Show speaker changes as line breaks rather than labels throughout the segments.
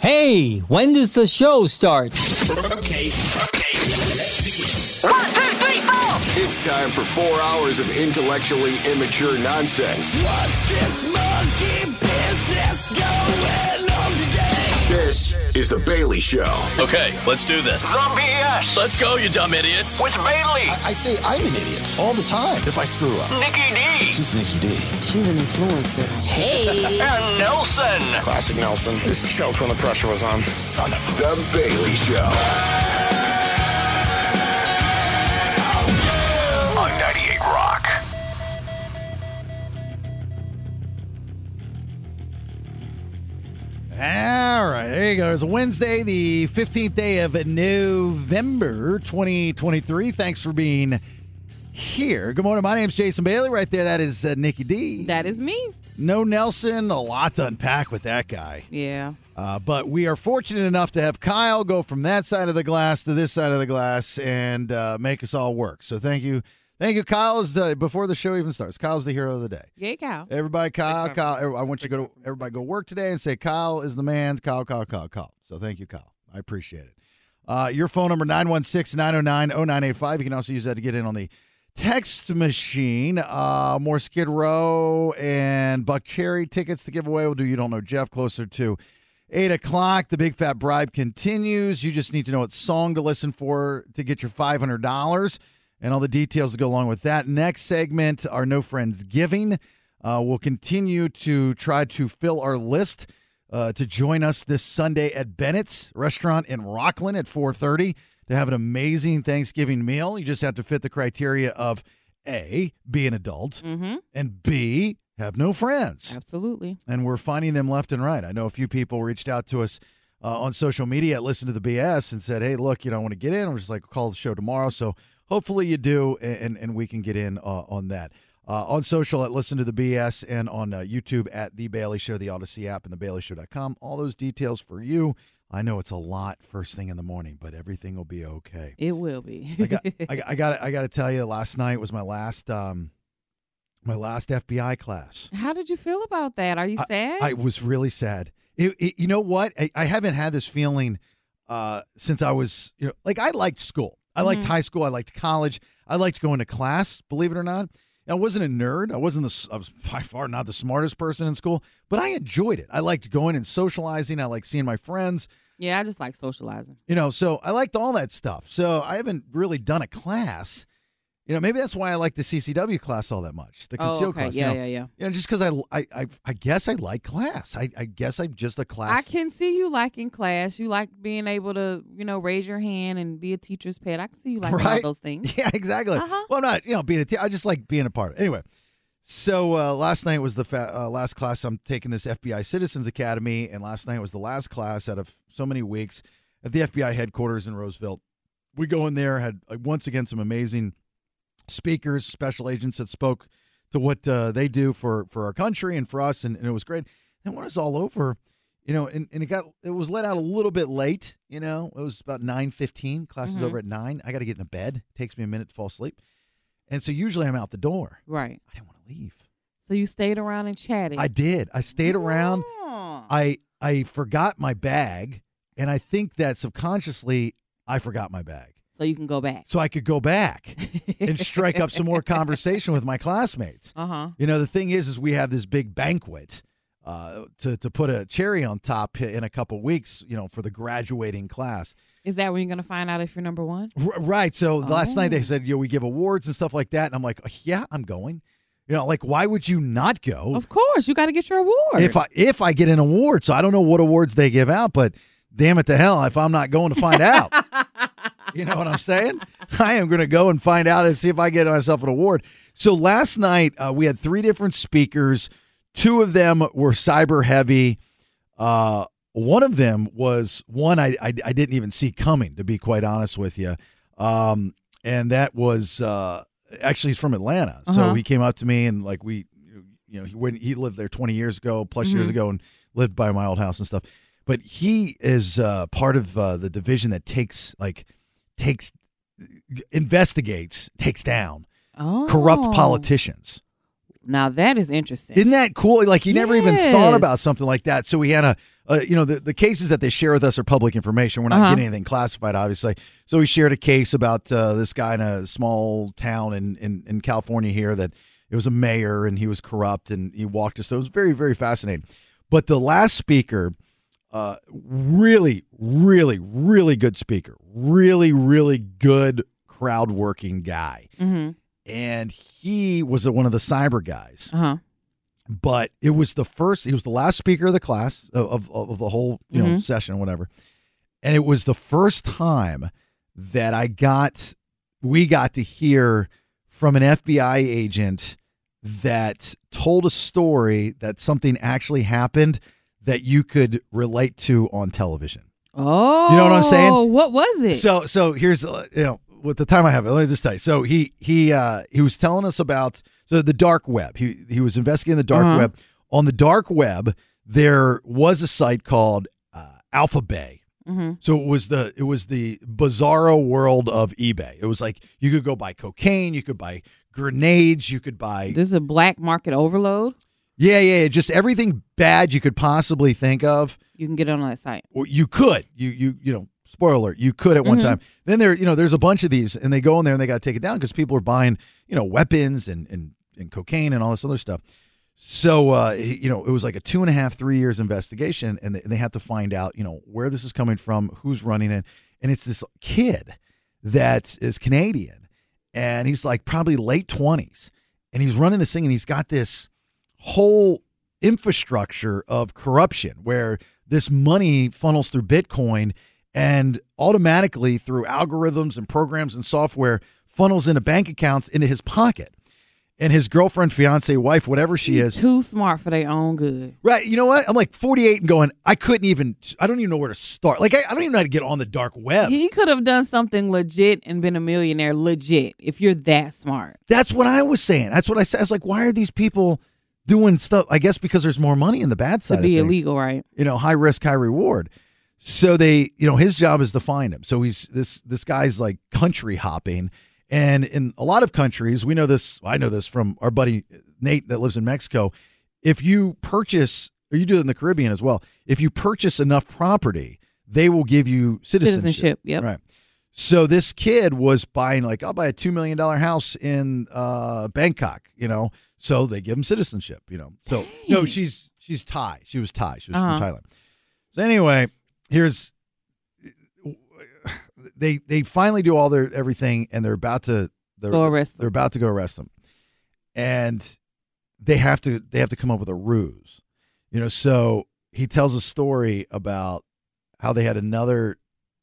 Hey, when does the show start?
Okay, okay, let's begin.
One, two, three, four.
It's time for four hours of intellectually immature nonsense.
What's this monkey business going on today?
This is The Bailey Show.
Okay, let's do this.
The BS
Let's go, you dumb idiots.
with Bailey,
I say I'm an idiot all the time if I screw up.
Nikki D,
She's Nikki D.
She's an influencer. Hey.
and Nelson.
Classic Nelson. This choked when the pressure was on. Son of a.
The Bailey Show.
On 98 Rock.
All right, there you go. It's Wednesday, the 15th day of November 2023. Thanks for being here. Good morning. My name's Jason Bailey. Right there, that is uh, Nikki D.
That is me.
no Nelson. A lot to unpack with that guy.
Yeah.
Uh, but we are fortunate enough to have Kyle go from that side of the glass to this side of the glass and uh, make us all work. So thank you. Thank you. Kyle's uh, before the show even starts. Kyle's the hero of the day.
Yay, cow.
Everybody, Kyle, Kyle. I want you to go. To, everybody, go work today and say Kyle is the man. Kyle, Kyle, Kyle, Kyle. So thank you, Kyle. I appreciate it. Uh, your phone number 916-909-0985. You can also use that to get in on the text machine. Uh, more Skid Row and Buck Cherry tickets to give away. We'll do You Don't Know Jeff closer to eight o'clock. The big fat bribe continues. You just need to know what song to listen for to get your five hundred dollars and all the details that go along with that. Next segment, our No Friends Giving. Uh, we'll continue to try to fill our list uh, to join us this Sunday at Bennett's Restaurant in Rockland at 4:30 to have an amazing Thanksgiving meal. You just have to fit the criteria of A, be an adult,
Mm-hmm.
and B, have no friends
Absolutely.
and we're finding them left and right. I know a few people reached out to us uh, on social media at Listen to the BS and said, "Hey, look, you know, I want to get in." We're just like, call the show tomorrow. So hopefully you do, and and, and we can get in uh, on that. Uh, on social at Listen to the BS and on uh, YouTube at The Bailey Show, the Odyssey app, and thebaileyshow.com. All those details for you. I know it's a lot first thing in the morning, but everything will be okay.
It will be.
I got, I, got- I got, I got to tell you, last night was my last, um, my last FBI class.
How did you feel about that? Are you sad?
I was really sad. It, it, you know what? I, I haven't had this feeling uh, since I was, you know, like I liked school. I liked high school. I liked college. I liked going to class. Believe it or not, I wasn't a nerd. I wasn't the. s- I was by far not the smartest person in school, but I enjoyed it. I liked going and socializing. I liked seeing my friends.
yeah, I just like socializing.
You know, so I liked all that stuff. So I haven't really done a class. You know, maybe that's why I like the CCW class all that much, the
Oh,
concealed
okay.
class. you
Yeah,
know.
yeah, yeah.
You know, just because I, I, I, I guess I like class. I, I guess I'm just a class.
I can see you liking class. You like being able to, you know, raise your hand and be a teacher's pet. I can see you liking all
Right?
those things.
Yeah, exactly.
Uh-huh.
Well, not you know being a team. I just like being a part of. it. Anyway, so uh, last night was the fa- uh, last class. I'm taking this FBI Citizens Academy, and last night was the last class out of so many weeks at the FBI headquarters in Roseville. We go in there had uh, once again some amazing speakers, special agents that spoke to what uh, they do for for our country and for us, and, and it was great. And when it was all over, you know, and, and it got it was let out a little bit late. You know, it was about nine fifteen. Class is
Mhm.
over at nine. I got to get into bed. takes me a minute to fall asleep, and so usually I'm out the door.
Right.
I didn't want to leave.
So you stayed around and chatted.
I did. I stayed around.
Oh.
I I forgot my bag, and I think that subconsciously I forgot my bag,
so you can go back.
so I could go back and strike up some more conversation with my classmates.
Uh huh.
You know, the thing is, is we have this big banquet uh, to to put a cherry on top in a couple weeks. You know, for the graduating class.
Is that when you're gonna find out if you're number one?
R- right. So last night they
Oh.
said, you know, we give awards and stuff like that, and I'm like, "Uh, yeah, I'm going. You know, like why would you not go
Of course, you got to get your award.
if I if I get an award? So I don't know what awards they give out, but damn it to hell if I'm not going to find out. You know what I'm saying? I am going to go and find out and see if I get myself an award. So last night uh, we had three different speakers. Two of them were cyber heavy. Uh, one of them was one I, I I didn't even see coming, to be quite honest with you. Um, and that was uh, actually he's from Atlanta, so
Uh-huh.
he came up to me and like we, you know, he when he lived there 20 years ago, plus years
Mm-hmm.
ago, and lived by my old house and stuff. But he is uh, part of uh, the division that takes like takes investigates takes down
oh.
corrupt politicians.
Now that is interesting.
Isn't that cool? Like he never even thought
Yes.
about something like that. So we had a, a you know, the, the cases that they share with us are public information. We're not
Uh-huh.
getting anything classified, obviously. So we shared a case about uh, this guy in a small town in, in in California here that it was a mayor and he was corrupt and he walked us. So it was very very fascinating. But the last speaker, uh, really really really good speaker, really really good crowd working guy,
mm-hmm.
and he was one of the cyber guys
Uh huh.
but it was the first he was the last speaker of the class of of, of the whole you know
Mhm.
session whatever and it was the first time that i got we got to hear from an fbi agent that told a story that something actually happened that you could relate to on television
Oh,
what I'm saying?
What was it?
so so here's uh, you know with the time I have, let me just tell you. So he he uh, he was telling us about so the dark web. He he was investigating the dark
Uh-huh.
web. On the dark web, there was a site called uh, Alpha Bay.
mm-hmm.
So it was the it was the bizarro world of eBay. It was like you could go buy cocaine, you could buy grenades, you could buy
This is a black market overload.
yeah yeah yeah, just everything bad you could possibly think of.
You can get it on that site.
Well, you could you you you know spoiler alert, you could at one
Mhm.
time then there you know there's a bunch of these and they go in there and they got to take it down because people are buying you know weapons and and and cocaine and all this other stuff so uh he- you know it was like a two and a half three years investigation and they, and they had to find out you know where this is coming from who's running it and it's this kid that is canadian and he's like probably late 20s and he's running this thing and he's got this whole infrastructure of corruption where this money funnels through Bitcoin and automatically through algorithms and programs and software funnels into bank accounts into his pocket. And his girlfriend, fiance, wife, whatever she is,
Too smart for their own good.
right? You know what? I'm like 48 and going, I couldn't even, I don't even know where to start. Like, I, I don't even know how to get on the dark web.
He could have done something legit and been a millionaire legit if you're that smart.
That's what I was saying. That's what I said. I was like, why are these people doing stuff? I guess because there's more money in the bad side.
To be
of things.
illegal, right?
you know, high risk, high reward. So they, you know, his job is to find him. So he's this this guy's like country hopping, and in a lot of countries, we know this. I know this from our buddy Nate that lives in Mexico. If you purchase, or you do it in the Caribbean as well, if you purchase enough property, they will give you citizenship.
Citizenship, yep.
Right. So this kid was buying like I'll buy a two million dollar house in uh, Bangkok, you know. So they give him citizenship, you know. So no,
Dang.
she's she's Thai. She was Thai. She was
Uh-huh.
from Thailand. So anyway, here's they they finally do all their everything and they're about to they're,
Go arrest
they're about to go arrest them, and they have to they have to come up with a ruse, you know. So he tells a story about how they had another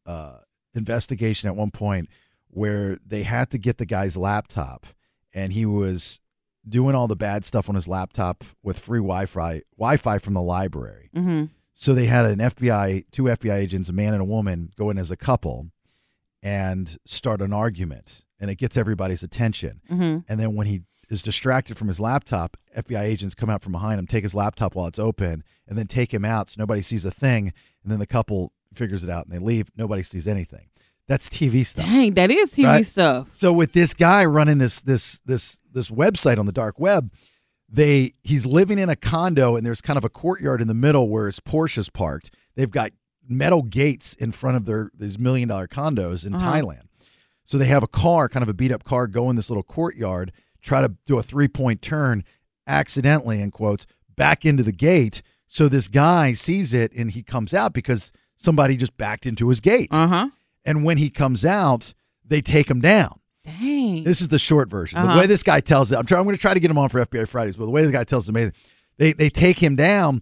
uh, investigation at one point where they had to get the guy's laptop, and he was doing all the bad stuff on his laptop with free Wi-Fi Wi-Fi from the library.
Mm-hmm.
So they had an FBI, two FBI agents, a man and a woman, go in as a couple and start an argument. And it gets everybody's attention.
Mhm.
And then when he is distracted from his laptop, FBI agents come out from behind him, take his laptop while it's open, and then take him out so nobody sees a thing. And then the couple figures it out and they leave. Nobody sees anything. That's TV stuff.
Dang, that is TV
Right.
stuff.
So with this guy running this this this this website on the dark web, they he's living in a condo and there's kind of a courtyard in the middle where his Porsche's parked. They've got metal gates in front of their these million dollar condos in
Uh-huh.
Thailand. So they have a car, kind of a beat up car, go in this little courtyard, try to do a three point turn, accidentally in quotes, back into the gate. So this guy sees it and he comes out because somebody just backed into his gate.
Uh huh.
And when he comes out, they take him down.
Dang.
This is the short version.
Uh-huh.
The way this guy tells it, I'm trying. I'm going to try to get him on for FBI Fridays, but the way the guy tells it, is amazing. They they take him down,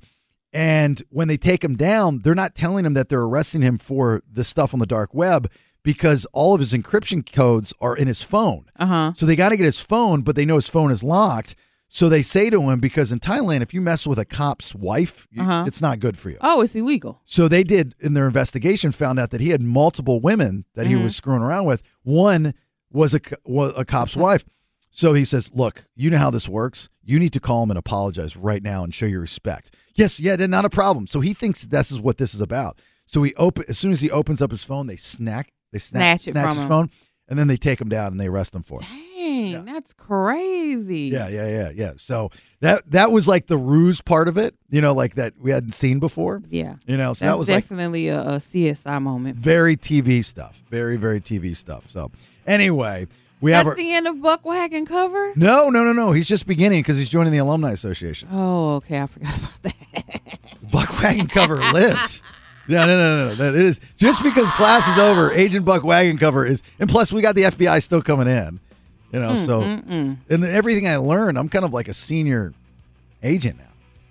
and when they take him down, they're not telling him that they're arresting him for the stuff on the dark web because all of his encryption codes are in his phone.
uh huh.
So they got to get his phone, but they know his phone is locked. So they say to him because in Thailand, if you mess with a cop's wife, you-
Uh-huh.
it's not good for you.
Oh, it's illegal.
So they did in their investigation found out that he had multiple women that he
Mm-hmm.
was screwing around with. One was a co- was a cop's
Mm-hmm.
wife. So he says, "Look, you know how this works. You need to call him and apologize right now and show your respect." Yes, yeah, then not a problem. So he thinks this is what this is about. So he open as soon as he opens up his phone, they snack they snack,
Snatch it
snatch
from
his
him.
phone, and then they take him down and they arrest him for it.
Dang, that's crazy.
Yeah, yeah, yeah, yeah. So that that was like the ruse part of it, you know, like that we hadn't seen before.
Yeah.
You know, so
That's
that was like
definitely a, a CSI moment.
very TV stuff. Very, very TV stuff. So anyway, we have
That's
our
the end of Buck Wagon cover?
No, no, no, no. He's just beginning because he's joining the Alumni Association.
Oh, okay. I forgot about that.
Buckwagon cover lives. No, no, no, no. That is just because class is over. Agent Buck Wagon cover is, and plus we got the FBI still coming in. You know, so
Mm,
and everything I learned, I'm kind of like a senior agent now.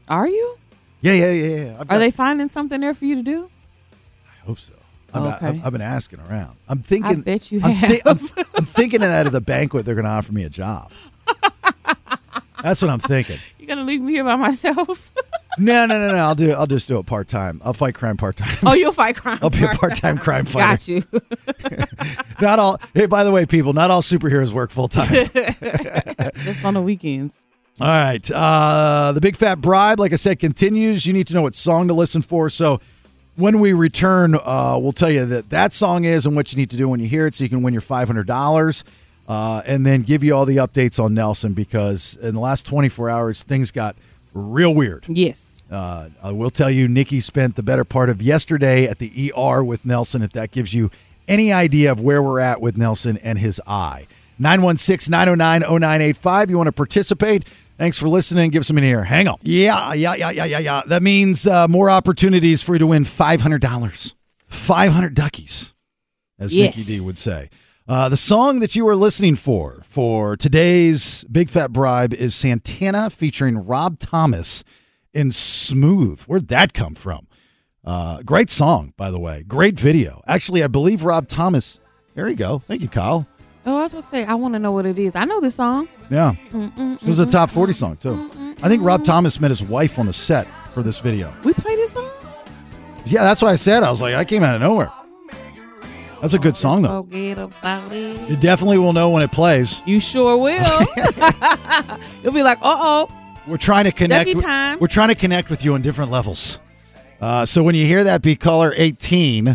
Are you?
Yeah, yeah, yeah, yeah. I've
Are
got-
they finding something there for you to do?
I hope so. I'm,
Okay.
I've, I've been asking around. I'm thinking.
bet you
I'm, thi- I'm-
have.
I'm thinking that at the banquet they're going to offer me a job. That's what I'm thinking.
You're going to leave me here by myself?
No, no, no, no. I'll do. I'll just do it part time. I'll fight crime part time.
oh, you'll fight crime.
I'll be a part time crime fighter.
Got you.
Not all. Hey, by the way, people, not all superheroes work full time.
Just on the weekends.
all right. Uh, the big fat bribe, like I said, continues. You need to know what song to listen for. So when we return, uh, we'll tell you that that song is and what you need to do when you hear it, so you can win your five hundred dollars. Uh, and then give you all the updates on Nelson because in the last 24 hours, things got real weird.
Yes.
Uh, I will tell you, Nikki spent the better part of yesterday at the ER with Nelson, if that gives you any idea of where we're at with Nelson and his eye. 916 909 0985. You want to participate? Thanks for listening. Give us a minute here. Hang on. Yeah, yeah, yeah, yeah, yeah, yeah. That means uh, more opportunities for you to win $500. 500 duckies, as
Yes.
Nikki D would say. Uh, the song that you are listening for for today's Big Fat Bribe is Santana featuring Rob Thomas and Smooth. Where'd that come from? Uh, great song, by the way. Great video. Actually, I believe Rob Thomas. There you go. Thank you, Kyle.
Oh, I was going to say, I want to know what it is. I know this song. Mm,
Yeah. It was a top 40 song, too. I think Rob Thomas met his wife on the set for this video.
We play this song?
Yeah, that's what I said. I was like, I came out of nowhere. That's a good song, though.
Forget about it.
You definitely will know when it plays.
You sure will. You'll be like, uh oh.
We're trying to connect.
Ducky
with-
time.
We're trying to connect with you on different levels. Uh, so when you hear that, be caller 18.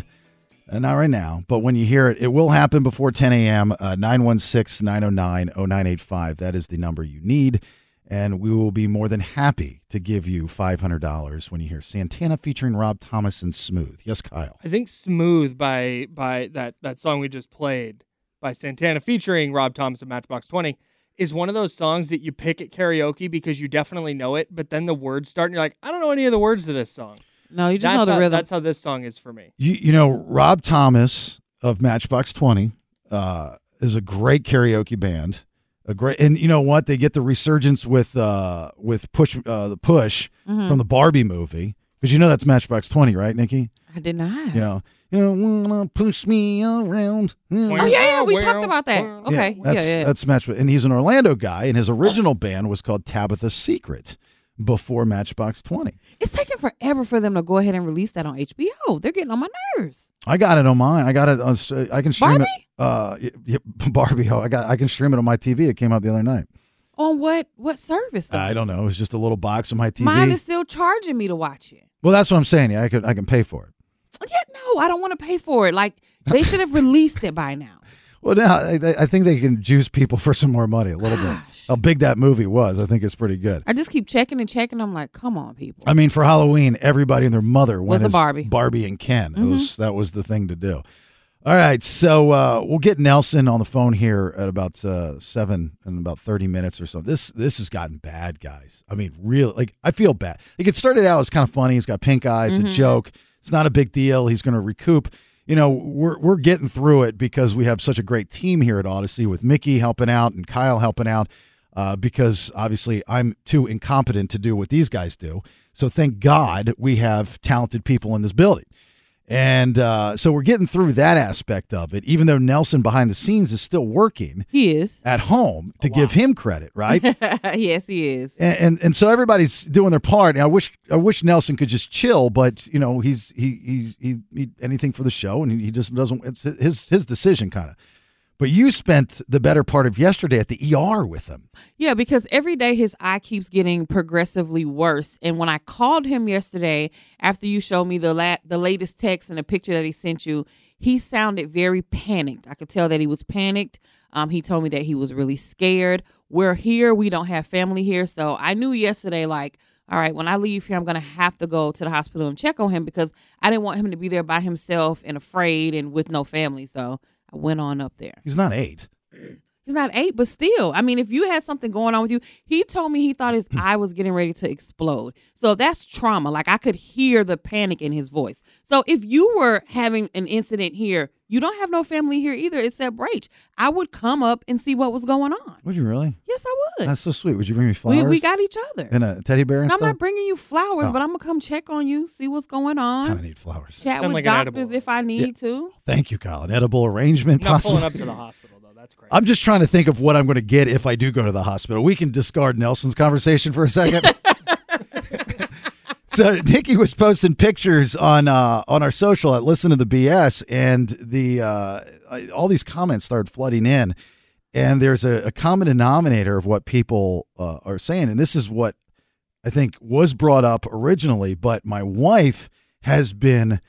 Uh, not right now, but when you hear it, it will happen before 10 a.m. 916 909 0985. That is the number you need. And we will be more than happy to give you $500 when you hear Santana featuring Rob Thomas and Smooth. Yes, Kyle.
I think "Smooth" by by that that song we just played by Santana featuring Rob Thomas of Matchbox Twenty is one of those songs that you pick at karaoke because you definitely know it, but then the words start and you're like, I don't know any of the words to this song.
No, you just
that's
know the
how,
rhythm.
That's how this song is for me.
You, you know, Rob Thomas of Matchbox 20 uh, is a great karaoke band. A great, and you know what? They get the resurgence with uh, with push uh, the push
Mm-hmm.
from the Barbie movie because you know that's Matchbox 20, right, Nikki?
I did not.
You know, you wanna push me around.
Oh, yeah, yeah. We talked
Well,
about that.
well.
Okay. Yeah,
that's,
yeah.
that's Matchbox, and he's an Orlando guy, and his original band was called Tabitha Secret before Matchbox 20.
It's taking forever for them to go ahead and release that on HBO. They're getting on my nerves.
I got it on mine. I got it. On, st- I can stream
Barbie?
it. Uh, y- y- Barbie. Oh, I got. I can stream it on my TV. It came out the other night.
On what what service? Though?
Uh, I don't know. It was just a little box on my TV.
Mine is still charging me to watch it.
well, that's what I'm saying. Yeah, I could. I can pay for it.
Yeah, no, I don't want to pay for it. Like they should have released it by now.
Well, now I, I think they can juice people for some more money a little bit. How big that movie was, I think it's pretty good.
I just keep checking and checking. I'm like, come on, people.
I mean, for Halloween, everybody and their mother went
Was a
as
Barbie. Mm-hmm.
Barbie and Ken. It was that was the thing to do. All right, so uh, we'll get Nelson on the phone here at about uh, seven in about thirty minutes or so. This this has gotten bad, guys. I mean, real like I feel bad. Like it started out as kind of funny. He's got pink eye. It's
Mm-hmm.
a joke. It's not a big deal. He's going to recoup. You know, we're we're getting through it because we have such a great team here at Odyssey with Mickey helping out and Kyle helping out. Uh, because obviously I'm too incompetent to do what these guys do. So thank God we have talented people in this building. And uh, so we're getting through that aspect of it, even though Nelson behind the scenes is still working
He is.
at home to give him credit, right? and,
yes, he is.
and and so everybody's doing their part. And I wish I wish Nelson could just chill, but you know he's he he's he, he anything for the show, and he, he just doesn't. It's his his decision kind of. But you spent the better part of yesterday at the ER with him.
Yeah, because every day his eye keeps getting progressively worse. And when I called him yesterday, after you showed me the la- the latest text and a picture that he sent you, he sounded very panicked. I could tell that he was panicked. Um, he told me that he was really scared. We're here. We don't have family here, so I knew yesterday, like, all right, when I leave here, I'm gonna have to go to the hospital and check on him because I didn't want him to be there by himself and afraid and with no family. So I went on up there.
He's not eight.
He's not eight, but still, I mean, if you had something going on with you, he told me he thought
Hmm.
his eye was getting ready to explode. So that's trauma. Like I could hear the panic in his voice. So if you were having an incident here, you don't have no family here either except Rach. I would come up and see what was going on.
Would you really?
Yes, I would.
That's so sweet. Would you bring me flowers?
we, we got each other.
and a teddy bear and
I'm
stuff.
not bringing you flowers,
Oh.
but I'm gonna come check on you, see what's going
kind of
on,
need flowers.
chat
Sound
with
like an edible.
doctors if I need to.
Thank you, Kyle. An edible arrangement,
I'm not pulling
possibly.
up to the hospital though. That's crazy.
I'm just trying to think of what I'm going to get if I do go to the hospital. We can discard Nelson's conversation for a second. so Nikki was posting pictures on uh, on our social at Listen to the BS, and the uh, I- all these comments started flooding in. And there's a, a common denominator of what people uh, are saying, and this is what I think was brought up originally. But my wife has been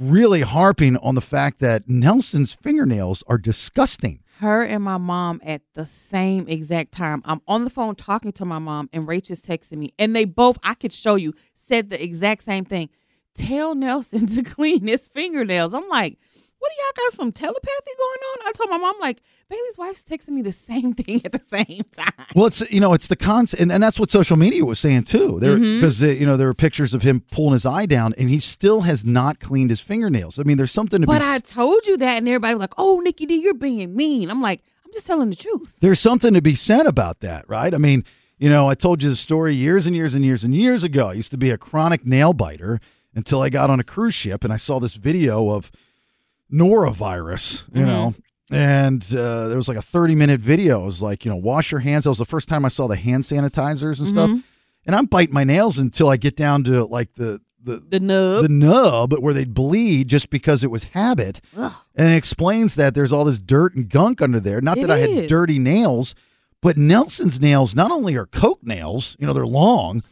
really harping on the fact that Nelson's fingernails are disgusting.
her and my mom at the same exact time. I'm on the phone talking to my mom, and Rach is texting me, and they both, I could show you, said the exact same thing. Tell Nelson to clean his fingernails. I'm like, what do y'all got some telepathy going on? I told my mom, like, Bailey's wife's texting me the same thing at the same time.
Well, it's you know, it's the concept, and, and that's what social media was saying too. There,
Mm-hmm.
because you know, there were pictures of him pulling his eye down, and he still has not cleaned his fingernails. I mean, there's something to
But
be.
I told you that, and everybody was like, oh, Nikki D, you're being mean. I'm like, I'm just telling the truth.
there's something to be said about that, right? I mean, you know, I told you the story years and years and years and years ago. I used to be a chronic nail biter until I got on a cruise ship and I saw this video of norovirus, you know. And uh, there was like a 30 minute video. It was like, you know, wash your hands. That was the first time I saw the hand sanitizers and stuff. And I'm biting my nails until I get down to like the, the,
The nub.
the nub where they'd bleed just because it was habit. And it explains that there's all this dirt and gunk under there. Not
It
that I had
is.
dirty nails, but Nelson's nails not only are coke nails, you know, they're long,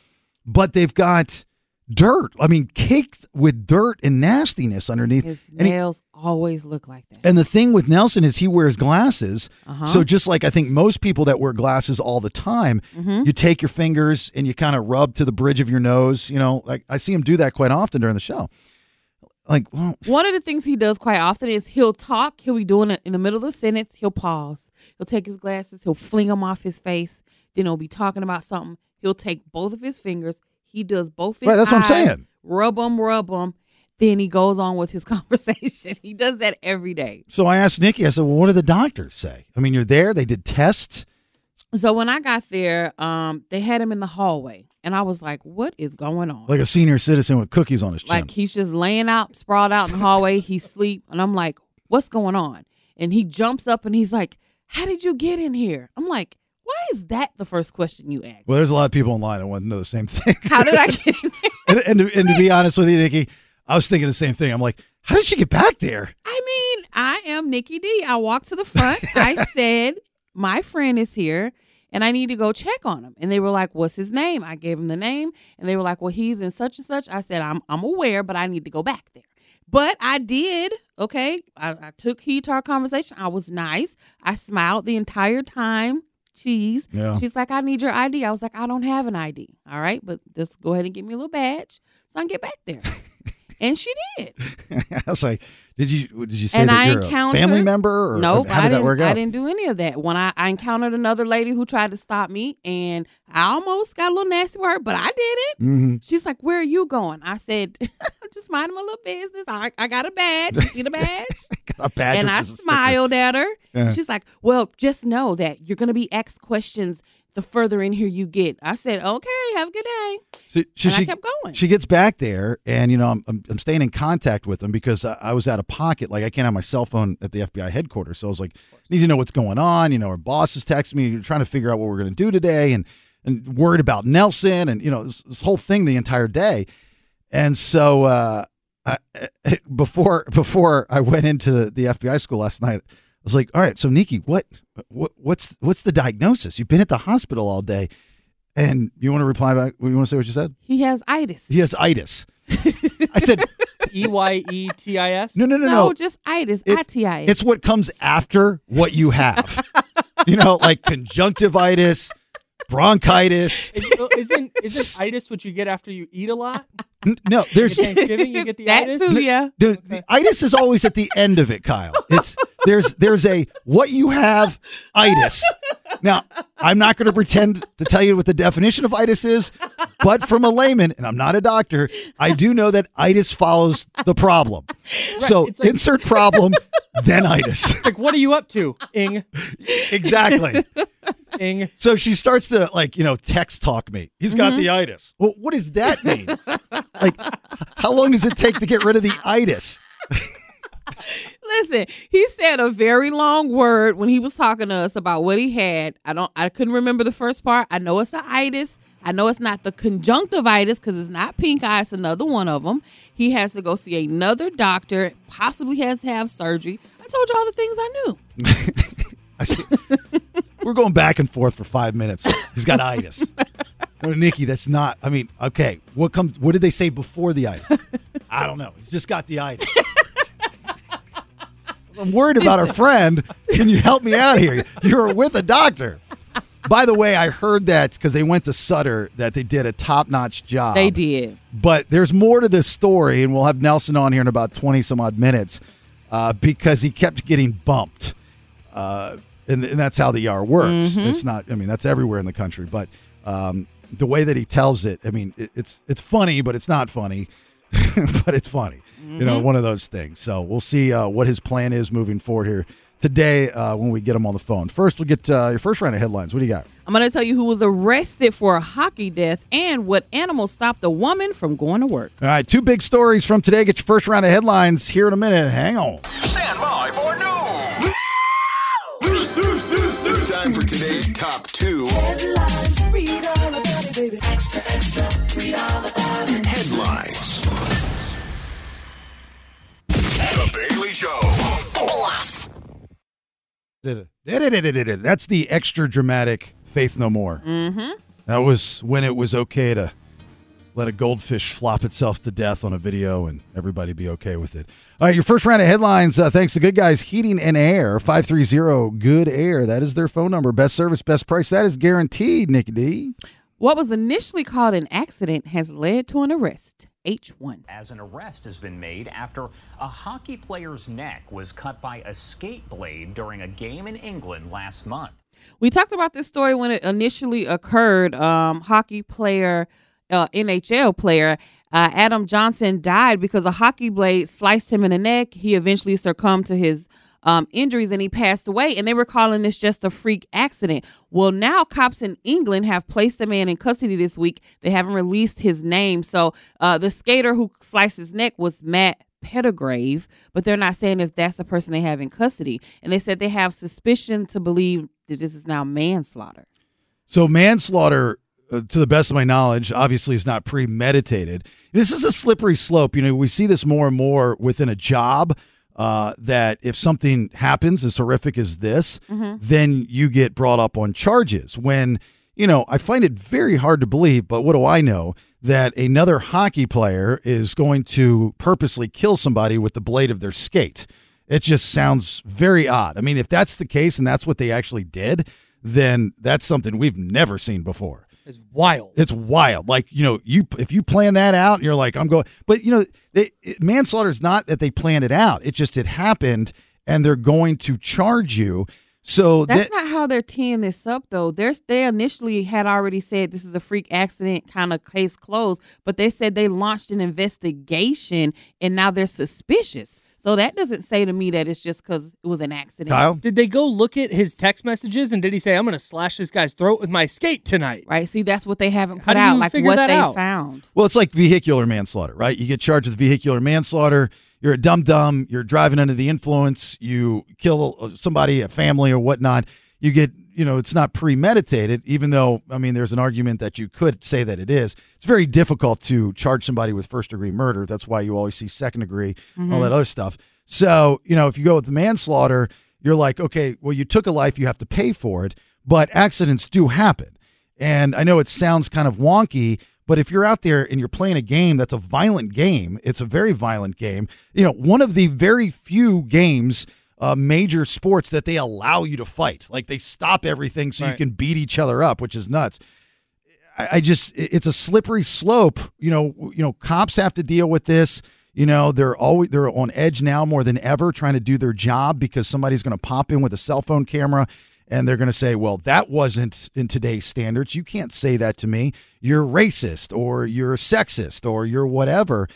but they've got dirt. I mean, caked with dirt and nastiness underneath.
His
And he-
nails always look like that. Uh-huh.
and the thing with Nelson is he wears glasses. So just like I think most people that wear glasses all the time,
Mm-hmm.
you take your fingers and you kind of rub to the bridge of your nose. You know, like I see him do that quite often during the show. Like, well,
One of the things he does quite often is he'll talk, he'll be doing it in the middle of the sentence, he'll pause, he'll take his glasses, he'll fling them off his face, then he'll be talking about something, he'll take both of his fingers, he does both his
Right, that's what I'm
eyes,
saying.
Rub them, rub them, then he goes on with his conversation. he does that every day.
so I asked Nikki. I said, "Well, what do the doctors say? I mean, you're there. They did tests.
So when I got there, um, they had him in the hallway, and I was like, "What is going on?"
Like a senior citizen with cookies on his chin.
Like he's just laying out, sprawled out in the hallway. He sleep, and I'm like, "What's going on?" And he jumps up and he's like, "How did you get in here?" I'm like, "Why is that the first question you ask?
well, there's a lot of people online that want to know the same thing.
How did I get in here?"
and, and, to, and to be honest with you, Nikki, I was thinking the same thing. I'm like, how did she get back there?
I mean, I am Nikki D. I walked to the front. I said, My friend is here and I need to go check on him. And they were like, What's his name? I gave him the name and they were like, Well, he's in such and such. I said, I'm I'm aware, but I need to go back there. But I did, okay. I, I took heed to our conversation. I was nice. I smiled the entire time. Cheese.
Yeah.
She's like, I need your ID. I was like, I don't have an ID. All right, but just go ahead and give me a little badge so I can get back there. and she did.
I was like, did you did you say
And
that
I
you're
encountered-
a family member? Or
Nope,
how
I
did that
didn't.
work
I
out?
didn't do any of that. When I, I encountered another lady who tried to stop me, and I almost got a little nasty with her, but I did it.
Mhm.
She's like, "Where are you going?" I said, "Just minding my little business. I, I got a badge. You see the badge?"
A badge
and
with
I
just a sticker.
smiled at her.
Yeah.
She's like, "Well, just know that you're gonna be asked questions." The further in here you get, I said, "Okay, have a good day."
So, so
and I
she
kept going.
She gets back there, and you know, I'm I'm, I'm staying in contact with them because I, I was out of pocket. Like I can't have my cell phone at the FBI headquarters, so I was like, need to know what's going on. You know, her boss is texting me, trying to figure out what we're going to do today, and and worried about Nelson, and you know, this, this whole thing the entire day. And so uh, I, before before I went into the, the FBI school last night, was like, all right, so Nikki, what, what, what's, what's the diagnosis? You've been at the hospital all day, and you want to reply back? You want to say what you said?
He has itis.
He has itis. I said,
E Y E T I S.
no, no, no,
No,
no.
just itis.
It's-
itis.
It's what comes after what you have. you know, like conjunctivitis, bronchitis.
Isn't isn't itis what you get after you eat a lot?
N- No, there's
Thanksgiving you get the
that
itis.
too, yeah.
the, the itis is always at the end of it, Kyle. It's there's there's a what you have itis. Now, I'm not going to pretend to tell you what the definition of itis is, but from a layman, and I'm not a doctor, I do know that itis follows the problem. So
it's like-
insert problem, then itis.
Like, what are you up to? Ing,
exactly.
ing.
So she starts to like, you know, text talk me. He's got the itis. Well, what does that mean? like, how long does it take to get rid of the itis?
Listen, he said a very long word when he was talking to us about what he had. I don't I couldn't remember the first part. I know it's the itis. I know it's not the conjunctivitis because it's not pink eye. It's another one of them. He has to go see another doctor. Possibly has to have surgery. I told you all the things I knew.
I see- We're going back and forth for five minutes. He's got itis. No, Nikki, that's not. I mean, okay. What comes? What did they say before the itis? I don't know. He's just got the itis. I'm worried about our friend. Can you help me out here? You're with a doctor. By the way, I heard that because they went to Sutter that they did a top-notch job.
They did.
But there's more to this story, and we'll have Nelson on here in about 20 some odd minutes uh, because he kept getting bumped. Uh, and, and that's how the ER works. It's not, I mean, that's everywhere in the country. But um, the way that he tells it, I mean, it, it's, it's funny, but it's not funny. but it's funny. You know, one of those things. So we'll see uh, what his plan is moving forward here today uh, when we get him on the phone. First, we'll get uh, your first round of headlines. What do you got?
I'm going to tell you who was arrested for a hockey death and what animal stopped a woman from going to work.
All right, two big stories from today. Get your first round of headlines here in a minute. Hang on.
Stand by for news.
It's time for today's top two. Headlines.
The Bailey Show.
Did-it-did-it-did-it. That's the extra dramatic Faith No More. Mm-hmm. That was when it was okay to let a goldfish flop itself to death on a video and everybody be okay with it. All right, your first round of headlines, uh, thanks to Good Guys Heating and Air, 530 Good Air. That is their phone number. Best service, best price. That is guaranteed, Nick D.
What was initially called an accident has led to an arrest. H1.
as an arrest has been made after a hockey player's neck was cut by a skate blade during a game in England last month.
We talked about this story when it initially occurred. Um, hockey player, uh, NHL player, uh, Adam Johnson died because a hockey blade sliced him in the neck. He eventually succumbed to his um, injuries and he passed away. And they were calling this just a freak accident. Well, now cops in England have placed the man in custody this week. They haven't released his name. So uh, the skater who sliced his neck was Matt Pettigrave, but they're not saying if that's the person they have in custody. And they said they have suspicion to believe that this is now manslaughter.
So manslaughter, uh, to the best of my knowledge, obviously is not premeditated. This is a slippery slope. You know, we see this more and more within a job. Uh, that if something happens as horrific as this, then you get brought up on charges. When you know, I find it very hard to believe, but what do I know? That another hockey player is going to purposely kill somebody with the blade of their skate. It just sounds very odd. I mean, if that's the case and that's what they actually did, then that's something we've never seen before.
It's wild.
It's wild. Like, you know, you if you plan that out, you're like, I'm going. But, you know, they, it, manslaughter is not that they planned it out. It just it happened and they're going to charge you. So
That's
that,
not how they're teeing this up, though. They're, they initially had already said this is a freak accident, kind of case closed, but they said they launched an investigation and now they're suspicious. So that doesn't say to me that it's just because it was an accident.
Kyle,
Did they go look at his text messages and did he say, I'm going to slash this guy's throat with my skate tonight?
Right? See, that's what they haven't
How
put
do
out,
you
like
figure
what
that
they
out?
found.
Well, it's like vehicular manslaughter, right? You get charged with vehicular manslaughter. You're a dumb dumb. You're driving under the influence. You kill somebody, a family, or whatnot. You get, you know, it's not premeditated, even though, I mean, there's an argument that you could say that it is. It's very difficult to charge somebody with first degree murder. That's why you always see second degree, all that other stuff. So, you know, if you go with the manslaughter, you're like, okay, well, you took a life, you have to pay for it, but accidents do happen. And I know it sounds kind of wonky, but if you're out there and you're playing a game that's a violent game, it's a very violent game. You know, one of the very few games, uh, major sports that they allow you to fight. Like they stop everything so you
Right.
can beat each other up, which is nuts. I, I just it- it's a slippery slope. You know, w- you know, cops have to deal with this. You know, they're always they're on edge now more than ever, trying to do their job because somebody's going to pop in with a cell phone camera and they're going to say, "Well, that wasn't in today's standards. You can't say that to me. You're racist or you're sexist or you're whatever."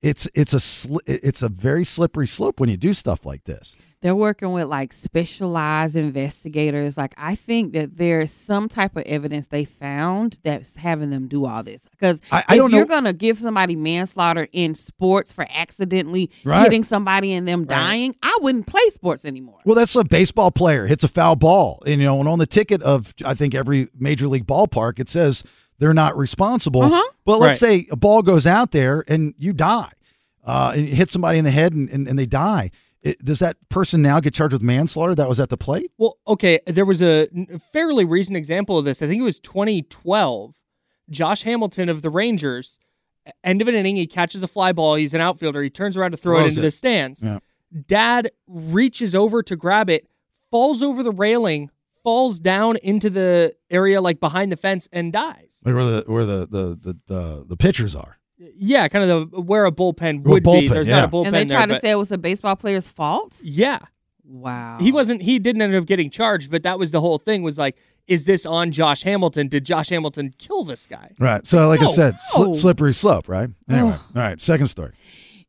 It's it's a sli- it's a very slippery slope when you do stuff like this.
They're working with like specialized investigators. Like I think that there's some type of evidence they found that's having them do all this. Because
I-
if
I don't
you're
know-
gonna give somebody manslaughter in sports for accidentally
Right.
hitting somebody and them dying, I wouldn't play sports anymore.
Well, that's a baseball player hits a foul ball, and you know, and on the ticket of I think every major league ballpark, it says they're not responsible.
Uh-huh.
But let's say a ball goes out there and you die, uh, and you hit somebody in the head and, and, and they die. It- does that person now get charged with manslaughter? That was at the plate.
Well, okay, there was a n- fairly recent example of this. I think it was 2012. Josh Hamilton of the Rangers, e, end of an inning, he catches a fly ball. He's an outfielder. He turns around to throw it
Throws
into
it.
the stands.
Yeah.
Dad reaches over to grab it, falls over the railing, falls down into the area like behind the fence, and dies.
Like where the where the the the, the, the pitchers are.
Yeah, kind of the where a bullpen
Well,
would be.
bullpen,
There's
yeah.
not a bullpen
and they
there,
tried to
but-
say it was a baseball player's fault.
yeah.
Wow.
he wasn't he didn't end up getting charged but that was the whole thing was like is this on josh hamilton did josh hamilton kill this guy
Right. So, like I
No,
said, sli-
no.
slippery slope. Right. Anyway. All right. Second story.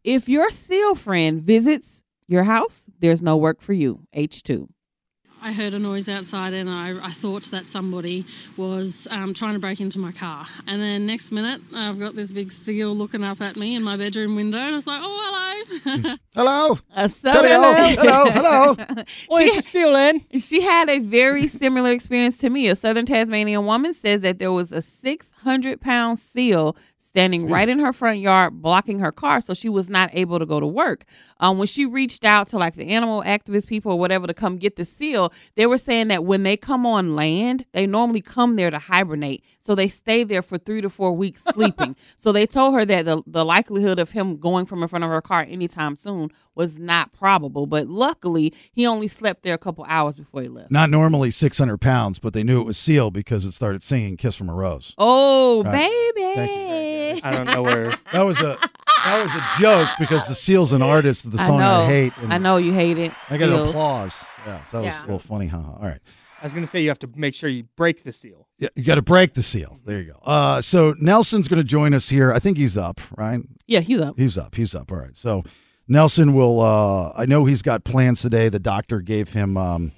If your seal friend visits your house, there's no work for you. H2.
I heard a noise outside and I, I thought that somebody was um, trying to break into my car. And then next minute, I've got this big seal looking up at me in my bedroom window and I was like, oh, hello.
Hello.
A
Hello.
Southerner.
Hello. Hello.
well it's a seal in
She had a very similar experience to me. A Southern Tasmanian woman says that there was a 600 pound seal standing right in her front yard, blocking her car, so she was not able to go to work. Um, when she reached out to like the animal activist people or whatever to come get the seal, they were saying that when they come on land, they normally come there to hibernate. So they stay there for three to four weeks sleeping. so they told her that the, the likelihood of him going from in front of her car anytime soon was not probable. But luckily, he only slept there a couple hours before he left.
Not normally 600 pounds, but they knew it was seal because it started singing "Kiss from a Rose."
Oh,
Right.
baby.
i don't know where
That was a that was a joke because the Seal's an artist of the song I,
know.
hate.
I know you hate it.
I got an
Feels.
applause. Yeah, so that was a
Yeah.
little funny. Haha. All right.
i was gonna say you have to make sure you break the seal
Yeah, you got to break the seal. There you go. Uh, so Nelson's going to join us here. I think he's up, right?
Yeah, he's up.
He's up. He's up. All right. So Nelson will. Uh, I know he's got plans today. The doctor gave him um,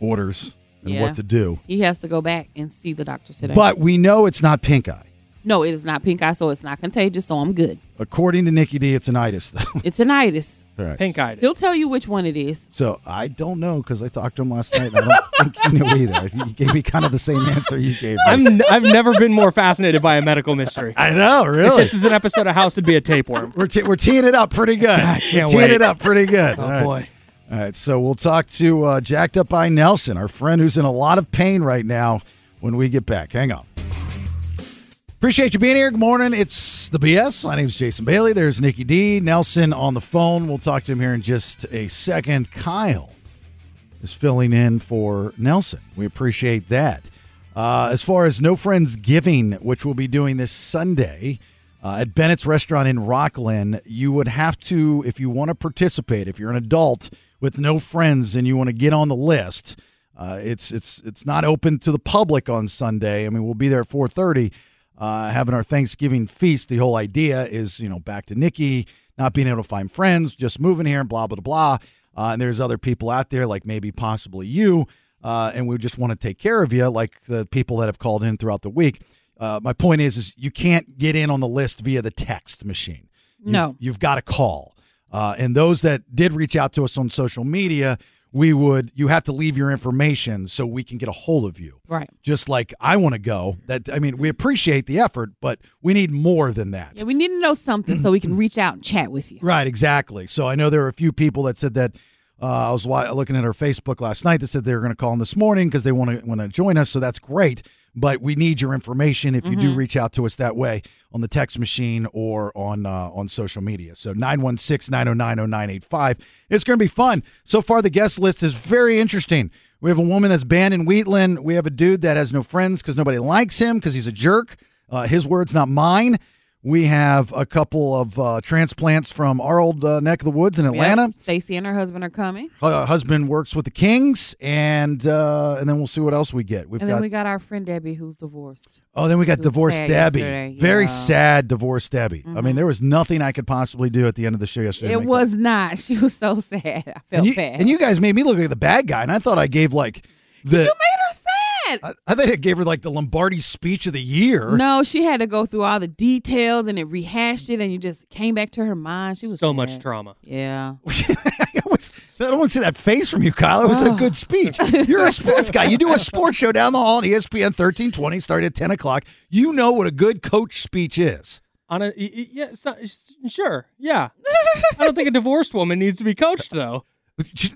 orders and
Yeah.
what to do,
He has to go back and see the doctor today.
but we know it's not pink eye.
no, it is not pink eye, so it's not contagious, so I'm good.
According to Nikki D, it's an itis though.
It's an itis.
All right.
pink eyed
He'll tell you which one it is.
So I don't know because I talked to him last night. And I don't think he knew either. I think he gave me kind of the same answer you gave me.
i'm n- i've never been more fascinated by a medical mystery
I know, really.
this is an episode of house to be a tapeworm
We're, te- we're teeing it up pretty good.
can't
teeing
wait. Oh,
it up pretty good. All right.
boy.
All right. So we'll talk to uh, Jacked Up by Nelson, our friend who's in a lot of pain right now when we get back. Hang on. Appreciate you being here. Good morning. It's the BS. My name's Jason Bailey. There's Nikki D. Nelson on the phone. We'll talk to him here in just a second. Kyle is filling in for Nelson. We appreciate that. Uh, as far as No Friends Giving, which we'll be doing this Sunday uh, at Bennett's Restaurant in Rockland, you would have to, if you want to participate, if you're an adult with no friends and you want to get on the list, uh, it's it's it's not open to the public on Sunday. I mean, we'll be there at 4:30, uh, having our Thanksgiving feast. The whole idea is, you know, back to Nikki not being able to find friends, just moving here, and blah blah blah. Uh, and there's other people out there, like maybe possibly you, uh, and we just want to take care of you, like the people that have called in throughout the week. Uh, my point is, is you can't get in on the list via the text machine. You've-
No.
you've got to call. Uh, and those that did reach out to us on social media, we would you have to leave your information so we can get a hold of you.
Right.
Just like I want to go. That I mean, we appreciate the effort, but we need more than that.
Yeah, we need to know something so we can reach out and chat with you.
Right, exactly. So I know there are a few people that said that Uh, I was wa- looking at her Facebook last night that said they were going to call in this morning because they want to want to join us. So that's great. But we need your information if you do reach out to us that way on the text machine or on uh, on social media. So 916 909 0985. It's going to be fun. So far, the guest list is very interesting. We have a woman that's banned in Wheatland. We have a dude that has no friends because nobody likes him because he's a jerk. Uh, his words, not mine. We have a couple of uh, transplants from our old uh, neck of the woods in Atlanta
Stacy and her husband are coming.
uh, husband works with the Kings, and uh, and then we'll see what else we get. We've
and
got
then we got our friend Debbie who's divorced.
oh, then we got
It was
divorced
sad
Debbie.
yesterday,
Very
yeah. Mm-hmm.
sad divorced Debbie. I mean, there was nothing I could possibly do at the end of the show yesterday. to
It
make
was not. She was so sad. I
and
felt
you,
bad.
and you guys made me look like the bad guy, and I thought I gave like the
you made her sad.
I, I thought I gave her like the Lombardi speech of the year.
No, she had to go through all the details and it rehashed it, and you just came back to her mind. She was
So
sad.
much trauma.
Yeah.
It was- I don't want to see that face from you, Kyle. It was
Oh.
a good speech. You're a sports guy. You do a sports show down the hall on E ESPN 1320, starting at 10 o'clock. You know what a good coach speech is.
On a, y- y- yeah, so, s- sure, yeah. I don't think a divorced woman needs to be coached though.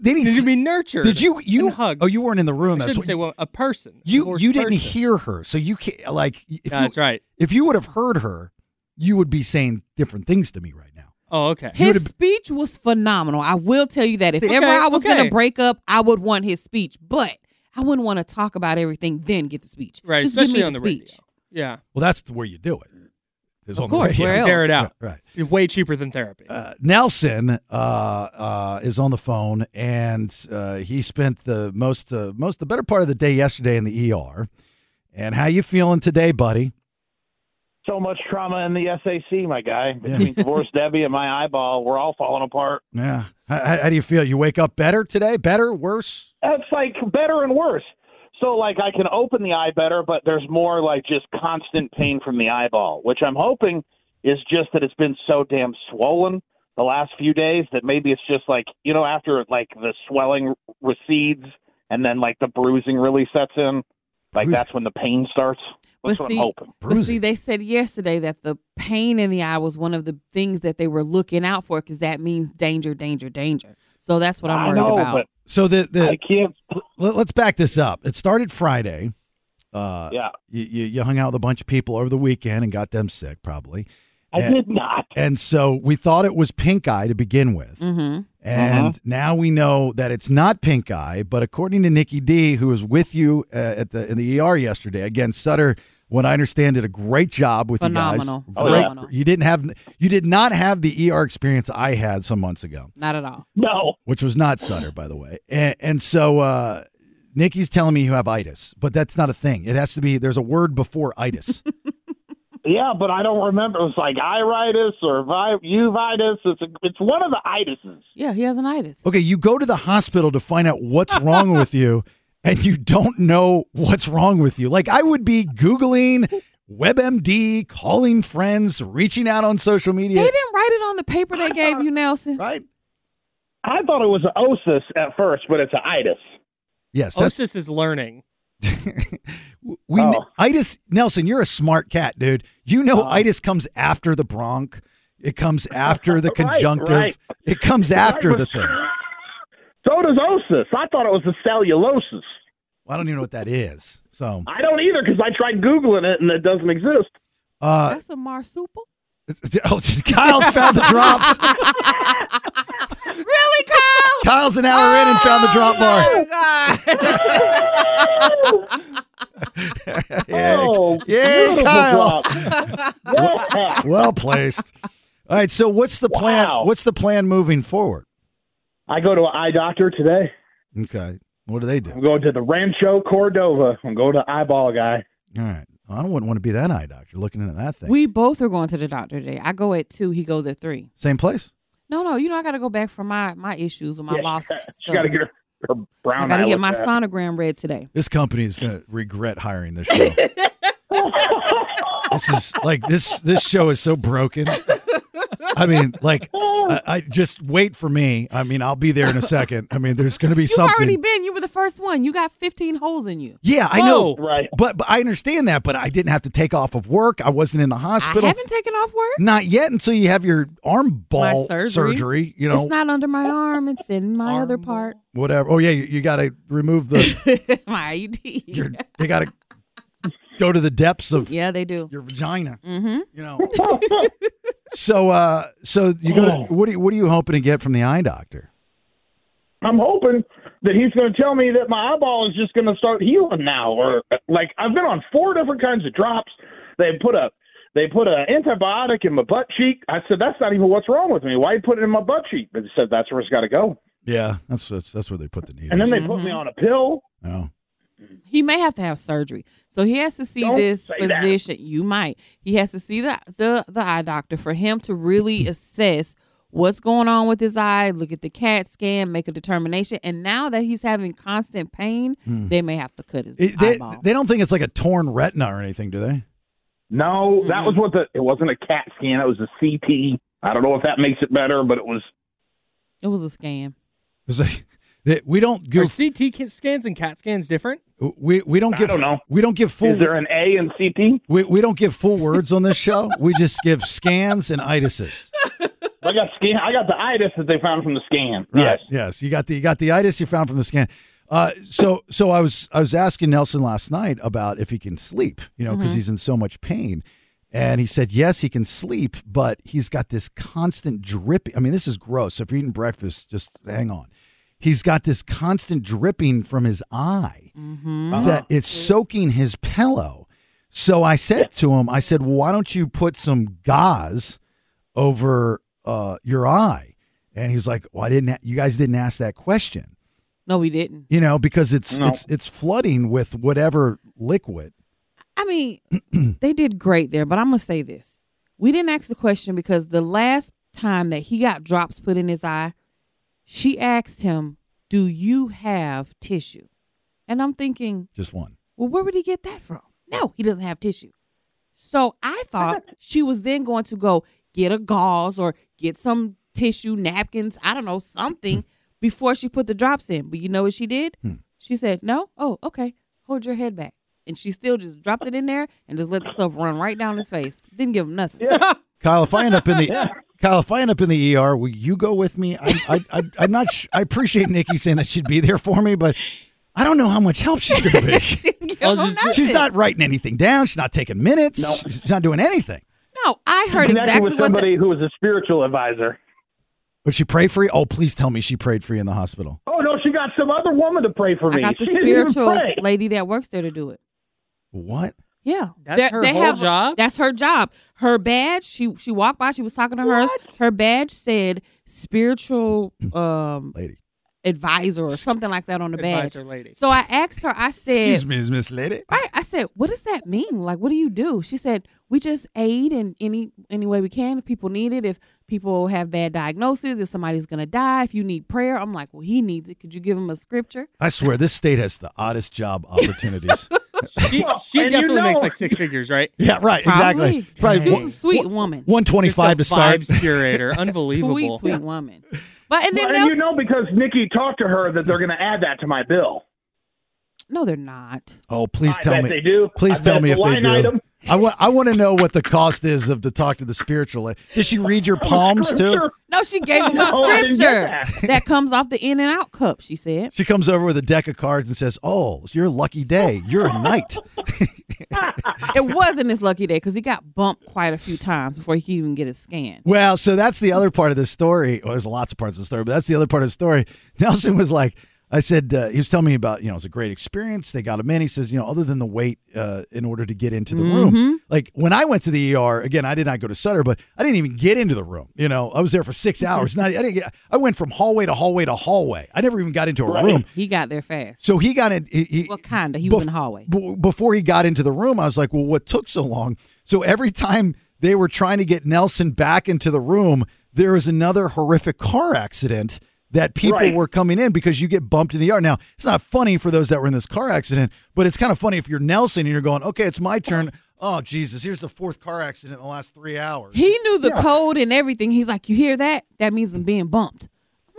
They need
Needs to be nurtured.
Did you you
and hugged.
Oh, you weren't in the room.
I
That's
shouldn't
what,
say well, a person. a
you
divorced
you didn't
person.
hear her, so you can't like. If
Yeah,
you,
that's right.
If you would have heard her, you would be saying different things to me right now.
Oh, okay.
His speech was phenomenal. I will tell you that. If
Okay,
ever I was going
okay.
to break up, I would want his speech, but I wouldn't want to talk about everything, then get the speech.
Right,
Just give me
especially on the
speech.
radio. Yeah,
Well, that's the way you do it. Is
Of
on
course,
the radio.
where
tear it out.
Right.
It's way cheaper than therapy.
Uh, Nelson uh, uh, is on the phone, and uh, he spent the most uh, most the better part of the day yesterday in the ER. And how you feeling today, buddy?
So much trauma in the SAC, my guy. Between divorce Debbie and my eyeball, we're all falling apart.
Yeah. How, how how do you feel? You wake up better today? Better? Worse?
It's like better and worse. So like I can open the eye better, but there's more like just constant pain from the eyeball, which I'm hoping is just that it's been so damn swollen the last few days that maybe it's just like you know after like the swelling recedes and then like the bruising really sets in, like that's when the pain starts. That's what I'm hoping.
but see, they said yesterday that the pain in the eye was one of the things that they were looking out for because that means danger, danger, danger. So that's what I'm worried about.
So the the
I
can't.
Let, us back this up. It started Friday. Uh,
yeah.
You, you you hung out with a bunch of people over the weekend and got them sick, probably.
I
And-
did not.
And so we thought it was pink eye to begin with.
Mm-hmm.
Uh-huh.
And now we know that it's not pink eye, but according to Nikki D, who was with you uh, at the in the ER yesterday, again Sutter, what I understand, did a great job with
Phenomenal.
you guys.
Oh,
Great-
yeah.
You didn't have you did not have the ER experience I had some months ago,
Not at all.
No.
which was not Sutter, by the way. And, and so uh, Nikki's telling me you have itis, but that's not a thing. It has to be there's a word before itis.
Yeah, but I don't remember. It was like iritis or vi- uvitis. It's a, it's one of the itises.
Yeah, he has an itis.
okay, you go to the hospital to find out what's wrong with you, and you don't know what's wrong with you. Like I would be googling WebMD, calling friends, reaching out on social
They
media.
didn't write it on the paper they gave you, Nelson.
Right?
I thought it was an osis at first, but it's an itis.
Yes, that's
Osis is learning.
we. Itis Nelson, you're a smart cat, dude. You know,
Uh-huh.
itis comes after the bronch. It comes after the
Right,
conjunctive.
right.
It comes after
Right,
the
but-
thing.
So does osis. I thought it was a cellulosis.
I don't even know what that is. So
I don't either because I tried googling it and it doesn't exist.
uh,
That's a marsupial.
Oh, Kyle's found the drops.
really, Kyle?
Kyle's an hour in and found the
Oh,
drop bar. Yeah,
Oh,
yeah,
beautiful
Kyle.
drop. Yeah.
well placed. All right. So what's the plan?
Wow.
What's the plan moving forward?
I go to an eye doctor today.
Okay. What do they do?
I'm going to the Rancho Cordova. I'm going to eyeball guy.
All right. I don't want to be that eye doctor looking into that thing.
We both are going to the doctor today. I go at two. He goes at three.
Same place.
No, no, you know I got to go back for my my issues and my lost
She
stuff.
got to get her, her brown.
I got to
eye looked
get my
at.
sonogram read today.
This company is going to regret hiring this show. this is like this. This show is so broken. I mean, like I, I just wait for me. I mean, I'll be there in a second. I mean, there's going to be
You've
something.
already been. You were the first one. You got 15 holes in you.
yeah, I know.
Whoa.
Right. But, but I understand that. But I didn't have to take off of work. I wasn't in the hospital.
I haven't taken off work.
Not yet until you have your arm
My
ball surgery. You know,
it's not under my arm. It's in my other part.
whatever. Oh yeah, you, you got to remove the.
my ID.
they got to go to the depths of.
yeah, they do.
Your vagina.
Mm-hmm.
You know. So uh, so you go to what? Are you, what are you hoping to get from the eye doctor?
I'm hoping that he's going to tell me that my eyeball is just going to start healing now, or like I've been on four different kinds of drops. They put a they put an antibiotic in my butt cheek. I said that's not even what's wrong with me. Why you put it in my butt cheek? But they said that's where it's got to go.
Yeah, that's that's, that's where they put the needle.
And then they put me on a pill.
Oh.
Mm-hmm. He may have to have surgery. So he has to see
Don't
this
say that.
physician. You might. He has to see the, the the eye doctor for him to really assess what's going on with his eye, look at the CAT scan, make a determination. And now that he's having constant pain,
Hmm.
they may have to cut his
It- they
eyeball.
they don't think it's like a torn retina or anything, do they?
No, that
Mm-hmm.
was what the it wasn't a CAT scan. It was a CT. I don't know if that makes it better, but it was
It was a scam.
It's like, they- we don't
Are
give
CT ca- scans and CAT scans different?
we we don't
I
give
don't know.
we don't give full.
Is there
an A in CT?
We we don't give full words on this show. we just give scans and itises.
I got scan. I got the itis that they found from the scan.
Right. Yes. You got the you got the itis you found from the scan. Uh, so so I was I was asking Nelson last night about if he can sleep, you know, because
Mhm.
he's in so much pain, and he said yes, he can sleep, but he's got this constant dripping. I mean, this is gross. So if you're eating breakfast, just hang on. He's got this constant dripping from his eye
Mm-hmm.
Uh-huh.
that it's soaking his pillow. So I said to him, I said, well, why don't you put some gauze over uh, your eye? And he's like, well, I didn't. ha- you guys didn't ask that question,
No, we didn't.
you know, because it's
No.
it's it's flooding with whatever liquid.
I mean, they did great there, but I'm gonna say this: we didn't ask the question because the last time that he got drops put in his eye, she asked him, "Do you have tissue?" And I'm thinking,
Just one.
well, where would he get that from? No, he doesn't have tissue. So I thought she was then going to go get a gauze or get some tissue, napkins, I don't know,
Hmm.
something before she put the drops in. But you know what she did? She said, No? Oh, okay. Hold your head back. And she still just dropped it in there and just let the stuff run right down his face. Didn't give him nothing.
Kyle, if I end up in the Kyle, if I end up in the ER, will you go with me? I, I, I I'm not. Sh- I appreciate Nikki saying that she'd be there for me, but I don't know how much help she's going to be. she's not writing anything down. She's not taking minutes.
No.
She's not doing anything.
No, I heard
Connected
exactly
with
what the-
somebody who was a spiritual advisor.
Would she pray for you? Oh, please tell me she prayed for you in the hospital.
Oh no, she got some other woman to pray for
I
me.
got the
She didn't even
spiritual
pray.
lady that works there to do it.
What?
Yeah,
That's her whole
job. That's her job. Her badge. She she walked by. She was talking to hers. Her badge said spiritual um
lady
advisor or something like that on the badge.
Advisor lady.
So I asked her. I said,
Excuse me, is Miss Lady.
Right. I said, what does that mean? Like, what do you do? She said, we just aid in any any way we can if people need it. If people have bad diagnoses, if somebody's gonna die, if you need prayer. I'm like, well, he needs it. Could you give him a scripture?
I swear, this state has the oddest job opportunities.
She, she
and you
definitely makes
know-
like six figures, right?
yeah, right. Exactly.
Probably.
Probably
She's
one-
a sweet woman.
One twenty-five to
Just a
start.
vibes curator. Unbelievable.
Sweet, sweet woman. But and
Well,
then
and you know because Nikki talked to her that they're going to add that to my bill.
No, they're not.
Oh, please
I
tell
bet
me.
they do.
Please
I
tell
bet
me if
it's a
they
line
do.
item.
I want. I want to know what the cost is of to talk to the spiritual. la- Did she read your palms too?
No, she gave him a
No, Oh, I didn't
scripture
get
that. comes off the in and out cup. She said,
She comes over with a deck of cards and says, "Oh, it's your lucky day. You're a knight."
"It wasn't his lucky day because he got bumped quite a few times before he could even get his scan."
Well, so that's the other part of the story. Well, there's lots of parts of the story, but that's the other part of the story. Nelson was like, I said, uh, he was telling me about, you know, it was a great experience. They got him in. He says, you know, other than the wait uh, in order to get into the
Mhm.
room, like when I went to the ER, again, I did not go to Sutter, but I didn't even get into the room. You know, I was there for six hours. Not, I, didn't get, I went from hallway to hallway to hallway. I never even got into a room.
He got there fast.
So he got in. He, he,
Well, kinda. He
bef-
was in the hallway.
b- before he got into the room, I was like, well, what took so long? So every time they were trying to get Nelson back into the room, there was another horrific car accident that people
Right.
were coming in because you get bumped in the yard. Now, it's not funny for those that were in this car accident, but it's kind of funny if you're Nelson and you're going, okay, it's my turn. oh Jesus, here's the fourth car accident in the last three hours.
He knew the code and everything. He's like, you hear that? That means I'm being bumped.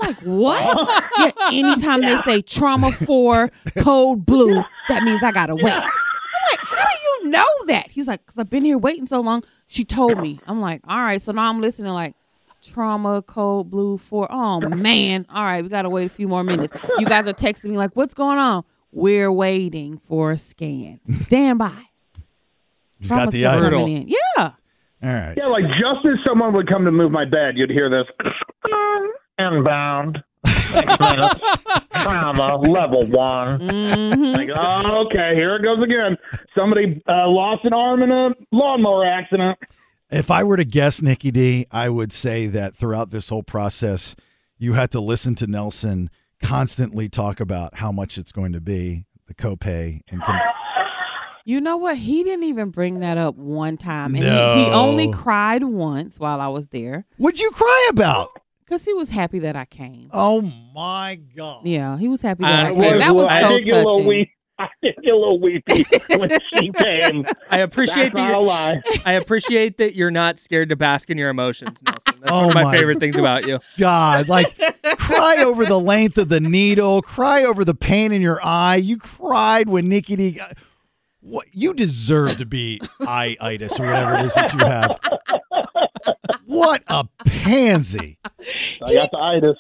I'm like, what? yeah, anytime they say trauma four, code blue, that means I gotta wait. I'm like, how do you know that? He's like, because I've been here waiting so long. She told me. I'm like, all right. So now I'm listening like, trauma code blue four. Oh man. All right, we gotta wait a few more minutes. You guys are texting me like, what's going on? We're waiting for a scan. Stand by.
He's
Trauma
got the
scan
itis.
coming in. Yeah.
All right.
Yeah, like just as someone would come to move my bed, you'd hear this inbound. Six minutes. Trauma level one.
Mm-hmm.
Like, oh, okay, here it goes again. Somebody uh, lost an arm in a lawnmower accident.
If I were to guess, Nikki D, I would say that throughout this whole process, you had to listen to Nelson constantly talk about how much it's going to be, the copay, and con-
You know what? He didn't even bring that up one time. And he, he
No.
only cried once while I was there.
What'd you cry about?
Because he was happy that I came.
Oh my God.
Yeah, he was happy
I
that I,
was-
came. that was
I
so
did get a little
touching.
weep.
I did get a little weepy when she came.
I appreciate
That's not a lie.
that. You're, I appreciate that you're not scared to bask in your emotions, Nelson. That's one
Oh
of my,
my-
favorite things about you.
God, like cry over the length of the needle, cry over the pain in your eye. You cried when Nikki D. What you deserve to be eye itis or whatever it is that you have. What a pansy!
I got the itis.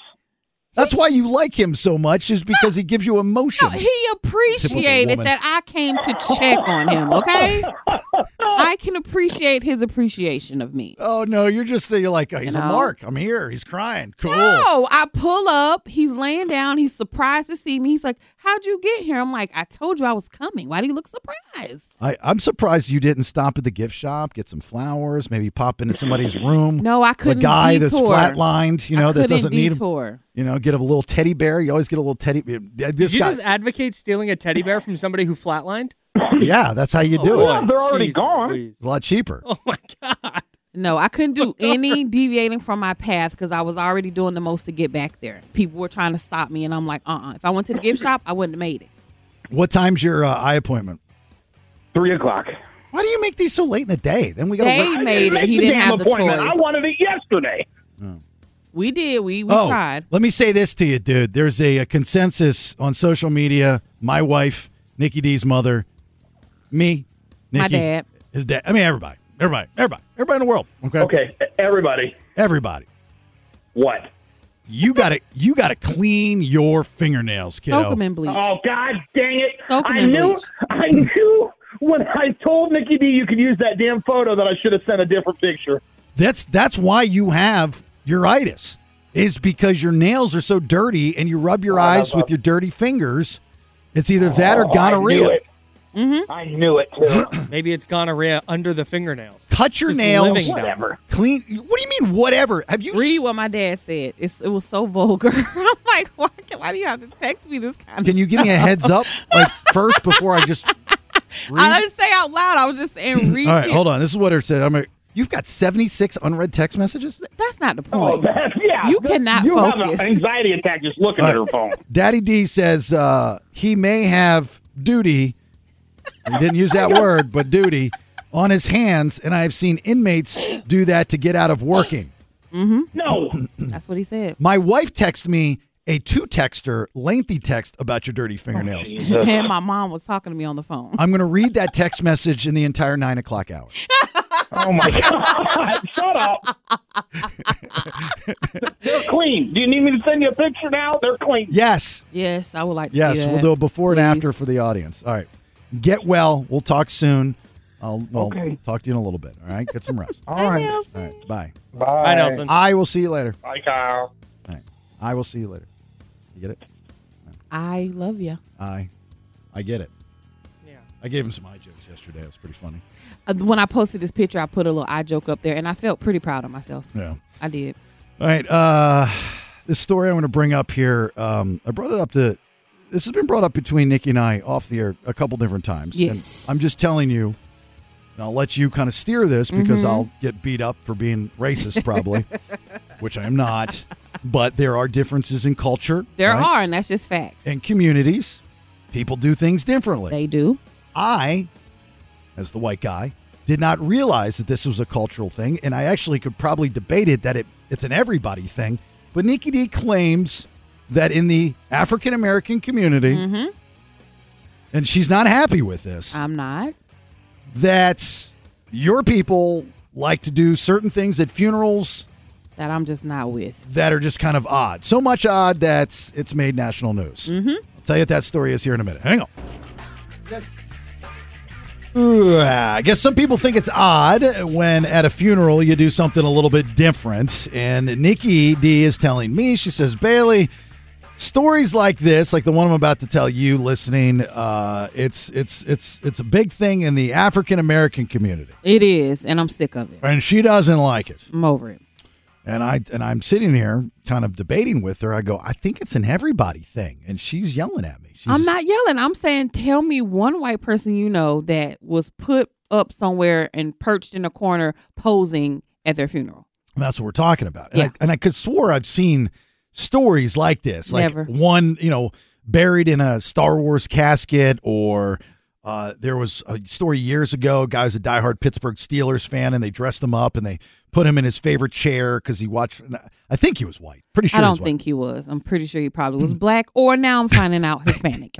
That's why you like him so much, is because he gives you emotion.
He appreciated
woman.
that I came to check on him, okay? I can appreciate his appreciation of me.
Oh no, you're just you're like oh, he's
You
a
know?
mark. I'm here. He's crying. Cool.
No, I pull up. He's laying down. He's surprised to see me. He's like, How'd you get here? I'm like, I told you I was coming. Why do you look surprised?
I, I'm surprised you didn't stop at the gift shop, get some flowers, maybe pop into somebody's room.
No, I couldn't.
The guy
detour.
that's flatlined, you know,
I
that
couldn't
doesn't need him.
detour.
You know, get a little teddy bear. You always get a little teddy. yeah,
Did
This
you
guy,
just advocate stealing a teddy bear from somebody who flatlined?
yeah, that's how you
Oh,
do
boy.
it.
They're already Jeez gone. Oh.
It's a lot cheaper.
No, I couldn't do any deviating from my path because I was already doing the most to get back there. People were trying to stop me, and I'm like, uh uh If I went to the gift shop, I wouldn't have made it.
What time's your uh, eye appointment?
Three o'clock.
Why do you make these so late in the day? Then we got.
They made it. He
the
didn't
damn
have the
appointment. I
choice.
wanted it yesterday.
We did. We, we
oh,
tried.
let me say this to you, dude. There's a, a consensus on social media. My wife, Nikki D's mother, me,
My
Nikki,
dad.
his dad. I mean, everybody, everybody, everybody, everybody in the world. Okay.
Okay, everybody.
Everybody.
What?
You got to you got to clean your fingernails, kiddo.
Soak 'em in bleach.
Oh God dang it!
Soak 'em
I
in
knew.
bleach.
I knew when I told Nikki D you could use that damn photo that I should have sent a different picture.
That's that's why you have uritis is because your nails are so dirty and you rub your eyes with your dirty fingers. It's either that or
Oh, I knew
gonorrhea.
it.
Mm-hmm.
I knew it too.
Maybe it's gonorrhea under the fingernails.
Cut your
Just
nails.
living down there.
Whatever.
Clean. What do you mean? Whatever. Have you?
Read what my dad said. It's, it was so vulgar. I'm like, why, why do you have to text me this kind of
Can you give me a
stuff?"
heads up, like first before I just?
I
Read?
didn't say out loud. I was just saying, read
All right,
it.
hold on. This is what it said. I'm. A, you've got 76 unread text messages.
That's not the point.
Oh, that's, yeah.
You cannot
You
focus.
have an anxiety attack just looking at her phone.
Daddy D says uh, he may have duty. He didn't use that word, but duty on his hands, and I have seen inmates do that to get out of working.
No.
Mm-hmm. That's what he said.
My wife texted me a two texter, lengthy text about your
Oh,
dirty fingernails.
And my mom was talking to me on the phone.
I'm going to read that text message in the entire nine o'clock hour.
Oh my God! Shut up. They're clean. Do you need me to send you a picture now? They're clean.
Yes,
Yes, I would like to
yes,
see that.
we'll do a before and after for the audience. All right, get well. We'll talk soon. I'll well,
Okay.
talk to you in a little bit. All right, get some rest. All
All right.
right, bye.
Bye.
Hi, Nelson.
I will see you later.
Bye, Kyle.
All right. I will see you later. You get it?
I love you.
I I get it.
Yeah.
I gave him some eye jokes yesterday. It was pretty funny.
Uh, When I posted this picture, I put a little eye joke up there, and I felt pretty proud of myself.
Yeah.
I did.
All right. Uh this story I want to bring up here. Um I brought it up to this has been brought up between Nikki and I off the air a couple different times.
Yes.
And I'm just telling you, and I'll let you kind of steer this because
Mm-hmm.
I'll get beat up for being racist probably, which I am not. But there are differences in culture.
There
right?
are, and that's just facts.
And communities. People do things differently.
They do.
I, as the white guy, did not realize that this was a cultural thing, and I actually could probably debate it that it, it's an everybody thing. But Nikki D claims that in the African American community,
Mm-hmm.
and she's not happy with this,
I'm not.
that your people like to do certain things at funerals
That I'm just not with.
that are just kind of odd. So much odd that it's made national news.
Mm-hmm.
I'll tell you what that story is here in a minute. Hang on.
Yes.
Ooh, I guess some people think it's odd when at a funeral you do something a little bit different. And Nikki D is telling me, she says, Bailey, stories like this, like the one I'm about to tell you, listening, uh, it's it's it's it's a big thing in the African American community,
It is, and I'm sick of it.
and she doesn't like it.
I'm over it.
And I and I'm sitting here kind of debating with her. I go, I think it's an everybody thing, and she's yelling at me. She's
I'm not yelling. I'm saying, tell me one white person you know that was put up somewhere and perched in a corner posing at their funeral.
And That's what we're talking about. And,
Uh-huh. Yeah.
I, and I could swore I've seen stories like this, like
Never.
one, you know, buried in a Star Wars casket, or uh, there was a story years ago. A guy was a diehard Pittsburgh Steelers fan, and they dressed him up and they put him in his favorite chair because he watched. and I- I think he was white. Pretty sure.
I
he
don't
was white.
think he was. I'm pretty sure he probably was black, or now I'm finding out Hispanic.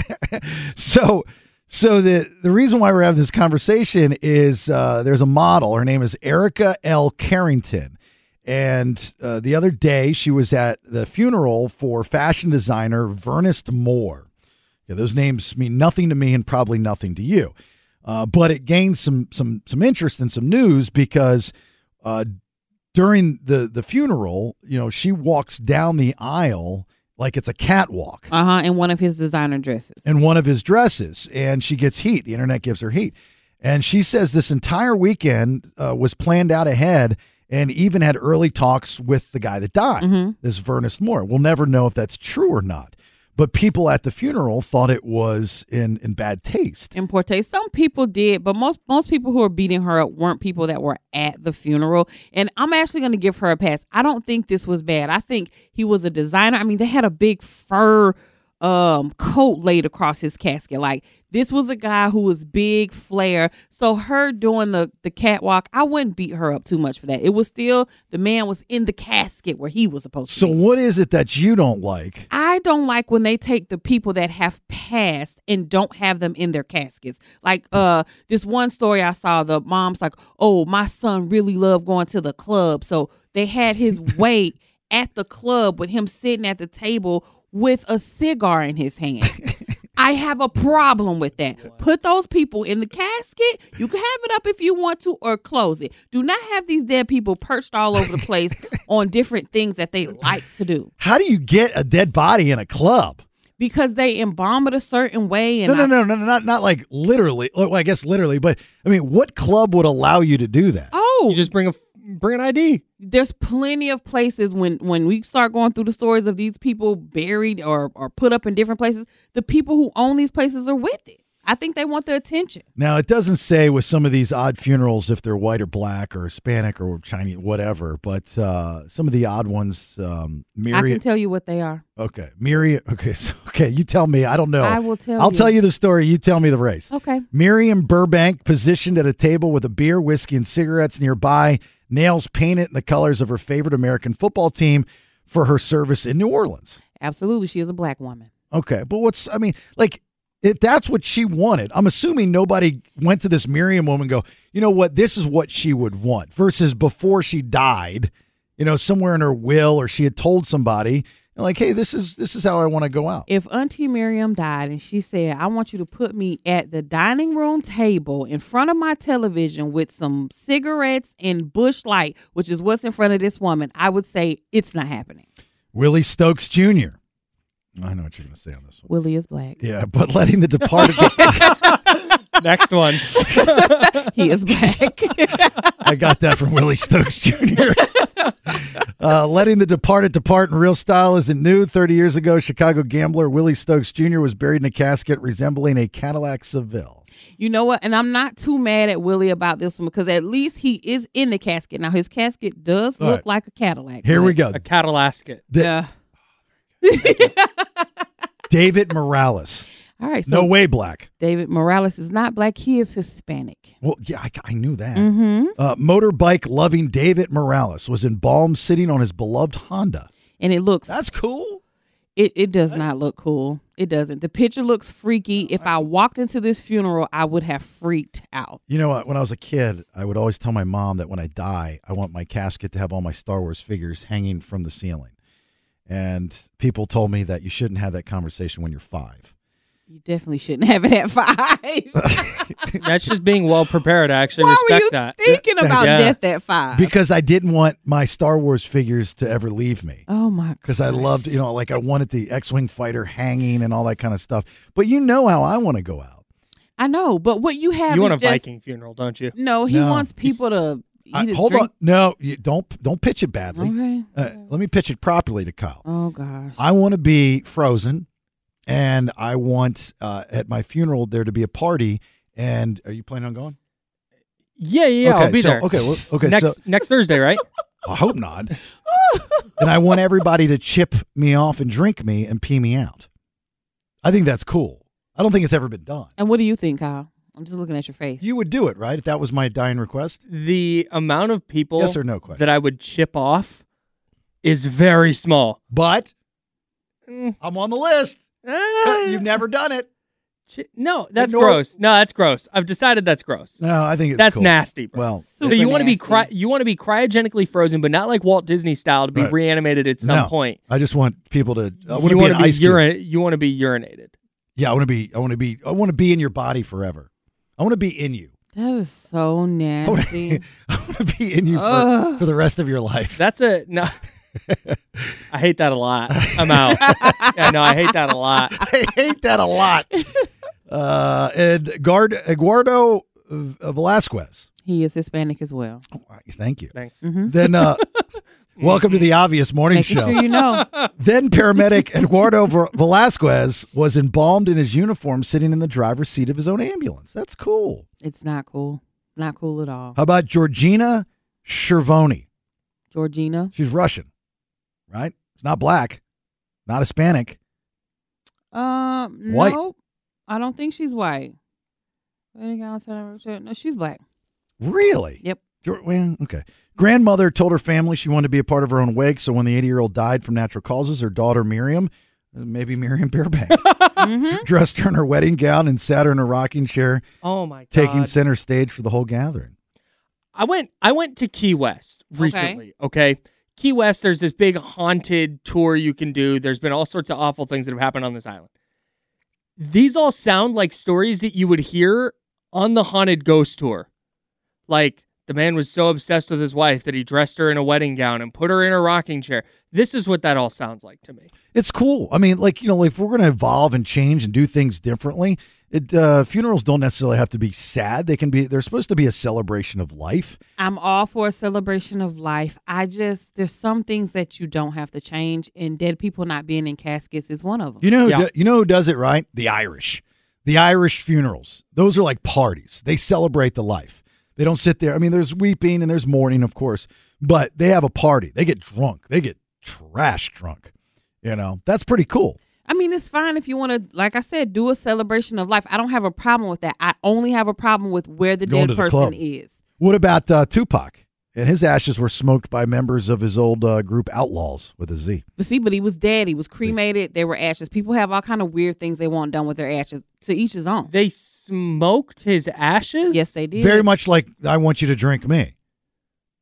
so so the the reason why we're having this conversation is uh, there's a model. Her name is Erica L. Carrington, and uh, the other day she was at the funeral for fashion designer Vernest Moore. Yeah, those names mean nothing to me and probably nothing to you, uh, but it gained some some some interest and some news because uh, during the the funeral, you know, she walks down the aisle like it's a catwalk
Uh huh. In one of his designer dresses.
in one of his dresses, and she gets heat. The internet gives her heat. And she says this entire weekend uh, was planned out ahead and even had early talks with the guy that died, this Vernest Moore. We'll never know if that's true or not. But people at the funeral thought it was in, in bad taste.
In poor taste. Some people did, but most most people who are beating her up weren't people that were at the funeral. And I'm actually going to give her a pass. I don't think this was bad. I think he was a designer. I mean, they had a big fur um coat laid across his casket. Like this was a guy who was big flair. So her doing the the catwalk, I wouldn't beat her up too much for that. It was still the man was in the casket where he was supposed to.
So, what is it that you don't like?
I don't like when they take the people that have passed and don't have them in their caskets. Like uh this one story I saw, the mom's like, "Oh, my son really loved going to the club." So they had his weight at the club with him sitting at the table with a cigar in his hand. I have a problem with that. Put those people in the casket. You can have it up if you want to or close it. Do not have these dead people perched all over the place on different things that they like to do
How do you get a dead body in a club?
because they embalm it a certain way and
no,
I-
no, no, no, not not like literally. Well, I guess literally, but I mean, what club would allow you to do that?
oh you
just bring a bring an id
there's plenty of places when when we start going through the stories of these people buried or or put up in different places the people who own these places are with it i think they want the attention
Now, it doesn't say with some of these odd funerals if they're white or black or Hispanic or Chinese, whatever, but uh, some of the odd ones, um,
i can
Myriad.
tell you what they are
okay, Myriad. Okay, so, okay, you tell me. I don't know.
I will tell
I'll
you. Oh.
tell you the story. You tell me the race.
okay
Miriam Burbank, positioned at a table with a beer, whiskey, and cigarettes nearby, nails painted in the colors of her favorite American football team for her service in New Orleans.
absolutely she is a black woman
Okay, but what's I mean, like if that's what she wanted, I'm assuming nobody went to this Miriam woman and go, you know what, this is what she would want. Versus before she died, you know, somewhere in her will or she had told somebody, and like, hey, this is this is how I want to go out.
if auntie miriam died and she said i want you to put me at the dining room table in front of my television with some cigarettes and bush light which is what's in front of this woman i would say it's not happening
Willie Stokes Jr. I know what you're going to say on this one.
willie is black
Yeah, but letting the departed.
Next one.
he is black.
I got that from Willie Stokes Jr. Uh, letting the departed depart in real style isn't new. 30 years ago, Chicago gambler Willie Stokes Jr. was buried in a casket resembling a Cadillac Seville.
You know what? And I'm not too mad at Willie about this one because at least he is in the casket. Now his casket does
All
look
right.
like a Cadillac.
Here we go.
a catalasket
Da-
Yeah.
David Morales.
All right.
No way black.
David Morales is not black. He is Hispanic.
Well, yeah, I, I knew that.
Mm-hmm.
Uh, motorbike loving David Morales was embalmed sitting on his beloved Honda.
And it looks.
That's cool.
It, it does not look cool. It doesn't. The picture looks freaky. If I walked into this funeral, I would have freaked out.
You know what? When I was a kid, I would always tell my mom that when I die, I want my casket to have all my Star Wars figures hanging from the ceiling. And people told me that you shouldn't have that conversation when you're five.
You definitely shouldn't have it at five.
That's just being well prepared. I actually
Why were
respect
you
that.
thinking about
Yeah.
death at five?
Because I didn't want my Star Wars figures to ever leave me.
oh my god.
Because I loved, you know, like I wanted the X Wing fighter hanging and all that kind of stuff. But you know how I want to go out.
I know, but what you have
You
is
want a
just,
Viking funeral, don't you?
No, he
No.
wants people to eat
I-
his
hold
drink.
on. No, you don't don't pitch it badly.
Okay.
Uh, let me pitch it properly to Kyle.
Oh gosh.
I want to be frozen, and I want uh, at my funeral there to be a party. And are you planning on going?
Yeah, yeah, yeah,
Okay,
I'll be
so-
there.
okay, well, okay,
Next
so-
next Thursday, right?
I hope not. and I want everybody to chip me off and drink me and pee me out. I think that's cool. I don't think it's ever been done.
And what do you think, Kyle? I'm just looking at your face.
You would do it, right? If that was my dying request.
The amount of people
Yes or no question.
that I would chip off is very small.
But
Mm.
I'm on the list. You've never done it.
Chi- No, that's
nor-
gross. No, that's gross. I've decided that's gross.
No, I think it's
That's
cool.
nasty, bro.
Well,
so you
Super
want to be cry-
nasty.
you want to be cryogenically frozen, but not like Walt Disney style to be
Right.
reanimated at some
no.
point.
I just want people to. I want to
you
be an
wanna
ice cube.
urin- You want to be urinated.
Yeah, I want to be. I want to be. I want to be in your body forever. I want to be in you.
That is
Oh,
so
I want
nasty.
to, be in you for,
Ugh.
for the rest of your life.
That's a no. I hate that a lot. I'm out. yeah, no, I hate that a lot.
I hate that a lot. Uh, and guard Eduardo uh, Velasquez.
he is Hispanic as well. Mm-hmm.
Oh, Thank you.
Thanks.
Then, uh, welcome to the obvious morning
Making
show.
sure you know.
Then paramedic Eduardo Ver- Velasquez was embalmed in his uniform, sitting in the driver's seat of his own ambulance. That's cool.
It's not cool. Not cool at all.
How about Georgina Shervoni?
Georgina.
She's Russian, right? She's not black, not Hispanic.
Um
White.
no. I don't think she's white. I think I'll tell her- No, she's black.
Really?
Yep.
Geor- Well, okay. Grandmother told her family she wanted to be a part of her own wake, so when the 80 year old died from natural causes, her daughter Miriam, uh, maybe Miriam Beerbank,
Mm-hmm.
dressed her in her wedding gown and sat her in a rocking chair,
Oh my god.
taking center stage for the whole gathering.
I went I went to Key West recently, okay? Key West there's this big haunted tour you can do. There's been all sorts of awful things that have happened on this island. These all sound like stories that you would hear on the haunted ghost tour. Like the man was so obsessed with his wife that he dressed her in a wedding gown and put her in a rocking chair. This is what that all sounds like to me.
It's cool. I mean, like, you know, like if we're going to evolve and change and do things differently, it, uh, funerals don't necessarily have to be sad. They can be, they're supposed to be a celebration of life.
I'm all for a celebration of life. I just there's some things that you don't have to change, and dead people not being in caskets is one of them.
You know, who
Yeah.
do- you know who does it right? The Irish, the Irish funerals. Those are like parties. They celebrate the life. They don't sit there. I mean, there's weeping and there's mourning, of course, but they have a party. They get drunk. They get trash drunk. You know, that's pretty cool.
I mean, it's fine if you want to, like I said, do a celebration of life. I don't have a problem with that. I only have a problem with where the
Going to
dead
the
person
club.
is.
What about uh, Tupac? And his ashes were smoked by members of his old uh, group Outlaws with a Z.
But see, but he was dead. He was cremated. They were ashes. People have all kind of weird things they want done with their ashes. To each his own.
They smoked his ashes?
Yes, they did.
Very much like I want you to drink me.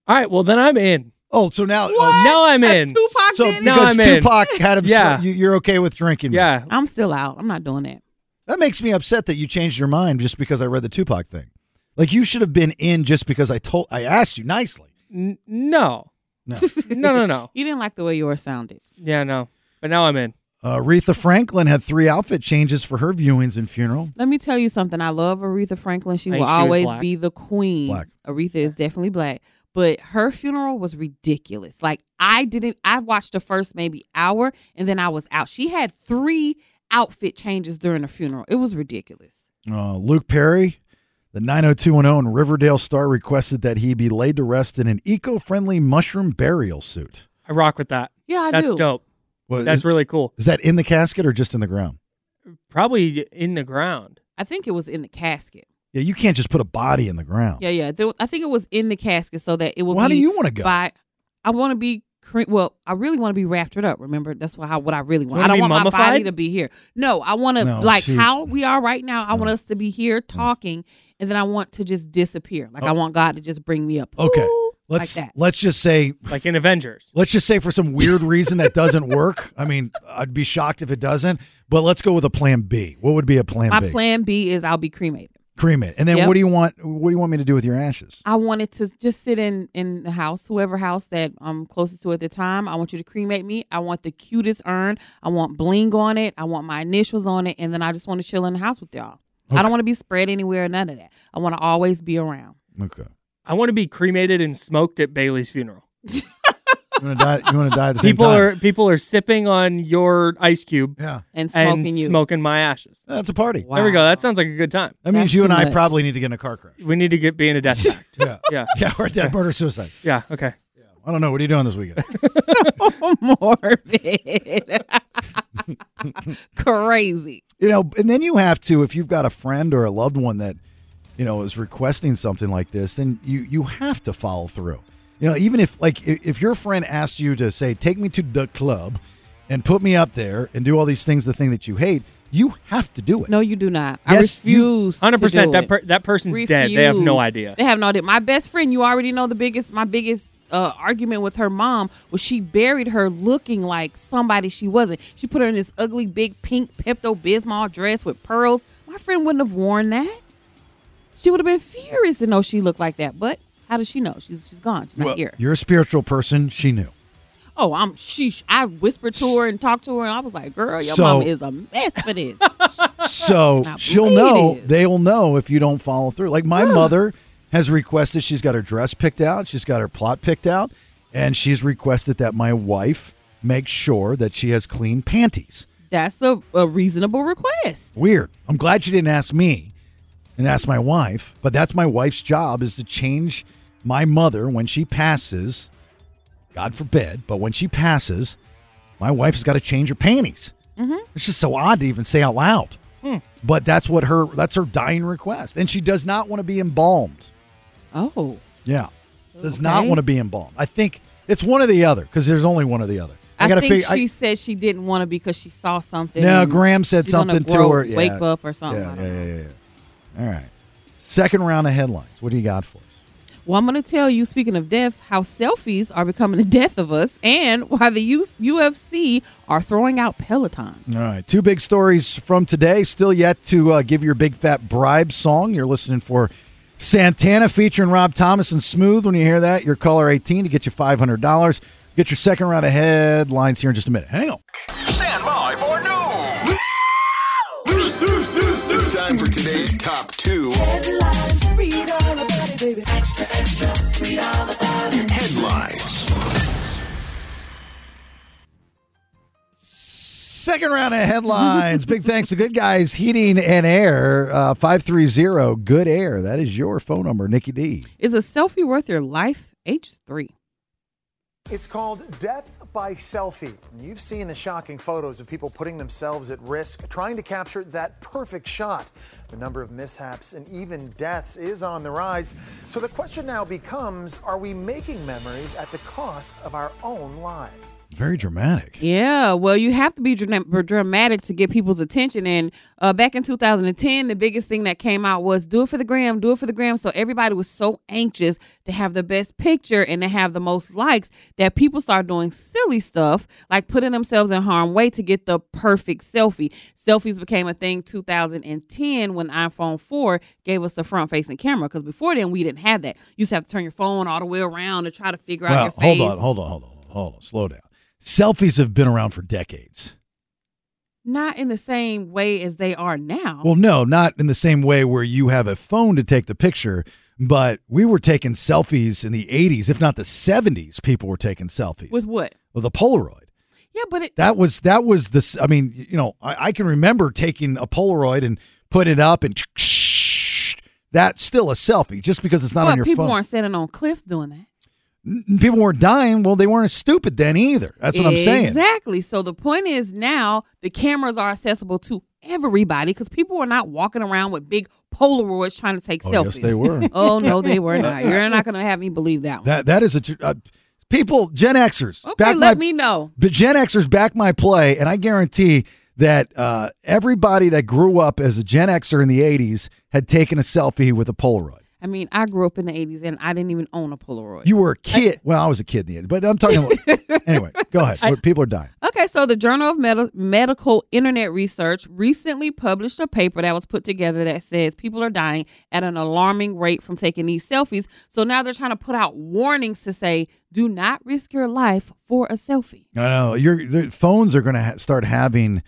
All right, well then I'm in.
Oh, so now,
What?
Now I'm
That's
in.
Tupac
so
did it?
No,
because
I'm in.
Tupac had him,
Yeah.
smoke, you, you're okay with drinking. me.
Yeah.
I'm still out. I'm not doing that.
That makes me upset that you changed your mind just because I read the Tupac thing. Like you should have been in just because I told I asked you nicely.
N- no.
No.
No, no, no.
You didn't like the way yours sounded.
Yeah, no. But now I'm in.
Uh, Aretha Franklin had three outfit changes for her viewings and funeral.
Let me tell you something. I love Aretha Franklin. She
Hey,
will
she was
always
black.
be the queen.
Black.
Aretha is definitely black. But her funeral was ridiculous. Like I didn't I watched the first maybe hour and then I was out. She had three outfit changes during the funeral. It was ridiculous.
Uh, Luke Perry, the 90210 and Riverdale star, requested that he be laid to rest in an eco-friendly mushroom burial suit.
I rock with that.
Yeah, I
That's
do.
dope.
Well,
That's
is,
really cool.
is that in the casket or just in the ground?
probably in the ground.
I think it was in the casket.
Yeah, you can't just put a body in the ground.
Yeah, yeah. There, I think it was in the casket so that it would.
Why do
be
you wanna go?
By, I want to be. cre- Well, I really want to be wrapped it up. Remember, that's what, how, what I really want.
Wanna
I don't
be
want my body
mummified?
to be here. No, I want to
No,
like
she-
how we are right now. I want us to be here talking, and then I want to just disappear.
Oh.
Like I want God to just bring me up.
Okay.
Ooh,
Let's
like that.
let's just say
like in Avengers.
Let's just say for some weird reason that doesn't work. I mean, I'd be shocked if it doesn't. But let's go with a plan B. What would be a plan
My
B?
plan B is I'll be cremated.
Cream it, and then
Yep.
what do you want? What do you want me to do with your ashes?
I wanted to just sit in in the house, whoever house that I'm closest to at the time. I want you to cremate me. I want the cutest urn. I want bling on it. I want my initials on it, and then I just want to chill in the house with y'all. I don't want to be spread anywhere, or none of that. I want to always be around.
Okay.
I want to be cremated and smoked at Bailey's funeral.
You want to die? You want to die at the same
people
time?
are people are sipping on your ice cube
yeah.
and smoking you.
smoking my ashes.
That's a party.
There we go. That sounds like a good time.
That means you and I probably need to get in a car crash.
we need to get be in a death pact.
yeah.
Yeah.
Yeah, or death, murder, suicide.
Yeah, okay.
I don't know. What are you doing this weekend?
Morbid. Crazy.
You know, and then you have to, if you've got a friend or a loved one that, you know, is requesting something like this, then you you have to follow through. You know, even if like i- if your friend asks you to say, take me to the club and put me up there and do all these things, the thing that you hate, you have to do it.
No, you do not. I
Yes, you-
refuse.
100%
to do
that
it.
per- that person's dead. They have no
Refuse.
idea.
They have no idea. My best friend, you already know the biggest, my biggest uh, argument with her mom was she buried her looking like somebody she wasn't. She put her in this ugly, big pink Pepto Bismol dress with pearls. My friend wouldn't have worn that. She would have been furious to know she looked like that. But how does she know? She's she's gone. She's not here.
You're a spiritual person. She knew.
Oh, I'm sheesh. I whispered to her and talked to her, and I was like, "Girl, your
So-
mom is a mess for this."
So
I
she'll
believe
know.
it.
They'll know if you don't follow through. Like my mother has requested, she's got her dress picked out, she's got her plot picked out, and she's requested that my wife make sure that she has clean panties.
That's a, a reasonable request.
Weird. I'm glad she didn't ask me and ask my wife, but that's my wife's job is to change my mother when she passes. God forbid, but when she passes, my wife has got to change her panties.
Mhm.
Mm-hmm.
It's just so odd to even say out loud. But that's what her that's her dying request. And she does not want to be embalmed.
Oh.
Yeah. Does not
Okay.
want to be embalmed. I think it's one or the other because there's only one or the other.
I,
gotta
think
fig- I-
she said she didn't want to because she saw something.
No,
and
Graham said
she's gonna
something
grow-
to her.
Wake
yeah.
up or something.
Yeah,
I don't
yeah,
know.
yeah, yeah. All right. Second round of headlines. What do you got for us?
Well, I'm going to tell you, speaking of death, how selfies are becoming the death of us and why the U- UFC are throwing out Peloton.
All right. Two big stories from today. Still yet to uh, give your big fat bribe song. You're listening for Santana featuring Rob Thomas and Smooth. When you hear that, your caller 18 to get you $500. Get your second round of headlines here in just a minute. Hang on.
Stand by for news.
It's time for today's top two. Headlines.
Second round of headlines. Big thanks to Good Guys Heating and Air, uh, 530 Good Air. That is your phone number, Nikki D.
Is a selfie worth your life? H3.
It's called Death by Selfie. And You've seen the shocking photos of people putting themselves at risk, trying to capture that perfect shot. The number of mishaps and even deaths is on the rise. So the question now becomes are we making memories at the cost of our own lives?
Very dramatic.
Yeah, well, you have to be dra- dramatic to get people's attention. And uh, back in 2010, the biggest thing that came out was do it for the gram, do it for the gram. So everybody was so anxious to have the best picture and to have the most likes that people started doing silly stuff like putting themselves in harm way to get the perfect selfie. Selfies became a thing 2010 when iPhone 4 gave us the front facing camera because before then we didn't have that. You used to have to turn your phone all the way around to try to figure out
Well,
your face.
hold on, hold on, hold on, hold on. Slow down. Selfies have been around for decades.
Not in the same way as they are now.
Well, no, not in the same way where you have a phone to take the picture, but we were taking selfies in the 80s, if not the 70s, people were taking selfies
With what?
with a Polaroid.
Yeah, but it,
That was that was this. I mean, you know, I, I can remember taking a Polaroid and putting it up, and that's still a selfie just because it's not
but
on your
people
phone.
weren't standing on cliffs doing that.
N- people weren't dying. Well, they weren't stupid then either. That's what I'm saying.
Exactly. So the point is now the cameras are accessible to everybody because people were not walking around with big Polaroids trying to take
Oh,
selfies.
yes, they were.
oh no, they were not. You're not going to have me believe that one.
That that is a tr- uh, people Gen Xers.
Okay,
back
let
my-
me know.
But Gen Xers back my play, and I guarantee that uh, everybody that grew up as a Gen Xer in the '80s had taken a selfie with a Polaroid.
I mean, I grew up in the '80s and I didn't even own a Polaroid.
You were a kid. well, I was a kid in the '80s, but I'm talking. anyway, go ahead. people are dying.
Okay, so the Journal of Medi- Medical Internet Research recently published a paper that was put together that says people are dying at an alarming rate from taking these selfies. So now they're trying to put out warnings to say, do not risk your life for a selfie.
I know your the phones are going to ha- start having, you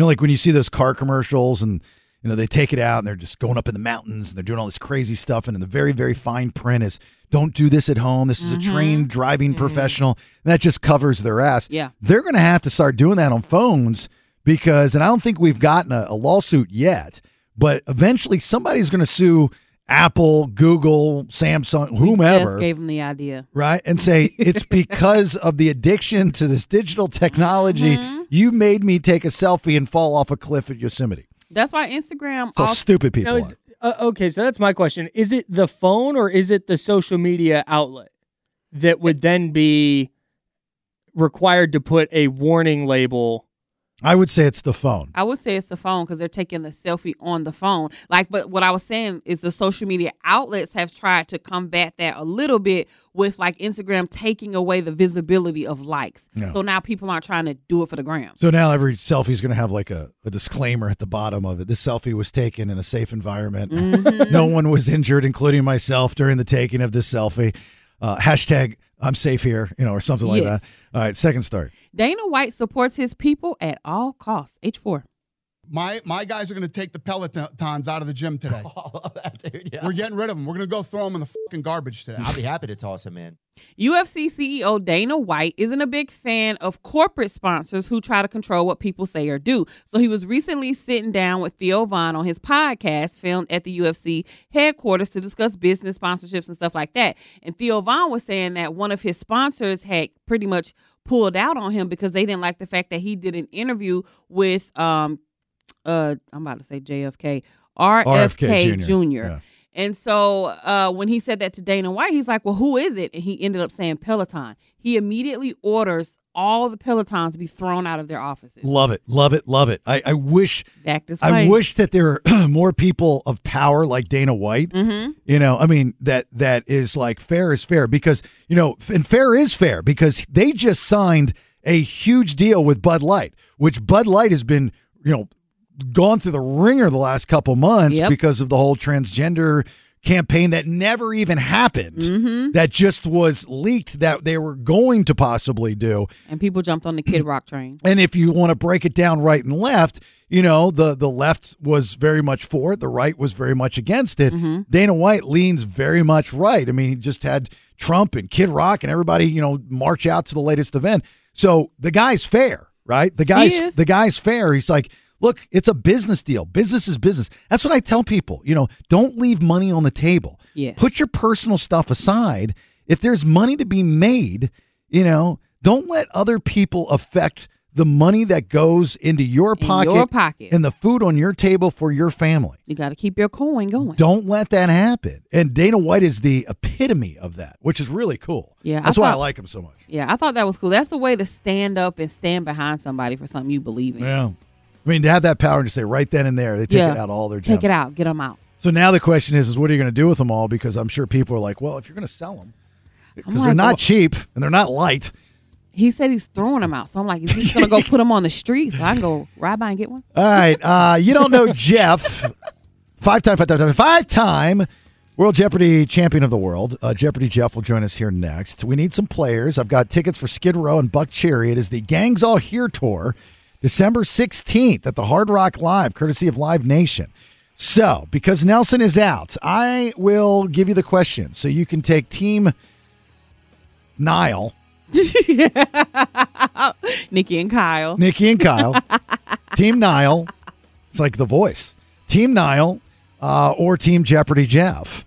know, like when you see those car commercials and you know they take it out and they're just going up in the mountains and they're doing all this crazy stuff and in the very very fine print is don't do this at home. This is a trained driving professional and that just covers their ass.
Mm-hmm. Yeah.
they're going to have to start doing that on phones because and I don't think we've gotten a, a lawsuit yet, but eventually somebody's going to sue Apple, Google, Samsung, whomever
Just gave them the idea.
right? And say, it's because of the addiction to this digital technology, you made me take a selfie and fall off a cliff at Yosemite.
That's why Instagram.
So stupid people
Now, is- uh, okay, so that's my question. Is it the phone or is it the social media outlet that would then be required to put a warning label?
I would say it's the phone.
I would say it's the phone because they're taking the selfie on the phone. Like, but what I was saying is the social media outlets have tried to combat that a little bit with like Instagram taking away the visibility of likes.
Yeah.
So now people aren't trying to do it for the gram.
So now every selfie is going to have like a, a disclaimer at the bottom of it. This selfie was taken in a safe environment. no one was injured, including myself, during the taking of this selfie. Uh, hashtag I'm safe here, you know, or something like
Yes.
that. All right, second start.
Dana White supports his people at all costs. H4.
My my guys are going to take the pelotons out of the gym today. We're getting rid of them. We're going to go throw them in the fucking garbage today. I'll be happy to toss them in.
UFC CEO E Dana White isn't a big fan of corporate sponsors who try to control what people say or do. So he was recently sitting down with Theo Vaughn on his podcast filmed at the UFC headquarters to discuss business sponsorships and stuff like that. And Theo Vaughn was saying that one of his sponsors had pretty much pulled out on him because they didn't like the fact that he did an interview with um uh I'm about to say JFK RFK,
Jr..
Jr.
Yeah.
And so uh, when he said that to Dana White, he's like, well, who is it? And he ended up saying Peloton. He immediately orders all the Pelotons to be thrown out of their offices.
Love it, love it, love it. I, I wish
Back this
I
way.
wish that there are more people of power like Dana White.
Mhm.
You know, I mean that that is like fair is fair because you know, and fair is fair because they just signed a huge deal with Bud Light, which Bud Light has been you know gone through the ringer the last couple months
Yep.
because of the whole transgender campaign that never even happened
Mm-hmm.
that just was leaked that they were going to possibly do
And people jumped on the Kid Rock train.
and if you want to break it down right and left, you know, the the left was very much for it, the right was very much against it. Dana White leans very much right. I mean, he just had Trump and Kid Rock and everybody, you know, march out to the latest event. So the guy's fair, right? The
is.
guy's the guy's fair. He's like, look, it's a business deal. Business is business. That's what I tell people. You know, don't leave money on the table.
Yes.
Put your personal stuff aside. If there's money to be made, you know, don't let other people affect the money that goes into your pocket,
your pocket.
and the food on your table for your family.
You got to keep your coin going.
Don't let that happen. And Dana White is the epitome of that, which is really cool.
Yeah, I
That's why I
thought-
like him so much.
Yeah, I thought that was cool. That's the way to stand up and stand behind somebody for something you believe in.
Yeah. I mean, to have that power and just say right then and there, they take
Yeah.
it out all their
Take
jobs.
it out. Get them out.
So now the question is, is what are you going to do with them all? Because I'm sure people are like, well, if you're going to sell them, because they're
like,
not
well-
cheap and they're not light.
He said he's throwing them out. So I'm like, is he just going to go put them on the street so I can go ride by and get one?
All right. Uh, you don't know Jeff. Five time, five time, five time, five time World Jeopardy champion of the world. Uh, Jeopardy Jeff will join us here next. We need some players. I've got tickets for Skid Row and Buck Cherry. It is the Gangs All Here tour, December 16th at the Hard Rock Live, courtesy of Live Nation. So, because Nelson is out, I will give you the question. So you can take Team Nile,
Nikki and Kyle.
Nikki and Kyle, Team Nile. It's like the voice. Team Nile uh, or Team Jeopardy Jeff.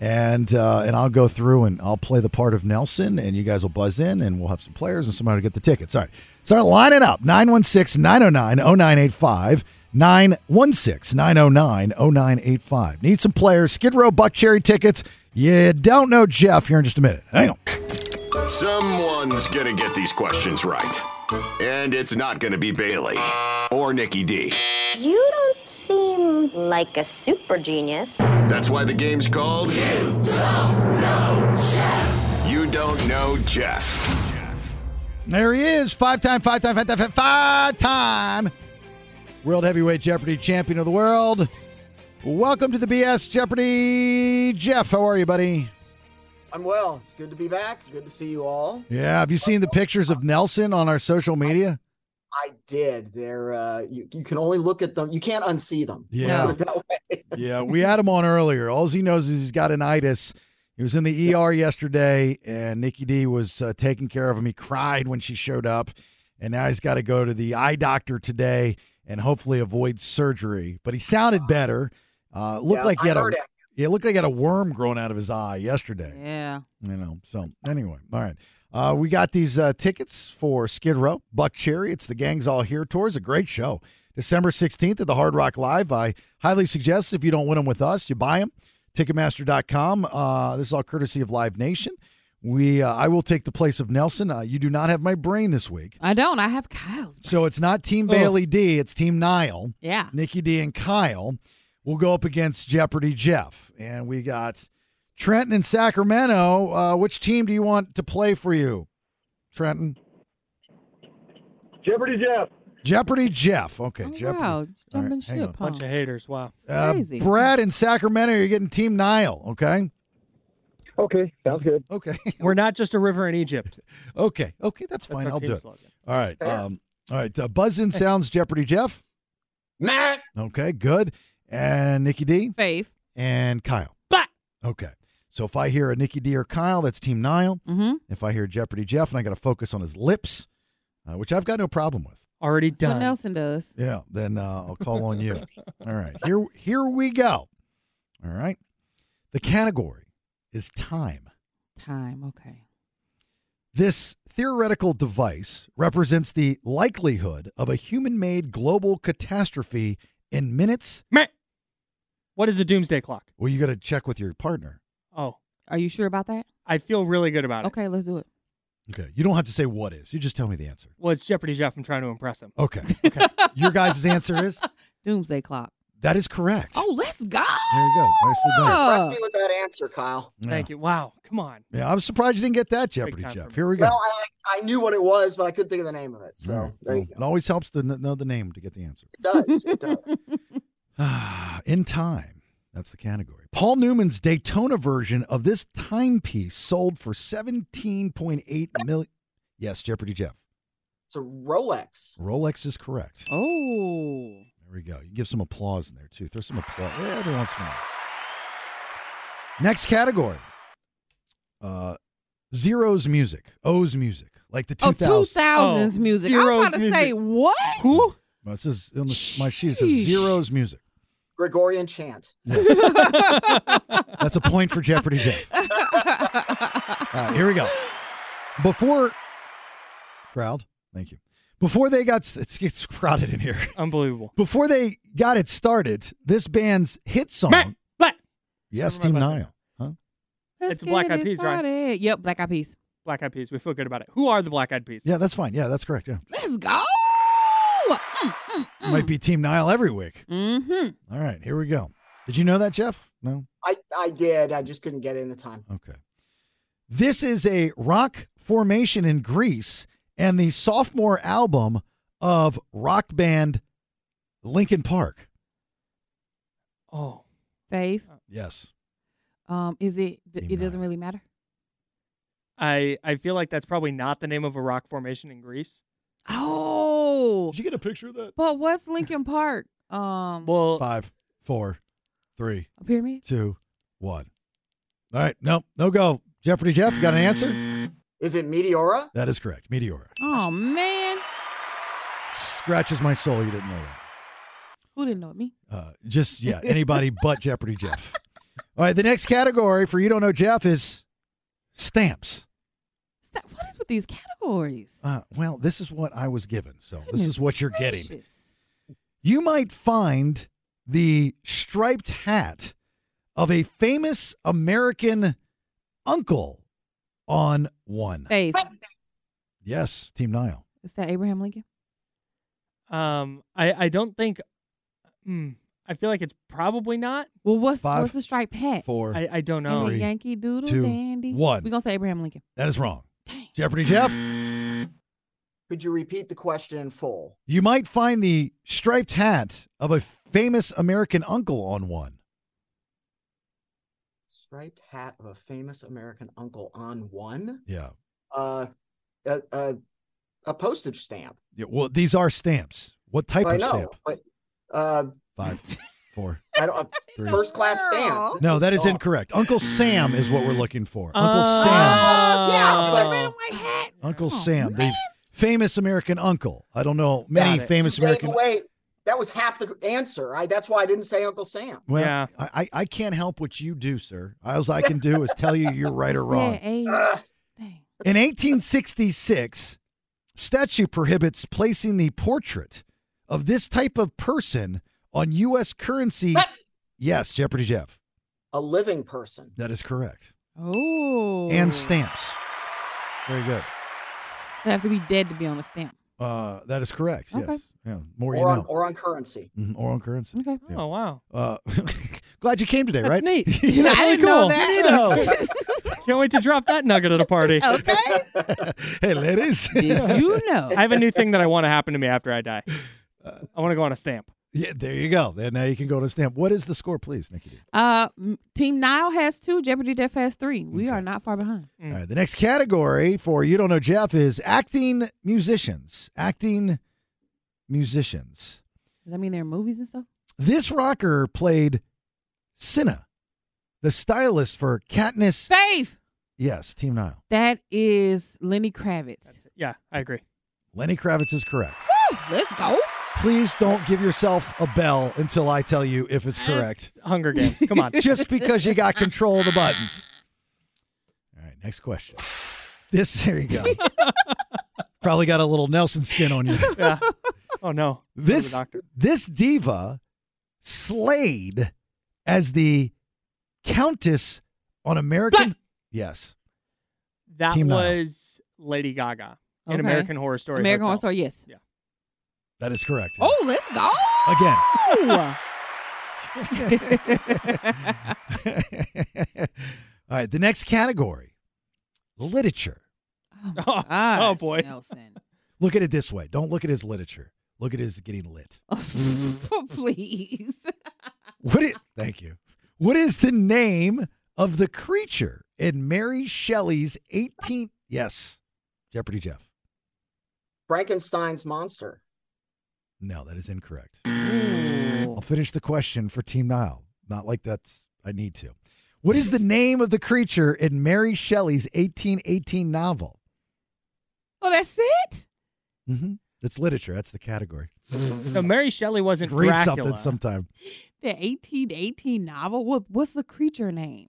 And uh, and I'll go through and I'll play the part of Nelson, and you guys will buzz in, and we'll have some oh players and somebody to get the tickets. All right. Start lining up 916 909 0985. 916 909 0985. Need some players. Skid Row Buck Cherry tickets. You don't know Jeff here in just a minute. Hang on.
Someone's going to get these questions right. And it's not going to be Bailey or Nikki D.
You don't seem like a super genius.
That's why the game's called You Don't Know Jeff. You Don't Know Jeff.
There he is. Five time, five time, five time, five time World Heavyweight Jeopardy champion of the world. Welcome to the BS Jeopardy. Jeff, how are you, buddy?
I'm well. It's good to be back. Good to see you all.
Yeah, have you seen the pictures of Nelson on our social media?
I did. They're uh, you. You can only look at them. You can't unsee them. Let's
Yeah.
put it that way.
Yeah, uh, we had him on earlier. All he knows is he's got an itis. He was in the ER yesterday, and Nikki D was uh, taking care of him. He cried when she showed up, and now he's got to go to the eye doctor today and hopefully avoid surgery. But he sounded better. Uh, looked
Yeah,
like he
I
had a
heard it.
yeah, looked like he had a worm growing out of his eye yesterday.
Yeah.
You know. So anyway, all right. Uh, we got these uh, tickets for Skid Row, Buck Cherry. It's the Gangs All Here tour. It's a great show. December 16th at the Hard Rock Live. I highly suggest if you don't win them with us, you buy them. Ticketmaster.com. Uh, this is all courtesy of Live Nation. We uh, I will take the place of Nelson. Uh, you do not have my brain this week.
I don't. I have Kyle's.
So it's not Team
Oh.
Bailey D, it's Team Nile.
Yeah.
Nikki D and Kyle will go up against Jeopardy Jeff. And we got Trenton and Sacramento. Uh, which team do you want to play for you, Trenton?
Jeopardy Jeff.
Jeopardy Jeff. Okay, Jeopardy.
wow,
jumping right, hang ship, on. huh?
Bunch of haters. Wow.
Uh, Brad in Sacramento, you're getting Team Nile, okay?
Okay, sounds good.
Okay.
We're not just a river in Egypt.
Okay, okay, that's fine.
our
I'll do
team
it.
slogan.
All right. Um, all right. Uh, Buzz in sounds Jeopardy Jeff.
Matt.
Okay, good. And Nikki D.
Faith.
And Kyle.
But.
Okay. So if I hear a Nikki D or Kyle, that's Team Nile.
Mm-hmm.
If I hear Jeopardy Jeff, and I got to focus on his lips, uh, which I've got no problem with.
Already
What
done.
Nelson does.
Yeah. Then uh, I'll call on you. All right. Here, here we go. All right. The category is time.
Time. Okay.
This theoretical device represents the likelihood of a human made global catastrophe in minutes.
What is the doomsday clock?
Well, you got to check with your partner.
Oh,
Are you sure about that?
I feel really good about it.
Okay, let's do it.
Okay. You don't have to say what is. You just tell me the answer.
Well, it's Jeopardy Jeff. I'm trying to impress him.
Okay. Okay. your guys' answer is
Doomsday clock.
that is correct.
Oh, let's go.
There you go. Nicely done.
Impress me with that answer, Kyle.
Yeah.
Thank you. Wow. Come on.
Yeah, I was surprised you didn't get that, Jeopardy
time for
Jeff.
me.
Here we go.
Well, I I knew what it was, but I couldn't think of the name of it. So
All right.
there you go.
It always helps to kn- know the name to get the answer.
It does. It does.
In Time. That's the category. Paul Newman's Daytona version of this timepiece sold for 17.8 million. Yes, Jeopardy Jeff.
It's a Rolex.
Rolex is correct.
Oh.
There we go. You give some applause in there, too. Throw some applause Yeah, every once in a while. Next category uh, Zero's music, O's music, like the 2000s.
Oh, 2000s
Oh,
music. I was about to
zeros
say, what?
Who?
Well, it says on the- my sheet, it says Zero's music.
Gregorian chant.
That's a point for Jeopardy Jeff. All right, here we go. Before crowd, thank you. Before they got it's gets crowded in here.
Unbelievable.
Before they got it started, this band's hit song.
But
Yes, Team Nile. Huh?
Let's
It's Black
get
Eyed
it
Peas, right?
started. Yep, Black Eyed Peas.
Black Eyed Peas. We feel good about it. Who are the Black Eyed Peas?
Yeah, that's fine. Yeah, that's correct. Yeah,
Let's go.
might be Team Nile every week.
Mm-hmm.
All right, here we go. Did you know that, Jeff? No.
I I did. I just couldn't get it in the time.
Okay. This is a rock formation in Greece and the sophomore album of rock band Linkin Park.
Oh,
Faith.
Yes.
Um, is it? th-
Team
It doesn't really matter.
I I feel like that's probably not the name of a rock formation in Greece.
Oh.
you get a picture of that?
But what's Lincoln Park? Um,
Well,
Five, four, three,
a pyramid.
two, one. All right. No, no go. Jeopardy Jeff, got an answer?
Is it Meteora?
That is correct. Meteora.
Oh man,
Scratches my soul you didn't know that.
who didn't know it? me?
Uh, just, yeah, anybody but Jeopardy Jeff. All right. The next category for You Don't Know Jeff is stamps.
Is that- What is with these categories?
Uh, well, this is what I was given. So this
Goodness
is what you're getting.
gracious.
you might find the striped hat of a famous American uncle on one.
Dave,
Yes, Team Nile.
is that Abraham Lincoln?
Um, I I don't think. Hmm, I feel like it's probably not.
Well, what's
Five,
what's the striped hat?
four,
I, I don't know.
Ain't it Yankee Doodle
two,
Dandy.
one.
We gonna say Abraham Lincoln.
That is wrong. Jeopardy Jeff,
Could you repeat the question in full?
you might find the striped hat of a famous American uncle on one.
Striped hat of a famous American uncle on one.
Yeah.
Uh, a, a, a postage stamp.
yeah well, these are stamps. What type
I
of
know,
stamp?
but uh,
Five, four.
I don't.
Three.
First class stamp.
No, that is incorrect. Uncle Sam is what we're looking for.
Uh,
Uncle Sam. Uncle Sam, the famous American uncle. I don't know many
Got it.
famous
You gave
American.
away- that was half the answer. I, that's why I didn't say Uncle Sam.
Well, I, I I can't help what you do, sir. All I can do is tell you you're right or wrong. In 1866, statute prohibits placing the portrait of this type of person on U.S. currency. Yes, Jeopardy Jeff.
A living person.
That is correct.
Oh.
And stamps. Very good.
So I have to be dead to be on a stamp.
Uh, that is correct.
Okay.
Yes. Yeah. More
Or,
you
on,
know.
or on currency.
Mhm, Or on currency.
Okay.
Yeah.
Oh wow.
Uh, glad you came today,
That's
right?
neat. That's
Yeah,
really
didn't know
cool.
that.
Can't wait to drop that nugget at a party.
Okay.
hey, ladies.
Did you know?
I have a new thing that I want to happen to me after I die. I want to go on a stamp.
Uh, Yeah, there you go. Then now you can go to stamp. What is the score, please, Nikki? D?
Uh, m- Team Nile has two. Jeopardy Jeff has three. We are not far behind.
All right. The next category for you don't know Jeff is acting musicians. Acting musicians.
Does that mean there are movies and stuff?
This rocker played Cinna, the stylist for Katniss.
Faith.
Yes, Team Nile.
That is Lenny Kravitz.
Yeah, I agree.
Lenny Kravitz is correct.
Woo, let's
Oh.
go.
Please don't give yourself a bell until I tell you if it's correct.
Hunger Games. Come on.
Just because you got control of the buttons. All right, next question. This there you go. Probably got a little Nelson skin on you.
Yeah. Oh no. Go to the
This
doctor.
this diva slayed as the countess on American. Yes,
That
Team Nile.
was Lady Gaga in
Okay.
American Horror Story.
American Horror
Hotel.
Story, yes.
Yeah.
that is correct.
Oh, let's go.
Again, all right. The next category, literature.
Oh,
Gosh,
boy.
Nelson.
Look at it this way. Don't look at his literature. Look at his getting lit.
Please.
What it? Thank you. What is the name of the creature in Mary Shelley's 18? Yes, Jeopardy Jeff.
Frankenstein's monster.
No, that is incorrect. I'll finish the question for Team Nile. Not like that's I need to. What is the name of the creature in Mary Shelley's 1818 novel?
Oh, that's it?
Mm-hmm. It's literature. That's the category.
So Mary Shelley wasn't
Read
Dracula.
something sometime.
The 1818 novel? What, what's the creature name?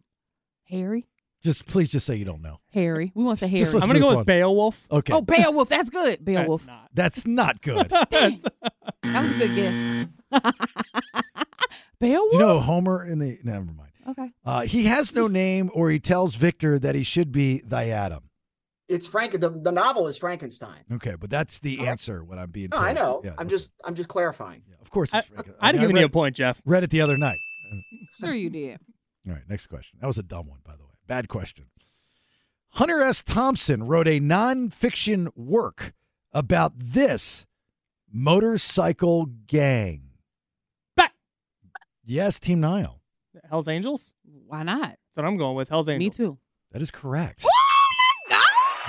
Harry?
Just please, just say you don't know.
Harry. We want to say Harry.
Just let's
I'm gonna
move
go
on.
with Beowulf.
Okay,
Oh, Beowulf. That's good.
That's
Beowulf.
not.
that's not good. Do
Dang. that was a good guess. Beowulf?
Mm. you know Homer in the? Never mind.
okay.
Uh, he has no name, or he tells Victor that he should be thy Adam.
It's Frank. The, the novel is Frankenstein.
Okay, but that's the answer. What I'm being.
No, I
told.
know.
Yeah,
I'm
okay.
just I'm just clarifying.
Of course, it's Frank.
I'd
mean,
have given
read,
you a point, Jeff.
read it the other night.
Sure you did.
All right, next question. That was a dumb one, by the way. Bad question. Hunter S. Thompson wrote a nonfiction work about this motorcycle gang.
Back.
Yes, Team Nile.
Hell's Angels.
Why not?
That's what I'm going with. Hell's
Me
Angels.
too.
That is correct.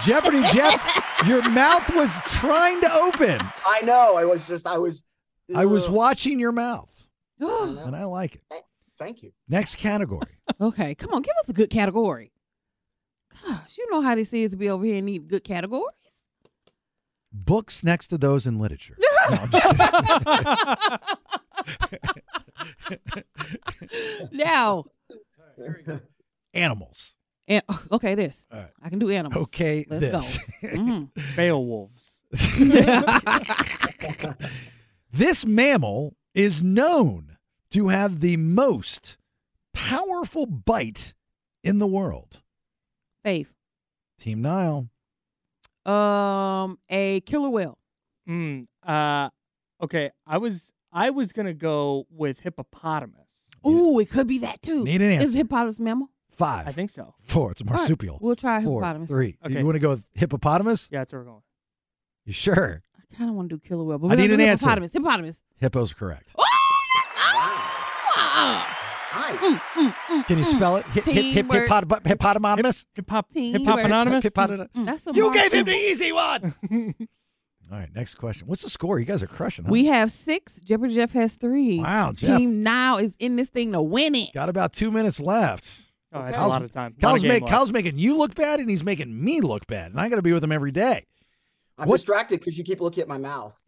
Jeopardy, Jeff, your mouth was trying to open.
I know. I was just I was.
I was
Ugh.
watching your mouth,
I know.
and I like it.
Thank you.
Next category.
okay. Come on. Give us a good category. Gosh, you know how this is to be over here and need good categories.
Books next to those in literature. No, I'm just kidding.
Now,
Animals.
and, okay, this.
All right.
I can do animals. Mm-hmm.
Okay,
Let's
this.
go. Mhm.
Beowulfs.
This mammal is known to have the most powerful bite in the world.
Faith.
Team Nile.
Um, a killer whale.
Mm, uh, okay, I was I was gonna go with hippopotamus.
Ooh, it could be that too.
Need an
Is
answer.
hippopotamus mammal?
Five.
I think so.
Four. It's a
right,
marsupial.
we'll try
Four,
hippopotamus.
Three.
Okay.
You want to go with hippopotamus?
Yeah, that's where we're going.
You sure?
I kind of want to do killer whale, but
I
we're gonna
need
do
an answer.
hippopotamus. Hippopotamus.
Hippo's correct.
Mm,
Nice.
Can you spell it? Hip, hip, hip,
Teamwork.
hippopot- hippopotamus?
Hippop-
Teamwork.
hippopotamus?
Hippopota-
Mm, That's a
You gave him the
marsupial.
easy one. All right, next question. What's the score? You guys are crushing. Huh?
We have six. Jeopardy Jeff has three.
Wow, Jeff.
Team Now is in this thing to win it.
got about two minutes left.
Oh, that's a
Kyle's-
lot of time. Lot of
Kyle's,
game
make-
left.
Kyle's making you look bad, and he's making me look bad, and I got to be with him every day.
I'm
What-
distracted because you keep looking at my mouth.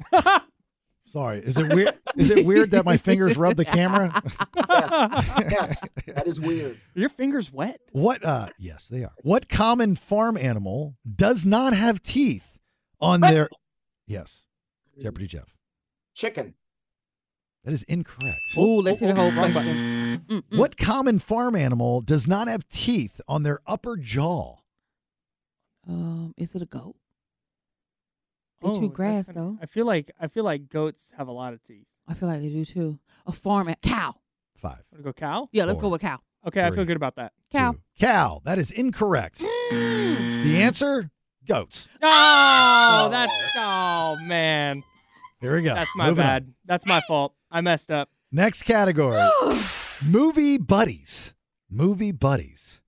Sorry, is it weird? is it weird that my fingers rub the camera?
yes. Yes. That is weird.
Are your fingers wet?
What? Uh, yes, they are. What common farm animal does not have teeth on their? Yes, Jeopardy Jeff.
Chicken.
That is incorrect.
Ooh, let's hear the whole
Wrong
question.
What common farm animal does not have teeth on their upper jaw?
Um, is it a goat? They
Oh,
chew
that's
grass
kinda-
though.
I feel like I feel like goats have a lot of teeth.
I feel like they do too. A farm at cow.
Five.
Want to go cow?
Yeah, let's go
Four.
with cow.
Okay, I feel
Three.
good about that.
Cow.
Cow. That is incorrect.
Mm.
The answer: goats.
Oh, that's oh man,
Here we go.
that's my
Moving on.
bad. That's my fault. I messed up.
Next category movie buddies. Movie buddies.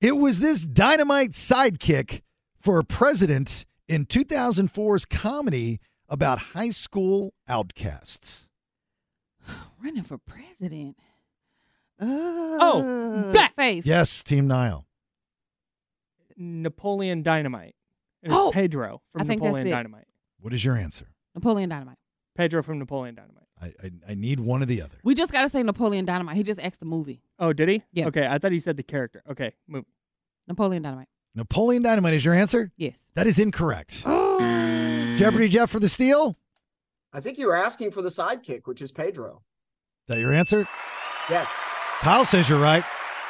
It was this dynamite sidekick for a president in 2004's comedy about high school outcasts.
Running for president.
Oh,
Uh,
bet.
Faith.
Yes, Team Nile.
Napoleon Dynamite. It was
Oh,
Pedro from
I think that's
Napoleon
it.
Dynamite.
What is your answer?
Napoleon Dynamite.
Pedro from Napoleon Dynamite.
I, I, I need one or the other.
We just gotta say Napoleon Dynamite. He just asked the movie.
Oh, did he?
Yeah.
Okay, I thought he said the character. Okay, move.
Napoleon Dynamite.
Napoleon Dynamite is your answer?
Yes.
That is incorrect. Jeopardy Jeff for the steal? Is
I think you were asking for the sidekick, which is Pedro.
that your answer?
Yes.
Kyle says you're right.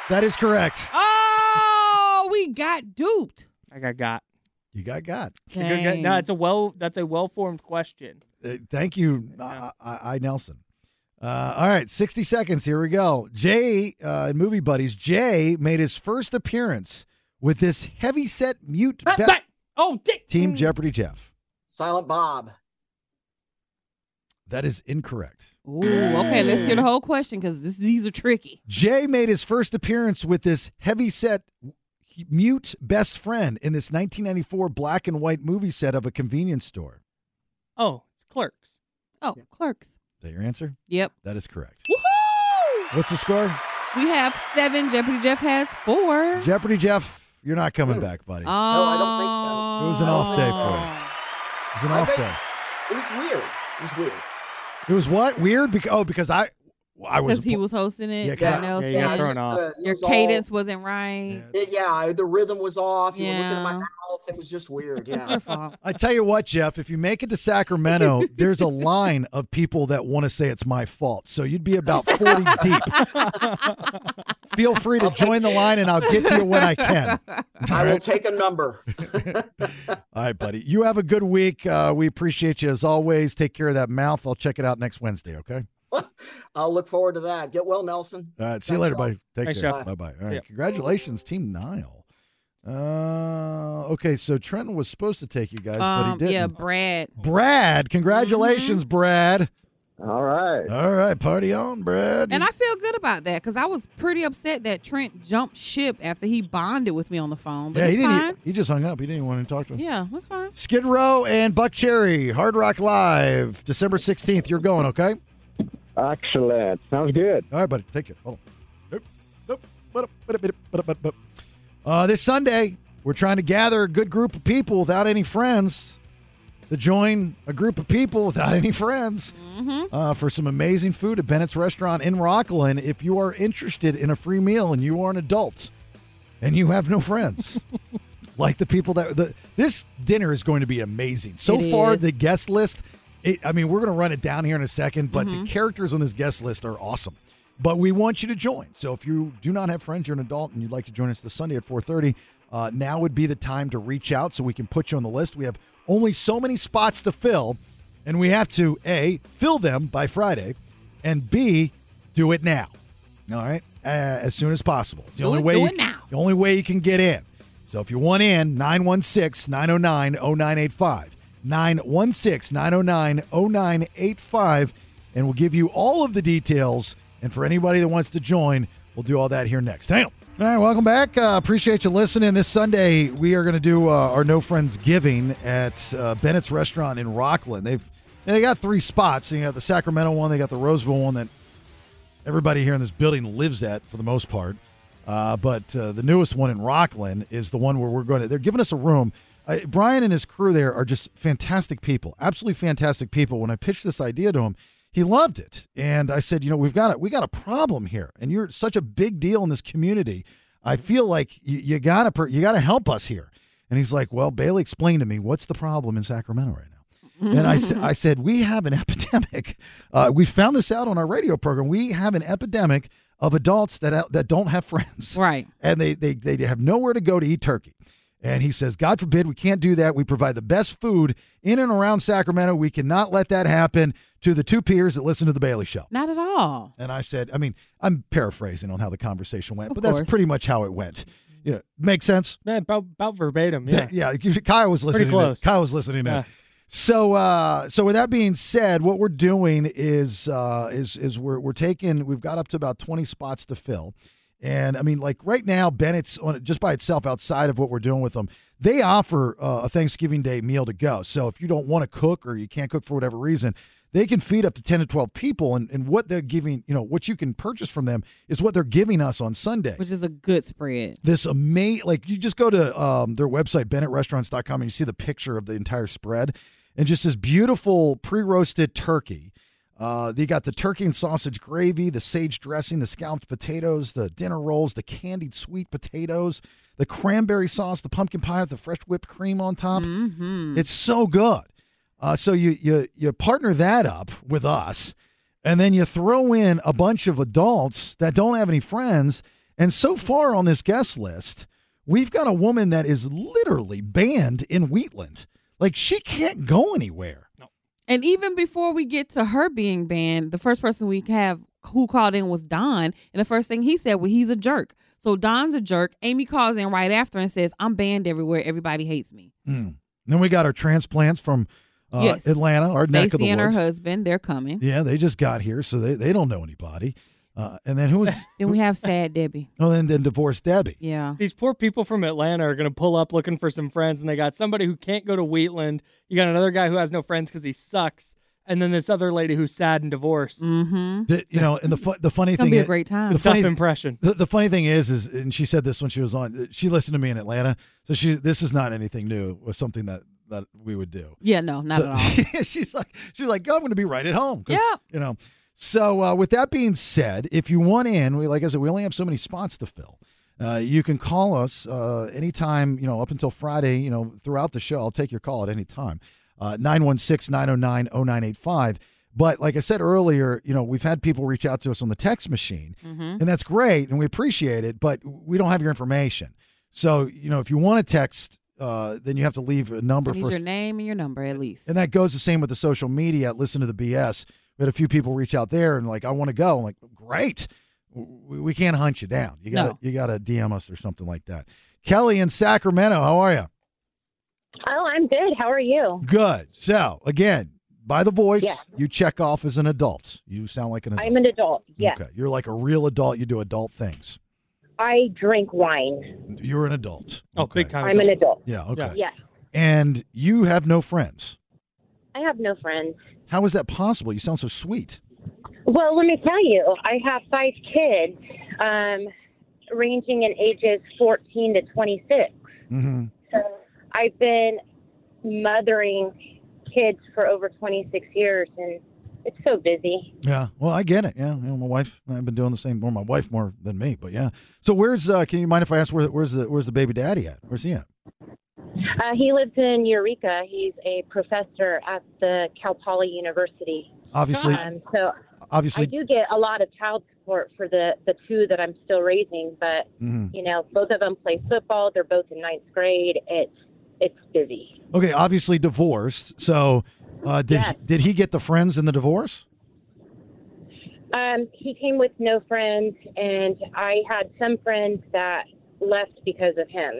That is correct.
Oh, we got duped.
I got got.
You got got.
You good, good? No,
Dang.
it's a well. That's a well-formed question.
Uh, thank you, I, I, I Nelson. Uh, all right, 60 seconds. Here we go. Jay uh, in Movie Buddies, Jay made his first appearance with this heavyset mute be-
But oh, dick.
Hmm.
team Jeopardy Jeff.
Silent Bob.
That is incorrect.
Ooh, okay, let's hear the whole question because this, these are tricky.
Jay made his first appearance with this heavyset mute best friend in this 1994 black and white movie set of a convenience store.
Oh, it's clerks.
Oh, clerks.
Is that your answer?
Yep.
That is correct.
Woohoo!
What's the score?
We have seven. Jeopardy Jeff has four.
Jeopardy Jeff, you're not coming back, buddy. It
Oh,
I don't think so.
It was an off day for was an
I
off
think-
day.
It was weird. It was weird.
It was what weird? Because oh, because I, I was
Because he was hosting it.
Yeah, 'cause
Yeah,
I-
Nelson.
Yeah, you got
it was
thrown
just,
off.
uh, it
Your
was all-
cadence wasn't right.
it- yeah, I- the rhythm was off. You were looking at my
Yeah.
mouth. It was just weird.
It's your
Yeah.
fault.
I tell you what, Jeff. If you make it to Sacramento, there's a line of people that want to say it's my fault. So you'd be about forty deep. Feel free to join the line, and I'll get to you when I can.
I will take a number.
All right, buddy. You have a good week. Uh, we appreciate you as always. Take care of that mouth. I'll check it out next Wednesday. Okay.
I'll look forward to that. Get well, Nelson.
All right. See you later,
Thanks, y'all.
buddy. Take
Thanks,
care.
Jeff.
Bye bye. All right.
Yeah.
Congratulations, Team Nile. Uh, okay. So Trenton was supposed to take you guys, but he
Um,
didn't.
yeah, Brad.
Brad, congratulations, Brad.
Mm-hmm. All right.
All right, party on, Brad.
And I feel good about that because I was pretty upset that Trent jumped ship after he bonded with me on the phone. But
yeah, he
it's
didn't. e-
fine.
He just hung up. He didn't even want to talk to us.
yeah, that's fine.
Skid Row and Buck Cherry, Hard Rock Live, December sixteenth. You're going, okay?
Excellent. Sounds good.
All right, buddy. Take it. Hold on. Nope. Nope. But but but but but but. Uh, this Sunday, we're trying to gather a good group of people without any friends to join a group of people without any friends
Mm-hmm.
uh, for some amazing food at Bennett's Restaurant in Rockland. If you are interested in a free meal and you are an adult and you have no friends, like the people that the this dinner is going to be amazing. So
It
far,
is.
the guest list It, I mean, we're going to run it down here in a second, but the characters on this guest list are awesome. But we want you to join. So if you do not have friends, you're an adult, and you'd like to join us this Sunday at 4:30, uh, now would be the time to reach out so we can put you on the list. We have only so many spots to fill, and we have to a fill them by Friday, and b do it now. All right, uh, as soon as possible. It's the
Do
only
it-
way.
do
you-
it now.
The only way you can get in. So if you want in, 916 909 0985. 916 909 0985. And we'll give you all of the details. And for anybody that wants to join, we'll do all that here next. Damn. All right, welcome back. Uh, appreciate you listening. This Sunday, we are going to do uh, our No Friends Giving at uh, Bennett's Restaurant in Rockland. They've and they got three spots. They got the Sacramento one, they got the Roseville one that everybody here in this building lives at for the most part. Uh, but uh, the newest one in Rockland is the one where we're going to. They're giving us a room. Uh, Brian and his crew there are just fantastic people, absolutely fantastic people. When I pitched this idea to him, he loved it, and I said, you know, we've got a, we got a problem here, and you're such a big deal in this community. I feel like you, you gotta per, you gotta help us here. And he's like, well, Bailey, explain to me what's the problem in Sacramento right now. And I, sa- I said, We have an epidemic. Uh, we found this out on our radio program. We have an epidemic of adults that, that don't have friends.
Right.
And they, they, they have nowhere to go to eat turkey. And he says, God forbid we can't do that. We provide the best food in and around Sacramento. We cannot let that happen to the two peers that listen to The Bailey Show.
Not at all.
And I said, I mean, I'm paraphrasing on how the conversation went,
Of
but
course.
that's pretty much how it went. You know, makes sense?
Yeah, about, about verbatim. Yeah.
That- yeah. Kyle Uh, was
Pretty
listening.
close.
To, Kyle was listening.
Yeah.
To. So, uh, so with that being said, what we're doing is uh, is is we're we're taking we've got up to about twenty spots to fill, and I mean like right now Bennett's on it just by itself outside of what we're doing with them. They offer uh, a Thanksgiving Day meal to go. So if you don't want to cook or you can't cook for whatever reason, they can feed up to 10 to 12 people and, and what they're giving you know what you can purchase from them is what they're giving us on sunday
which is a good spread
this amazing like you just go to um, their website bennettrestaurants.com and you see the picture of the entire spread and just this beautiful pre-roasted turkey uh, they got the turkey and sausage gravy the sage dressing the scalloped potatoes the dinner rolls the candied sweet potatoes the cranberry sauce the pumpkin pie with the fresh whipped cream on top it's so good uh, so you you you partner that up with us, and then you throw in a bunch of adults that don't have any friends. And so far on this guest list, we've got a woman that is literally banned in Wheatland. Like she can't go anywhere.
And even before we get to her being banned, the first person we have who called in was Don. And the first thing he said, well, he's a jerk. So Don's a jerk. Amy calls in right after and says, I'm banned everywhere. Everybody hates me.
Mm. Then we got our transplants from uh,
yes.
Atlanta, our neck of
Stacey
the
and her
woods.
husband, they're coming.
Yeah, they just got here, so they, they don't know anybody. Uh, and then who was?
Then we have Sad Debbie.
oh, and then divorced Debbie.
Yeah.
These poor people from Atlanta are going to pull up looking for some friends, and they got somebody who can't go to Wheatland. You got another guy who has no friends because he sucks, and then this other lady who's sad and divorced.
Mm-hmm.
Did- you know, and the fu- the funny
It's
thing
gonna be a
is-
great time.
The
Tough
funny
impression.
The, the funny thing is, is and she said this when she was on. uh, She listened to me in Atlanta, so she this is not anything new. It was something that that we would do.
Yeah, no, not
So-
at all.
she's like, she's like, I'm going to be right at home. Oh, 'cause,
Yeah.
You know. So uh, with that being said, if you want in, we like I said, we only have so many spots to fill. Uh, you can call us uh, anytime, you know, up until Friday, you know, throughout the show. I'll take your call at any time. Uh, 916 909 0985. But like I said earlier, you know, we've had people reach out to us on the text machine,
Mm-hmm.
Mhm.
and that's great, and we appreciate it, but we don't have your information. So, you know, if you want to text, uh, then you have to leave a number
I
for
need
us
your name and your number at least.
and that goes the same with the social media. Listen to the BS. We had a few people reach out there and like, I want to go. I'm like, great. We, we can't hunt you down. You got to
No.
you got to DM us or something like that. Kelly in Sacramento, how are you?
Oh, I'm good. How are you?
Good. So again, by the voice,
Yeah.
you check off as an adult. You sound like an adult.
I'm an adult. Yes.
Okay, you're like a real adult. You do adult things.
I drink wine.
You're an adult.
Oh, big time.
I'm an adult.
Yeah. Okay.
Yes.
And you have no friends.
I have no friends.
How is that possible? You sound so sweet.
Well, let me tell you, I have five kids, um, ranging in ages 14 to 26.
Mm-hmm.
So I've been mothering kids for over 26 years, and it's so busy.
Yeah. Well, I get it. Yeah. You know, my wife and I've been doing the same more my wife more than me, but yeah. So where's uh can you mind if I ask where where's the where's the baby daddy at? Where's he at?
Uh, he lives in Eureka. He's a professor at the Cal Poly University.
Obviously-
Um, so
obviously-
I do get a lot of child support for the the two that I'm still raising, but
Mhm.
you know, both of them play football. They're both in ninth grade. It's it's busy.
Okay, obviously divorced. So, uh, did
Yes.
he, did he get the friends in the divorce?
Um, he came with no friends, and I had some friends that left because of him.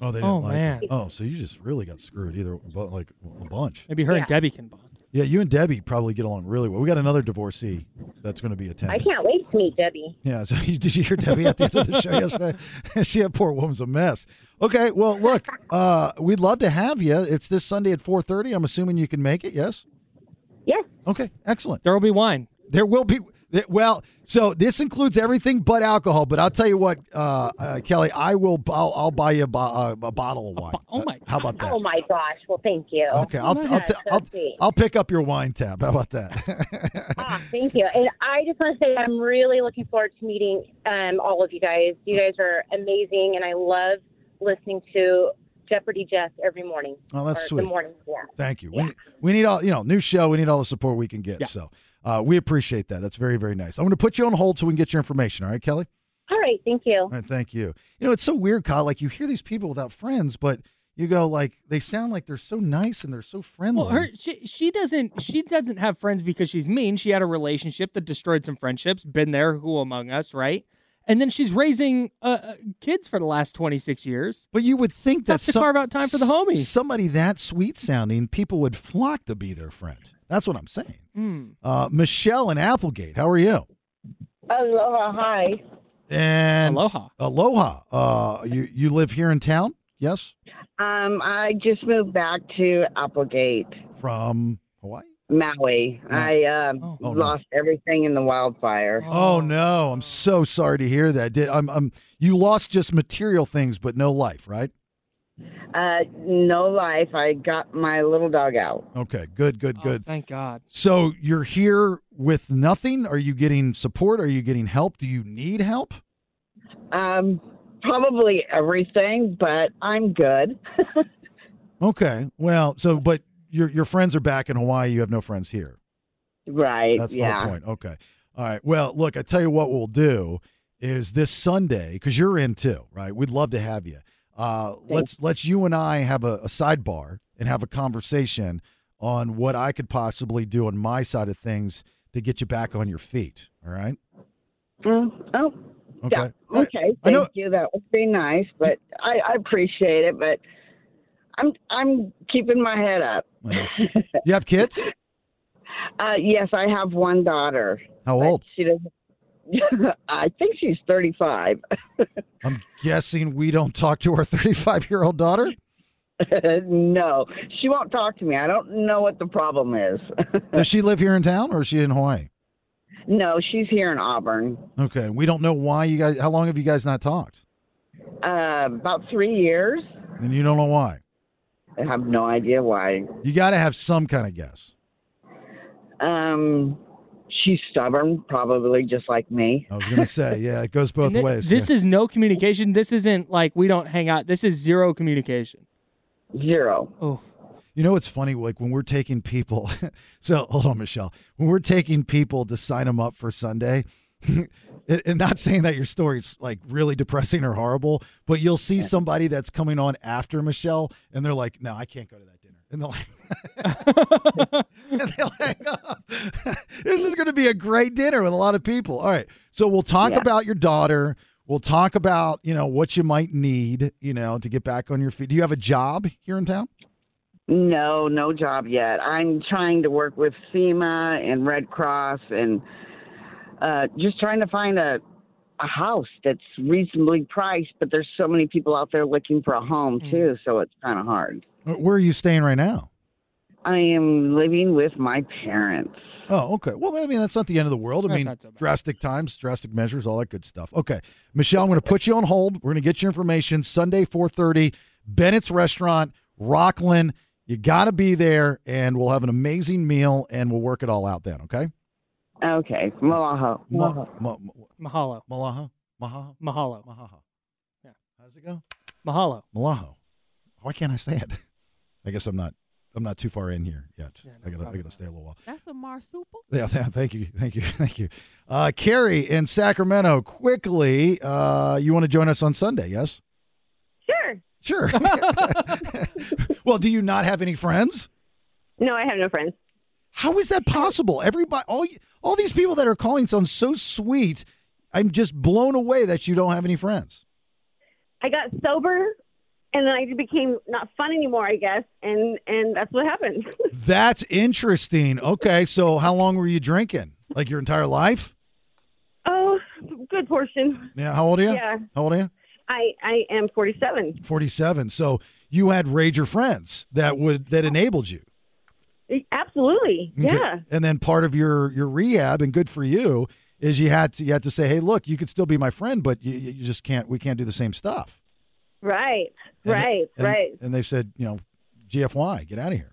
Oh, they didn't
Oh,
like
man.
Him. Oh, so you just really got screwed either bu- like a bunch.
Maybe her and Yeah. Debbie can bond.
Yeah, you and Debbie probably get along really well. We got another divorcee that's going to be
I
attending.
can't wait to meet Debbie.
Yeah, so you, did you hear Debbie at the end of the show yesterday? she had poor woman's a mess. Okay, well, look, uh, we'd love to have you. It's this Sunday at 4:30. I'm assuming you can make it. Yes.
Yes.
Okay. Excellent.
There will be wine.
There will be. th- Well, so this includes everything but alcohol. But I'll tell you what, uh, uh, Kelly, I will. I'll, I'll buy you a, bo- uh, a bottle of wine. oh my! How about that?
Oh my gosh! Well, thank you.
Okay, I'll, I'll,
That's so
I'll,
sweet.
I'll pick up your wine tab. How about that?
Ah, thank you. And I just want to say I'm really looking forward to meeting um, all of you guys. You guys are amazing, and I love listening to Jeopardy Jeff every morning.
Oh, that's
or
sweet.
The morning, yeah.
Thank you. We, need, we need all, you know, new show. We need all the support we can get.
Yeah.
So uh, we appreciate that. That's very, very nice. I'm going to put you on hold so we can get your information. All right, Kelly?
All right, thank you.
All right, thank you. You know, it's so weird, Kyle. Like, you hear these people without friends, but you go, like, they sound like they're so nice and they're so friendly.
Well, her she she doesn't she doesn't have friends because she's mean. She had a relationship that destroyed some friendships. Been there, who among us, right? And then she's raising uh, uh, kids for the last twenty six years.
But you would think that
That's to
some-
carve out time for the
s-
homies.
Somebody that sweet sounding, people would flock to be their friend. That's what I'm saying. Uh, Michelle and Applegate, how are you?
Aloha, hi.
And
Aloha.
Aloha. Uh, you, you live here in town? Yes?
Um, I just moved back to Applegate,
From Hawaii?
Maui. I um, lost everything in the wildfire.
Oh no, I'm so sorry to hear that. Did I'm, I'm you lost just material things but no life, right?
Uh, no life. I got my little dog out.
Okay, good, good, good.
Thank God.
So you're here with nothing? Are you getting support? Are you getting help? Do you need help?
Um, probably everything, but I'm good.
Okay. Well, so but your your friends are back in Hawaii, you have no friends here.
Right.
That's the
yeah.
whole point. Okay. All right. Well, look, I tell you what we'll do is this Sunday because you're in too, right? We'd love to have you. Uh, let's let you and I have a, a sidebar and have a conversation on what I could possibly do on my side of things to get you back on your feet. All right.
Mm, oh.
Okay.
Yeah. Okay.
I know-
Thank you. That would be nice, but I, I appreciate it. But I'm I'm keeping my head up.
You have kids?
Uh, yes, I have one daughter.
How old?
She doesn't. I think she's 35.
Guessing we don't talk to our 35 year old daughter.
no, she won't talk to me. I don't know what the problem is.
Does she live here in town or is she in Hawaii?
no, she's here in Auburn.
Okay. We don't know why you guys. How long have you guys not talked?
Uh, about three years.
And you don't know why.
I have no idea why.
You got to have some kind of guess.
Um, she's stubborn, probably just like me.
I was gonna say, yeah, it goes both
And thi-
ways.
This
yeah.
is no communication. This isn't like we don't hang out. This is zero communication.
Zero.
Oh.
You know what's funny? Like when we're taking people, so hold on, Michelle. When we're taking people to sign them up for Sunday, and and not saying that your story's like really depressing or horrible, but you'll see somebody that's coming on after Michelle, and they're like, "No, I can't go to that dinner," and they'll, and they'll hang up. this is going to be a great dinner with a lot of people. All right, so we'll talk
Yeah.
about your daughter. We'll talk about you know what you might need, you know, to get back on your feet. Do you have a job here in town?
No, no job yet. I'm trying to work with FEMA and Red Cross and uh, just trying to find a a house that's reasonably priced, but there's so many people out there looking for a home
Mm.
too, so it's kind of hard.
Where are you staying right now?
I am living with my parents.
Oh, okay. Well, I mean, that's not the end of the world. I
That's
mean,
not so
drastic times, drastic measures, all that good stuff. Okay, Michelle, I'm going to put you on hold. We're going to get your information Sunday, 4:30, Bennett's Restaurant, Rockland. You got to be there, and we'll have an amazing meal, and we'll work it all out then. Okay.
Okay, Malaha.
Ma- ma- ma-
Mahalo.
Malaha. Mahalo.
Mahalo.
Mahalo.
Yeah.
How's it go?
Mahalo.
Malaho. Why can't I say it? I guess I'm not. I'm not too far in here yet.
Yeah, no,
I gotta. I
probably
gotta stay a little while.
That's a marsupial.
Yeah, th- thank you, thank you, thank you. Uh, Carrie in Sacramento, quickly, uh, you want to join us on Sunday? Yes.
Sure.
Sure. well, do you not have any friends?
No, I have no friends.
How is that possible? Everybody, all y- all these people that are calling sound so sweet. I'm just blown away that you don't have any friends.
I got sober, and then I became not fun anymore, I guess, and and that's what happened.
That's interesting. Okay, so how long were you drinking? Like your entire life?
oh, good portion.
Yeah. How old are you?
Yeah.
How old are you?
I I am 47.
Forty-seven. So you had rager friends that would that enabled you.
Absolutely.
Okay.
Yeah.
And then part of your your rehab, and good for you, is you had to you had to say, hey, look, you could still be my friend, but you, you just can't. We can't do the same stuff.
Right.
And-
right.
and-
right.
And they said, you know, GFY, get out of here.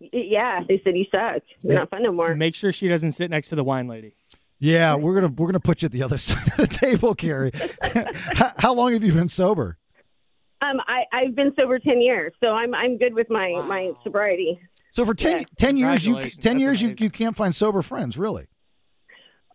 Y- Yeah. They said you suck. You're not fun no more.
Make sure she doesn't sit next to the wine lady.
Yeah, we're gonna we're gonna put you at the other side of the table, Carrie. how, how long have you been sober?
Um, I I've been sober 10 years, so I'm I'm good with my my sobriety.
So for 10, 10 years, you ten years you, you can't find sober friends, really.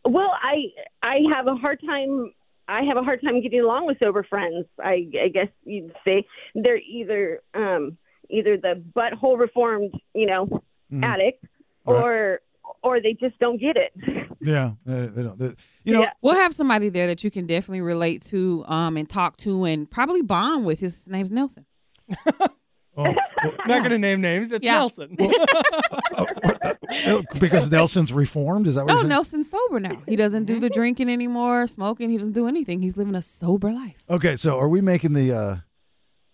Well, I I have a hard time. I have a hard time getting along with sober friends. I, I guess you'd say they're either um, either the butthole reformed, you know,
Mhm.
addict,
Right.
or or they just don't get it.
Yeah, they- Uh, they don't- they- you know,
we'll have somebody there that you can definitely relate to, um, and talk to, and probably bond with. His name's Nelson.
Oh, Not gonna name names. It's
Yeah.
Nelson.
because Nelson's reformed. Is that
Oh,
what
No,
you're saying?
Oh, Nelson's sober now. He doesn't do the
Mm-hmm.
drinking anymore, smoking. He doesn't do anything. He's living a sober life.
Okay, so are we making the uh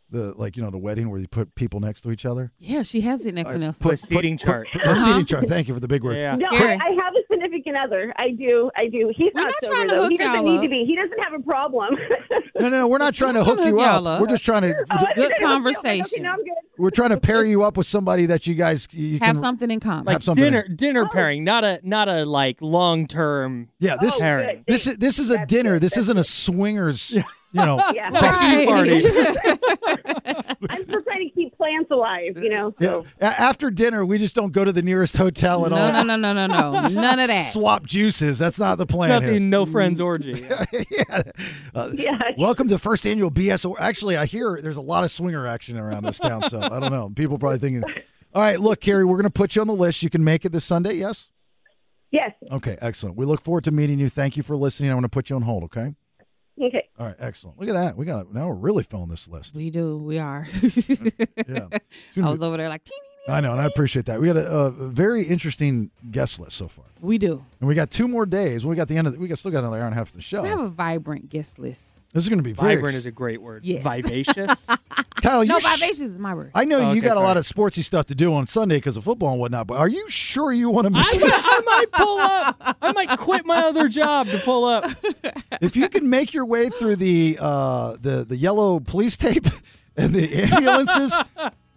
the like you know the wedding where you put people next to each other?
Yeah, she has Uh-huh. it next to Nelson.
Put- put- put- put- the seating chart. Thank you for the big words.
No, I,
Gary.
I have a significant other. I do. I do. He's not,
not
sober.
trying to
though. he
hook
doesn't
y'all
need to
up.
be. He doesn't have a problem.
No, no, no. We're not trying to hook you
y'all uh,
up.
up.
We're just trying to
Good
Okay,
conversation.
now I'm good.
we're trying to pair you up with somebody that you guys you
Have
can
something in common.
like
have something.
dinner dinner
Oh.
pairing, not a not a like long term.
Yeah,
Oh,
this
pairing.
this is this is a dinner. this isn't a swingers, you know.
Yeah.
buffet
I'm still trying to keep plants alive. You know.
Yeah. A- After dinner, we just don't go to the nearest hotel at
No,
all.
no, no, no, no, no. None of that.
Swap juices. That's not the plan.
Nothing.
here.
No friends orgy.
Uh, Welcome to the first annual BSO. Actually, I hear there's a lot of swinger action around this town, so I don't know. People probably thinking, all right, look, Carrie, we're going to put you on the list. You can make it this Sunday, yes?
Yes.
Okay, excellent. We look forward to meeting you. Thank you for listening. I'm going to put you on hold, okay?
Okay.
All right, excellent. Look at that. We got now we're really filling this list.
We do. We are.
Yeah.
I was over there like, "Ting."
I know, and I appreciate that. We got a, a very interesting guest list so far,
we do.
and we got two more days. We got the end of the, we got still got another hour and a half of the show.
We have a vibrant guest list.
This is going to be very
Vibrant
ex-
is a great word.
Yes.
Vivacious.
Kyle, you
no,
sh-
vivacious is my word.
I know
Oh,
you
okay,
got a lot
sorry.
of sportsy stuff to do on Sunday because of football and whatnot, but are you sure you want to miss
I, might-
this?
I might pull up. I might quit my other job to pull up.
if you can make your way through the uh, the the yellow police tape and the ambulances,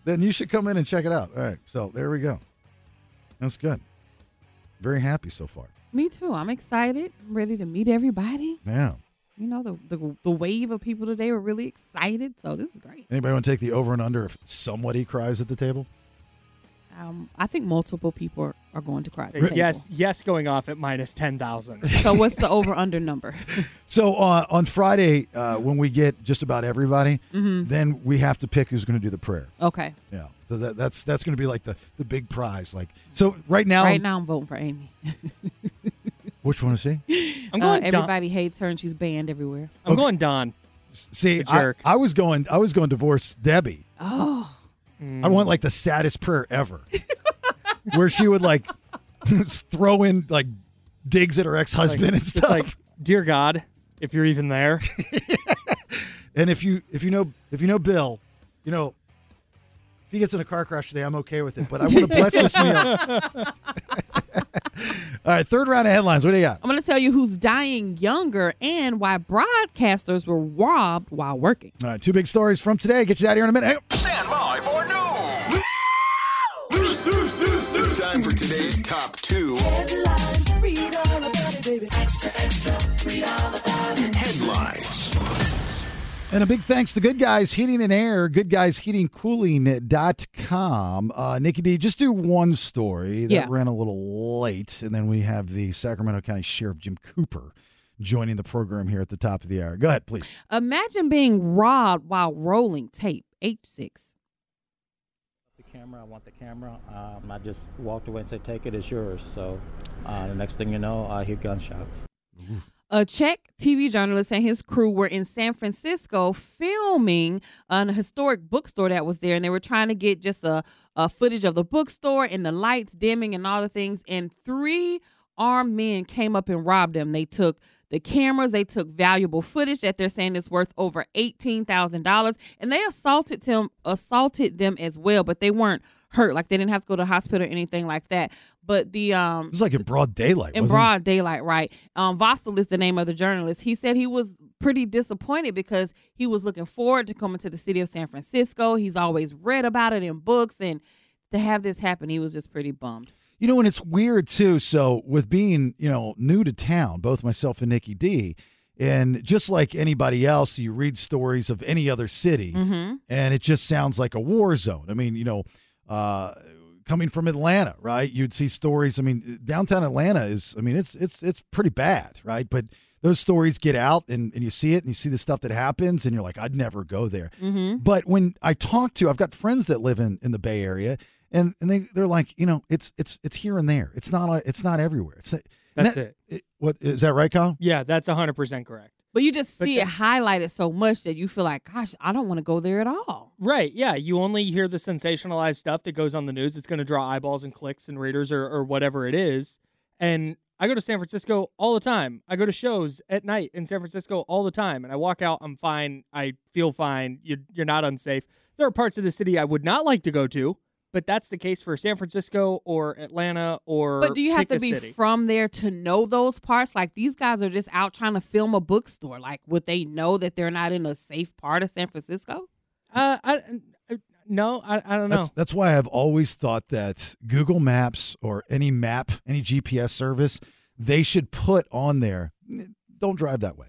then you should come in and check it out. All right, so there we go. That's good. Very happy so far.
Me too. I'm excited. I'm ready to meet everybody.
Yeah.
You know, the, the the wave of people today were really excited, so this is great.
Anybody want to take the over and under if somebody cries at the table?
Um, I think multiple people are, are going to cry. At the table.
yes, yes, going off at minus ten thousand.
So what's the over under number?
So uh, on Friday, uh, when we get just about everybody,
Mhm.
then we have to pick who's going to do the prayer.
Okay.
Yeah. So that, that's that's going to be like the, the big prize. Like so right now,
right now, I'm voting for Amy.
which one is she?
I'm
Uh,
going. Don.
everybody hates her, and she's banned everywhere.
I'm going Don.
See,
The
I,
jerk.
I was going I was going divorce Debbie.
Oh,
I want like the saddest prayer ever, where she would like throw in like digs at her ex husband
Like,
and
it's
stuff.
like, dear God, if you're even there.
and if you if you know if you know Bill, you know if he gets in a car crash today, I'm okay with it. But I want to bless this meal. All right, third round of headlines. What do you got?
I'm going to tell you who's dying younger and why broadcasters were robbed while working.
All right, two big stories from today. Get you out of here in a minute. Hey.
Stand by for news.
News, news, news, news. It's time for today's top two headlines.
And a big thanks to Good Guys Heating and Air, goodguysheatingcooling.com. Uh, Nikki D, just do one story that
Yeah.
ran a little late, and then we have the Sacramento County Sheriff Jim Cooper joining the program here at the top of the hour. Go ahead, please.
Imagine being robbed while rolling tape. H six.
the camera. I want the camera. Um, I just walked away and said, "Take it. It's yours." So, uh, the next thing you know, I hear gunshots.
A Czech TV journalist and his crew were in San Francisco filming an historic bookstore that was there, and they were trying to get just a, a footage of the bookstore and the lights dimming and all the things. And three armed men came up and robbed them. They took the cameras, they took valuable footage that they're saying is worth over eighteen thousand dollars, and they assaulted them, assaulted them as well, but they weren't hurt. Like they didn't have to go to the hospital or anything like that. But the um,
It was like in broad daylight.
in
wasn't it?
broad daylight, right? Um, Vostel is the name of the journalist. He said he was pretty disappointed because he was looking forward to coming to the city of San Francisco. He's always read about it in books, and to have this happen, he was just pretty bummed.
You know, and it's weird too. So with being, you know, new to town, both myself and Nikki D, and just like anybody else, you read stories of any other city,
Mm-hmm.
Mhm.
and it just sounds like a war zone. I mean, you know, uh, coming from Atlanta, right? You'd see stories. I mean, downtown Atlanta is. I mean, it's it's it's pretty bad, right? But those stories get out, and and you see it, and you see the stuff that happens, and you're like, I'd never go there.
Mm-hmm.
But when I talk to, I've got friends that live in, in the Bay Area, and, and they they're like, you know, it's it's it's here and there. It's not uh, it's not everywhere. It's not, and
That's
that-
it.
What is that right, Kyle?
Yeah, that's 100% correct.
But you just
But
see it highlighted so much that you feel like, gosh, I don't want to go there at all.
Right. Yeah. You only hear the sensationalized stuff that goes on the news. It's going to draw eyeballs and clicks and readers or, or whatever it is. And I go to San Francisco all the time. I go to shows at night in San Francisco all the time. And I walk out, I'm fine. I feel fine. You're, you're not unsafe. There are parts of the city I would not like to go to, but that's the case for San Francisco or Atlanta or.
But do you have
pick
to
a
be
city.
from there to know those parts? Like these guys are just out trying to film a bookstore. Like would they know that they're not in a safe part of San Francisco?
Uh, I, no, I, I don't
That's that's why I've always thought that Google Maps or any map, any GPS service, they should put on there. "N- Don't drive that way.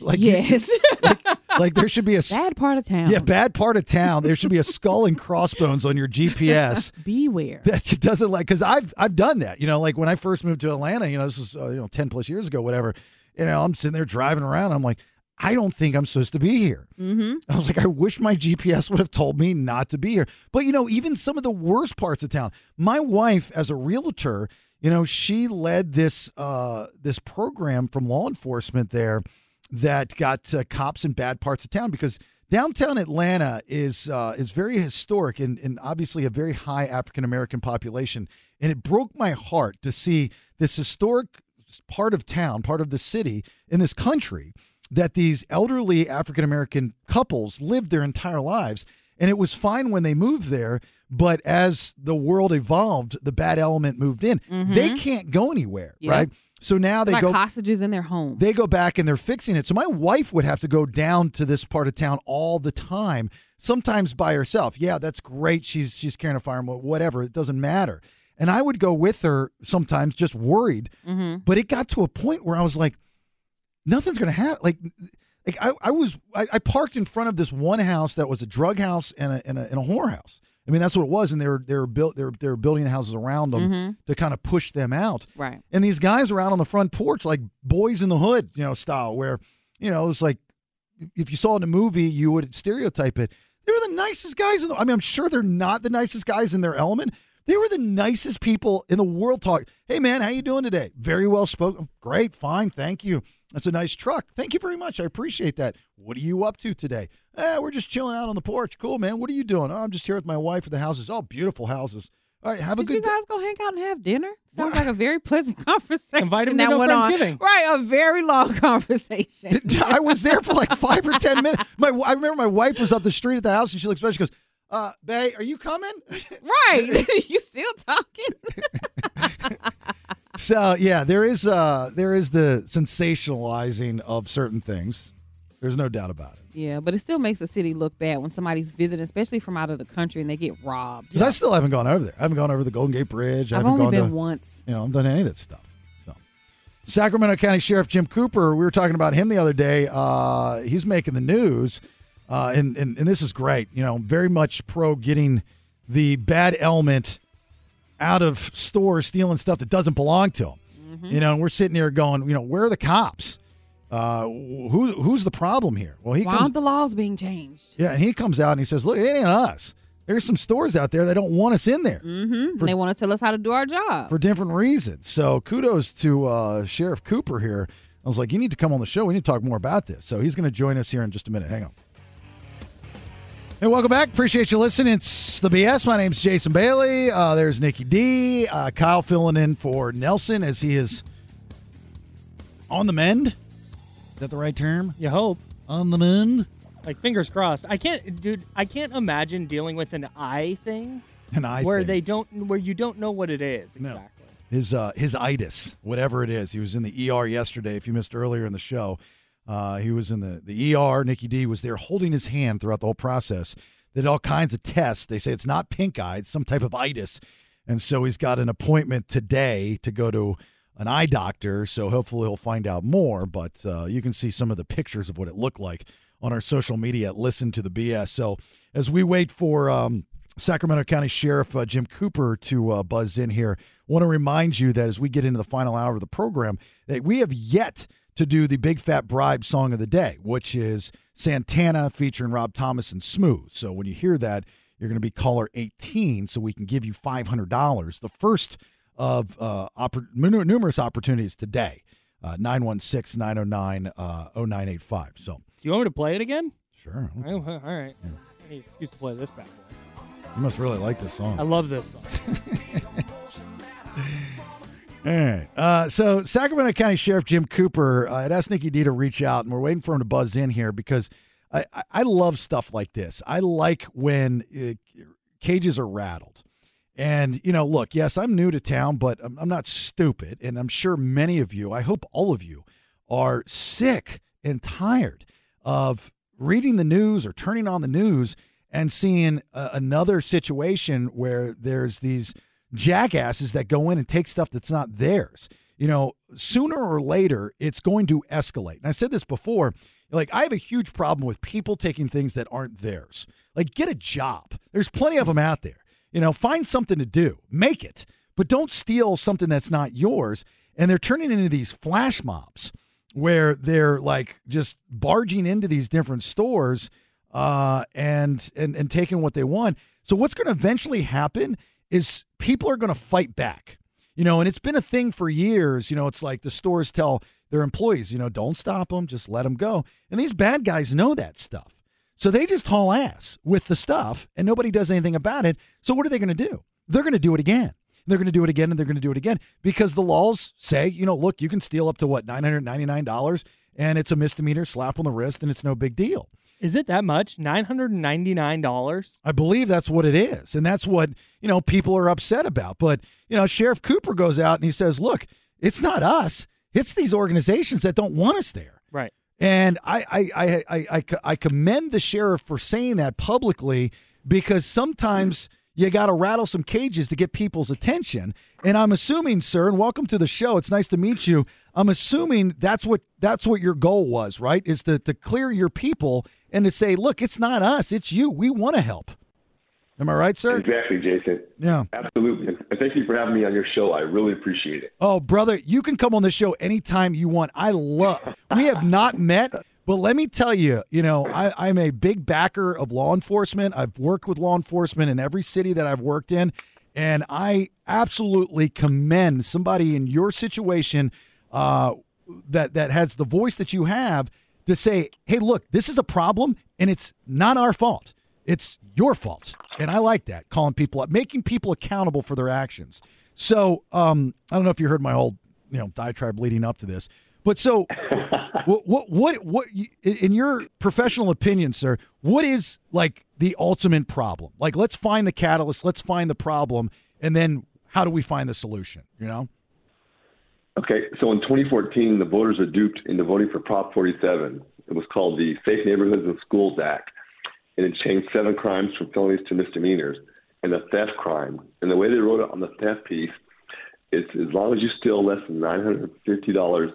Like you-
yes,
like there should be a s-
bad part of town.
Yeah, bad part of town. There should be a skull and crossbones on your GPS.
Beware.
That just doesn't like because I've I've done that. You know, like when I first moved to Atlanta. You know, this is uh, you know ten plus years ago, whatever. You know, I'm sitting there driving around. I'm like, I don't think I'm supposed to be here.
Mm-hmm.
I was like, I wish my GPS would have told me not to be here. But you know, even some of the worst parts of town. My wife, as a realtor, you know, she led this uh, this program from law enforcement there that got uh, cops in bad parts of town because downtown Atlanta is uh, is very historic and, and obviously a very high African American population. And it broke my heart to see this historic part of town, part of the city in this country that these elderly African American couples lived their entire lives. And it was fine when they moved there, but as the world evolved, the bad element moved in. They
Mhm.
can't go anywhere,
Yeah.
right? So now they
like
go
hostages in their home.
they go back and they're fixing it. So my wife would have to go down to this part of town all the time, sometimes by herself. Yeah, that's great. She's she's carrying a firearm, whatever. It doesn't matter. And I would go with her sometimes, just worried.
Mm-hmm.
Mm-hmm.
Mhm.
But it got to a point where I was like, nothing's gonna happen. Like, like I, I was I, I parked in front of this one house that was a drug house and a and a, and a whorehouse. I mean, that's what it was. And they were they were built they were, they were building the houses around them
Mhm.
to kind of push them out.
Right.
And these guys were out on the front porch, like boys in the hood, you know, style, where, you know, it's like if you saw it in a movie, you would stereotype it. They were the nicest guys in the I mean, I'm sure they're not the nicest guys in their element. They were the nicest people in the world talk. Hey man, how you doing today? Very well spoken. Great, fine, thank you. That's a nice truck. Thank you very much. I appreciate that. What are you up to today? Eh, we're just chilling out on the porch. Cool, man. What are you doing? Oh, I'm just here with my wife at the houses. Oh, beautiful houses. All right, have a
Did
good
you
day.
guys go hang out and have dinner? Sounds like a very pleasant conversation.
Invite 'em to
that
go
went on.
Thanksgiving.
Right, a very long conversation.
I was there for like five or ten minutes. My, I remember my wife was up the street at the house, and she looks back. She goes, uh, "Bay, are you coming?"
right, you still talking?
So yeah, there is uh, there is the sensationalizing of certain things. There's no doubt about it.
Yeah, but it still makes the city look bad when somebody's visiting, especially from out of the country, and they get robbed.
Because I still haven't gone over there. I haven't gone over the Golden Gate Bridge. I
I've
haven't
only
gone
been
to,
once.
You know, I haven't done any of that stuff. So, Sacramento County Sheriff Jim Cooper. We were talking about him the other day. Uh, he's making the news uh, and, and and this is great. You know, very much pro getting the bad element out of stores, stealing stuff that doesn't belong to them. You know, and we're sitting here going, you know, where are the cops? Uh, who who's the problem here? Well, he
Why
comes,
aren't the laws being changed?
yeah, and he comes out and he says, look, it ain't us. There's some stores out there that don't want us in there
Mm-hmm. they want to tell us how to do our job.
for different reasons. So kudos to uh, Sheriff Cooper here. I was like, you need to come on the show. We need to talk more about this. So he's going to join us here in just a minute. Hang on. Hey, welcome back. Appreciate you listening. It's the BS. My name's Jason Bailey. Uh, there's Nikki D. Uh, Kyle filling in for Nelson as he is on the mend. Is that the right term?
You hope.
On the mend.
Like fingers crossed. I can't, dude. I can't imagine dealing with an eye thing.
An eye
where
thing.
they don't, where you don't know what it is. Exactly.
his uh, his itis, whatever it is. He was in the ER yesterday. If you missed earlier in the show, uh, he was in the the ER. Nikki D was there holding his hand throughout the whole process. They did all kinds of tests. They say it's not pink eye; it's some type of itis, and so he's got an appointment today to go to an eye doctor. So hopefully he'll find out more. But uh, you can see some of the pictures of what it looked like on our social media. At Listen to the BS. So as we wait for. Um, Sacramento County Sheriff uh, Jim Cooper to uh, buzz in here. Want to remind you that as we get into the final hour of the program, that we have yet to do the Big Fat Bribe song of the day, which is Santana featuring Rob Thomas and Smooth. So when you hear that, you're going to be caller 18, so we can give you $500. The first of uh, oppor- nu- numerous opportunities today. Uh, 916 909 0985. So,
Do you want me to play it again?
Sure.
All right. Any excuse to play this back.
you must really like this song.
I love this song.
All right. Uh, so Sacramento County Sheriff Jim Cooper uh, had asked Nikki D to reach out, and we're waiting for him to buzz in here because I, I, I love stuff like this. I like when uh, cages are rattled. And, you know, look, yes, I'm new to town, but I'm, I'm not stupid. And I'm sure many of you, I hope all of you, are sick and tired of reading the news or turning on the news and seeing uh, another situation where there's these jackasses that go in and take stuff that's not theirs. You know, sooner or later, it's going to escalate. And I said this before like, I have a huge problem with people taking things that aren't theirs. Like, get a job, there's plenty of them out there. You know, find something to do, make it, but don't steal something that's not yours. And they're turning into these flash mobs where they're like just barging into these different stores uh, and and and taking what they want. So what's going to eventually happen is people are going to fight back. You know, and it's been a thing for years. You know, it's like the stores tell their employees, you know, don't stop them, just let them go. And these bad guys know that stuff. So they just haul ass with the stuff and nobody does anything about it. So what are they going to do? They're going to do it again. They're going to do it again and they're going to do it again because the laws say, you know, look, you can steal up to what, $999 and it's a misdemeanor, slap on the wrist, and it's no big deal.
Is it that much? Nine hundred and ninety nine dollars.
I believe that's what it is. And that's what, you know, people are upset about. But, you know, Sheriff Cooper goes out and he says, look, it's not us, it's these organizations that don't want us there.
Right.
And I, I, I, I, I, I commend the sheriff for saying that publicly because sometimes you got to rattle some cages to get people's attention. And I'm assuming, sir, and welcome to the show. It's nice to meet you. I'm assuming that's what that's what your goal was, right? Is to to clear your people and to say, look, it's not us, it's you. We want to help. Am I right, sir?
Exactly, Jason.
Yeah.
Absolutely. And thank you for having me on your show. I really appreciate it.
Oh, brother, you can come on the show anytime you want. I love. We have not met, but let me tell you, you know, I, I'm a big backer of law enforcement. I've worked with law enforcement in every city that I've worked in, and I absolutely commend somebody in your situation uh, that that has the voice that you have to say, "Hey, look, this is a problem, and it's not our fault. It's your fault." And I like that, calling people up, making people accountable for their actions. So, um, I don't know if you heard my whole, you know, diatribe leading up to this, but so, what, what, what, what, you- in in your professional opinion, sir, what is like the ultimate problem? Like, let's find the catalyst, let's find the problem, and then how do we find the solution? You know?
Okay, so in 2014, the voters were duped into voting for Prop 47. It was called the Safe Neighborhoods and Schools Act, and it changed seven crimes from felonies to misdemeanors and a theft crime. And the way they wrote it on the theft piece, it's as long as you steal less than $950,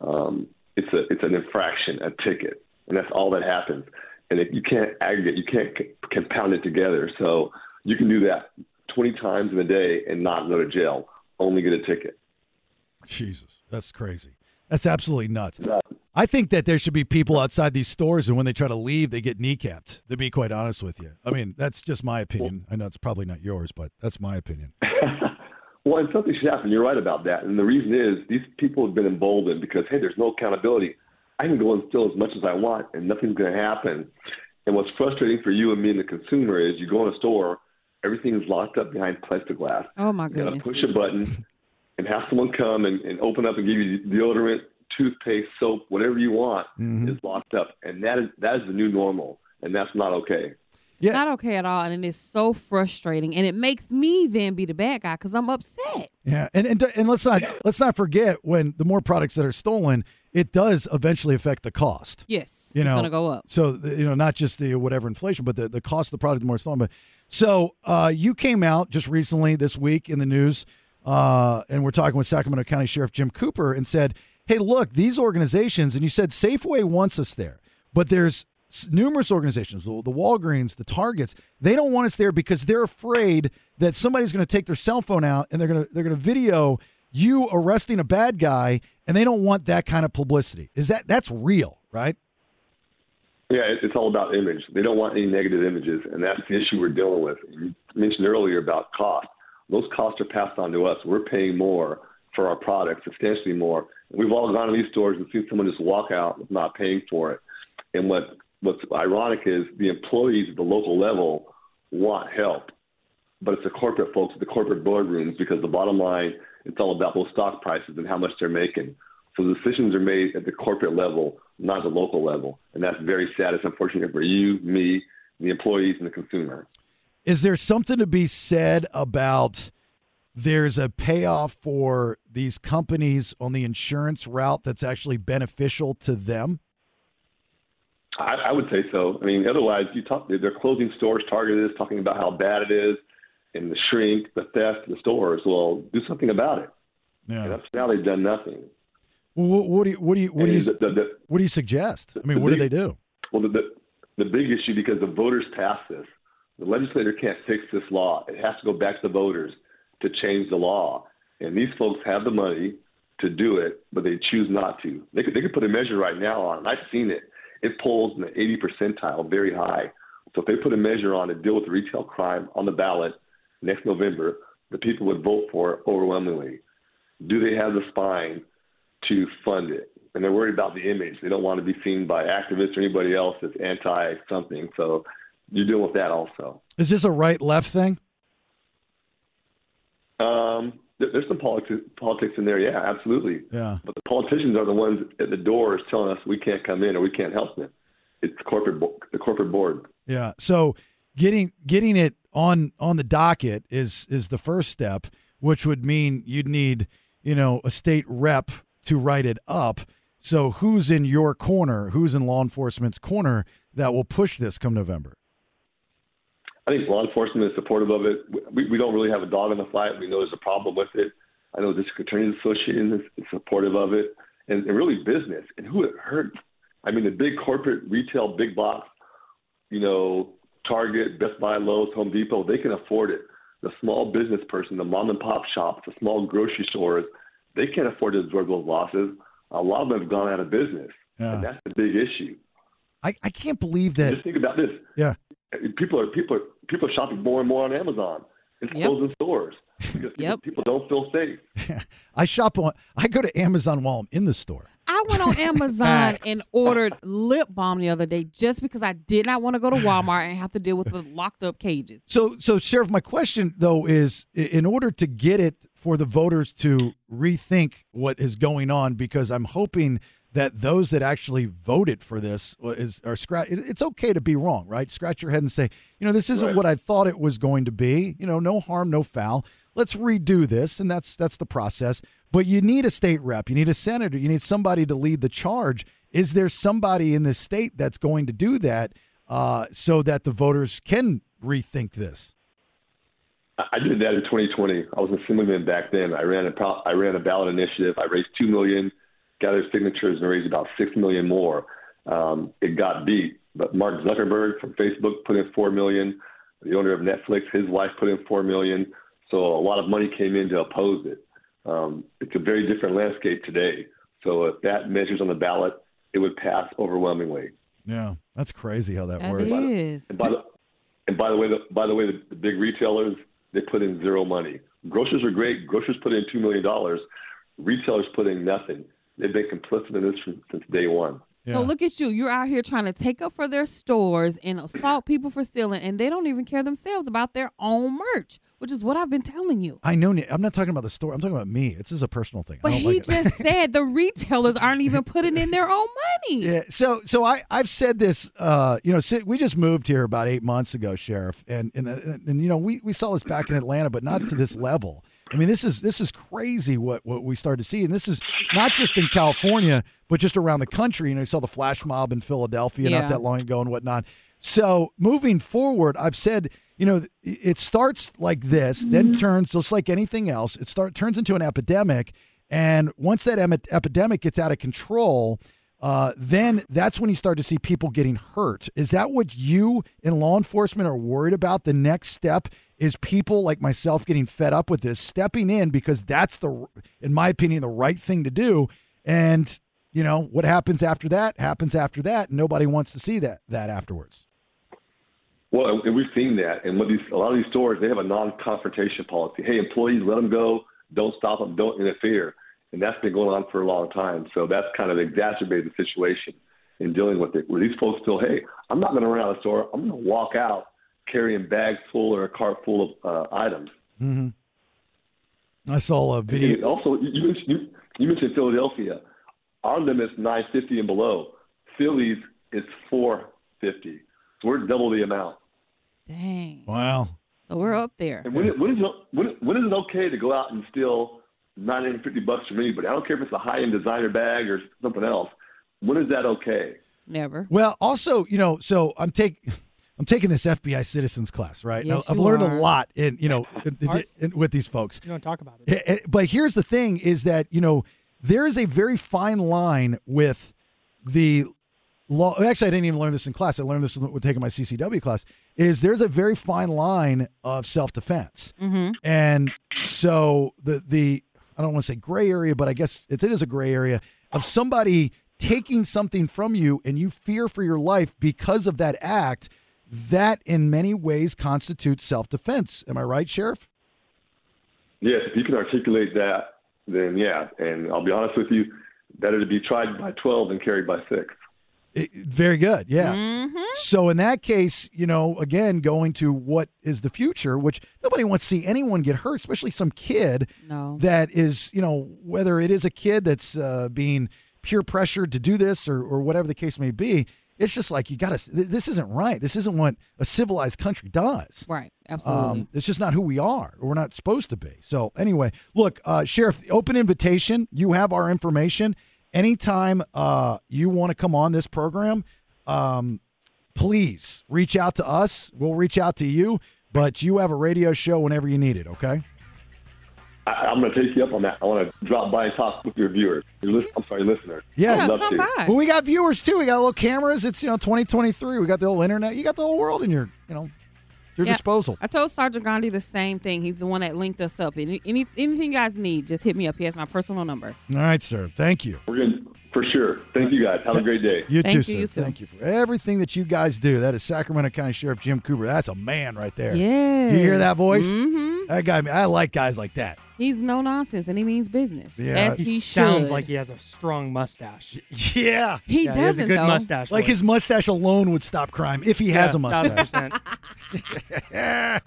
um, it's a it's an infraction, a ticket, and that's all that happens. and it, you can't aggregate, you can't c- compound it together. So you can do that 20 times in a day and not go to jail, only get a ticket.
Jesus, that's crazy. That's absolutely nuts. I think that there should be people outside these stores, and when they try to leave, they get kneecapped. To be quite honest with you, I mean that's just my opinion. I know it's probably not yours, but that's my opinion.
Well, and something should happen. You're right about that. And the reason is these people have been emboldened because, hey, there's no accountability. I can go and steal as much as I want and nothing's going to happen. And what's frustrating for you and me and the consumer is you go in a store, everything's locked up behind plexiglass.
Oh my
You gotta
goodness.
push a button and have someone come and, and open up and give you deodorant, toothpaste, soap, whatever you want
Mm-hmm.
is locked up. And that is that is the new normal. And that's not okay.
Yeah.
Not okay at all. And it is so frustrating. And it makes me then be the bad guy because I'm upset.
Yeah, and and and let's not let's not forget when the more products that are stolen, it does eventually affect the cost.
Yes.
you know,
it's going to go up.
So th- you know, not just the whatever inflation, but the, the cost of the product, the more it's stolen. But so uh, you came out just recently this week in the news, uh, and we're talking with Sacramento County Sheriff Jim Cooper, and said, "Hey, look, these organizations." And you said Safeway wants us there, but there's s- numerous organizations, the the Walgreens, the Targets, they don't want us there because they're afraid that somebody's going to take their cell phone out and they're going to they're going to video you arresting a bad guy, and they don't want that kind of publicity. Is that that's real, right?
Yeah, it- it's all about image. They don't want any negative images, and that's the issue we're dealing with. You mentioned earlier about cost. Those costs are passed on to us. We're paying more for our products, substantially more. We've all gone to these stores and seen someone just walk out with not paying for it. And what what's ironic is the employees at the local level want help, but it's the corporate folks at the corporate boardrooms because the bottom line, it's all about those stock prices and how much they're making. So the decisions are made at the corporate level, not the local level, and that's very sad. It's unfortunate for you, me, the employees, and the consumer.
Is there something to be said about there's a payoff for these companies on the insurance route that's actually beneficial to them?
I, I would say so. I mean, otherwise, you talk. They're closing stores. Target is talking about how bad it is, and the shrink, the theft, the stores. Well, do something about it.
Yeah.
And up to now, they've done nothing.
Well, what, what do you what do you what
And
do you
the- the- the-
what do you suggest? I mean,
the
what do
big-
they do?
Well, the, the, the big issue because the voters passed this, the legislator can't fix this law. It has to go back to the voters to change the law. And these folks have the money to do it, but they choose not to. They could, they could put a measure right now on. it. I've seen it. It polls in the 80 percentile, very high. So if they put a measure on to deal with the retail crime on the ballot next November, the people would vote for it overwhelmingly. Do they have the spine to fund it. And they're worried about the image. They don't want to be seen by activists or anybody else that's anti something. So you're dealing with that also.
Is this a right left thing?
Um, there- there's some politics, politics in there, yeah, absolutely.
Yeah.
But the politicians are the ones at the doors telling us we can't come in or we can't help them. It's the corporate bo- the corporate board.
Yeah. So getting getting it on on the docket is is the first step, which would mean you'd need you know a state rep to write it up. So who's in your corner? Who's in law enforcement's corner that will push this come November?
I think law enforcement is supportive of it. We, we don't really have a dog in the fight. We know there's a problem with it. I know the District Attorney's Association is, is supportive of it, and, and really business and who it hurts. I mean, the big corporate retail, big box, you know, Target, Best Buy, Lowe's, Home Depot, they can afford it. The small business person, the mom and pop shops, the small grocery stores, they can't afford to absorb those losses. A lot of them have gone out of business,
Yeah.
and that's the big issue.
I, I can't believe that.
Just think about this
Yeah.
people are people are people are shopping more and more on Amazon. It's
Yep.
closing stores because people don't feel safe.
I shop on. I go to Amazon while I'm in the store.
I went on Amazon and ordered lip balm the other day just because I did not want to go to Walmart and have to deal with the locked up cages.
So, so sheriff, my question though is, i- in order to get it for the voters to rethink what is going on, because I'm hoping that those that actually voted for this uh, is are scratch. it- It's okay to be wrong, right? Scratch your head and say, you know, this isn't
Right.
what I thought it was going to be. You know, no harm, no foul. Let's redo this, and that's that's the process. But you need a state rep, you need a senator, you need somebody to lead the charge. Is there somebody in this state that's going to do that uh, so that the voters can rethink this?
I I did that in 2020. I was an assemblyman back then. I ran a pro- I ran a ballot initiative. I raised two million, gathered signatures, and raised about six million more. Um, it got beat But Mark Zuckerberg from Facebook put in four million. The owner of Netflix, his wife put in four million. So a lot of money came in to oppose it. Um, it's a very different landscape today. So if that measures on the ballot, it would pass overwhelmingly.
Yeah, that's crazy how that,
That
works.
is.
And by the, and by the way, the, by the way, the, the big retailers they put in zero money. Grocers are great. Grocers put in two million dollars. Retailers put in nothing. They've been complicit in this from, since day one.
So look at you. You're out here trying to take up for their stores and assault people for stealing, and they don't even care themselves about their own merch, which is what I've been telling you.
I know. I'm not talking about the store. I'm talking about me. This is a personal thing. I
But
don't
he
like it.
just said the retailers aren't even putting in their own money.
Yeah. So so I I've said this. Uh, you know, si- we just moved here about eight months ago, sheriff, and and and, and you know we, we saw this back in Atlanta, but not to this level. I mean, this is this is crazy what what we started to see, and this is not just in California, but just around the country. You know, you saw the flash mob in Philadelphia
Yeah.
not that long ago and whatnot. So moving forward, I've said, you know, it starts like this, then turns just like anything else. It start turns into an epidemic, and once that em- epidemic gets out of control, uh, then that's when you start to see people getting hurt. Is that what you in law enforcement are worried about? The next step is people like myself getting fed up with this, stepping in because that's the, in my opinion, the right thing to do. And you know what happens after that happens after that. And nobody wants to see that that afterwards.
Well, and- and we've seen that. And what these a lot of these stores they have a non-confrontation policy. Hey, employees, let them go. Don't stop them. Don't interfere. And that's been going on for a long time. So that's kind of exacerbated the situation in dealing with it. Where these folks feel, hey, I'm not going to run out of the store. I'm going to walk out carrying bags full or a cart full of uh, items.
Mm-hmm. I saw a video.
And also, you- you mentioned, you mentioned Philadelphia. Our limit's 950 and below. Philly's is 450. So we're double the amount.
Dang.
Wow.
So we're up there.
And when, when, is, it- when, when is it okay to go out and steal 950 bucks from anybody? I don't care if it's a high-end designer bag or something else. When is that okay?
Never.
Well, also, you know, so I'm take I'm taking this FBI citizens class, right? Now,
Yes,
I've
you
learned
are.
a lot in, you know, in- in-
Art?
in- with these folks.
You don't talk about it.
Eh, eh, But here's the thing is that, you know, there is a very fine line with the law. Actually, I didn't even learn this in class. I learned this with taking my CCW class. Is there's a very fine line of self defense.
Mm.
Mm-hmm.
And so the the I don't want to say gray area, but I guess it's, it is a gray area of somebody taking something from you and you fear for your life because of that act. That in many ways constitutes self defense. Am I right, Sheriff?
Yes, if you can articulate that, then yeah. And I'll be honest with you, better to be tried by 12 than carried by 6.
Very good. Yeah.
Mm-hmm.
So in that case, you know, again, going to what is the future, which nobody wants to see anyone get hurt, especially some kid
No.
that is, you know, whether it is a kid that's uh, being peer pressured to do this or, or whatever the case may be. It's just like you got to. This isn't right. This isn't what a civilized country does. Um,
Right. Absolutely.
it's just not who we are. Or we're not supposed to be. So anyway, look, uh, Sheriff, open invitation. You have our information. Anytime uh, you want to come on this program, um, please reach out to us. We'll reach out to you. But you have a radio show whenever you need it. Okay.
I, I'm going to take you up on that. I want to drop by and talk with your viewers. Your lis- I'm sorry, listeners.
Yeah,
I'd love to.
Well, we got viewers too. We got little cameras. It's you know 2023. We got the whole internet. You got the whole world in your you know your
Yeah.
disposal.
I told Sergeant Gandhi the same thing. He's the one that linked us up. Any, any anything you guys need, just hit me up. He has my personal number.
All right, sir. Thank you.
We're going to, for sure. Thank you guys. Have a great day.
You
Thank
too,
you,
sir.
you too.
Thank you for everything that you guys do. That is Sacramento County Sheriff Jim Cooper. That's a man right there.
Yes.
Do you hear that voice?
Mhm.
That guy. I like guys like that.
He's no nonsense and he means business.
Yeah.
As he,
He
Sounds
should.
like he has a strong mustache.
Yeah.
He
he has a
doesn't,
good
though.
mustache.
Like his mustache alone would stop crime if he has a mustache. All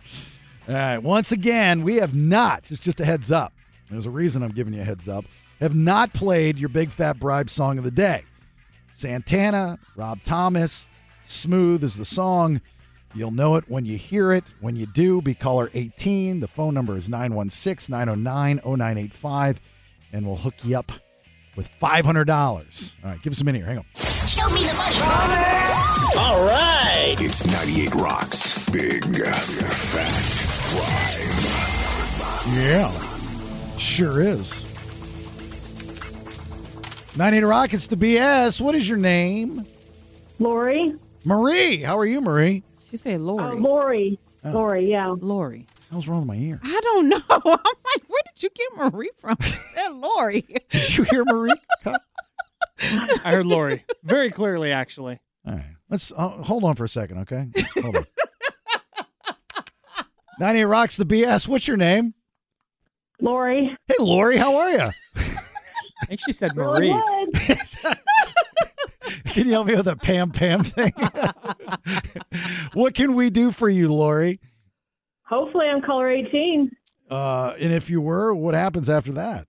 right. Once again, we have not, just, just a heads up. There's a reason I'm giving you a heads up. Have not played your big fat bribe song of the day. Santana, Rob Thomas, Smooth is the song. You'll know it when you hear it. When you do, be caller 18. The phone number is 916 909 0985, and we'll hook you up with $500. All right, give us a minute here. Hang on.
Show me the money. All right.
It's 98 Rocks. Big Fat Ride.
Yeah, sure is. 98 Rockets, the BS. What is your name?
Lori.
Marie, how are you, Marie?
She said Lori.
Oh, Lori. Lori, yeah.
Lori.
Hell's wrong with my ear?
I don't know. I'm like, where did you get Marie from? That Lori.
Did you hear Marie?
I heard Lori very clearly, actually.
All right. Let's uh, hold on for a second, okay? Hold on. 98 Rocks the BS. What's your name?
Lori.
Hey, Lori, how are you?
I think she said Marie.
Can you help me with the Pam Pam thing? what can we do for you, Lori?
Hopefully, I'm color 18.
Uh, and if you were, what happens after that?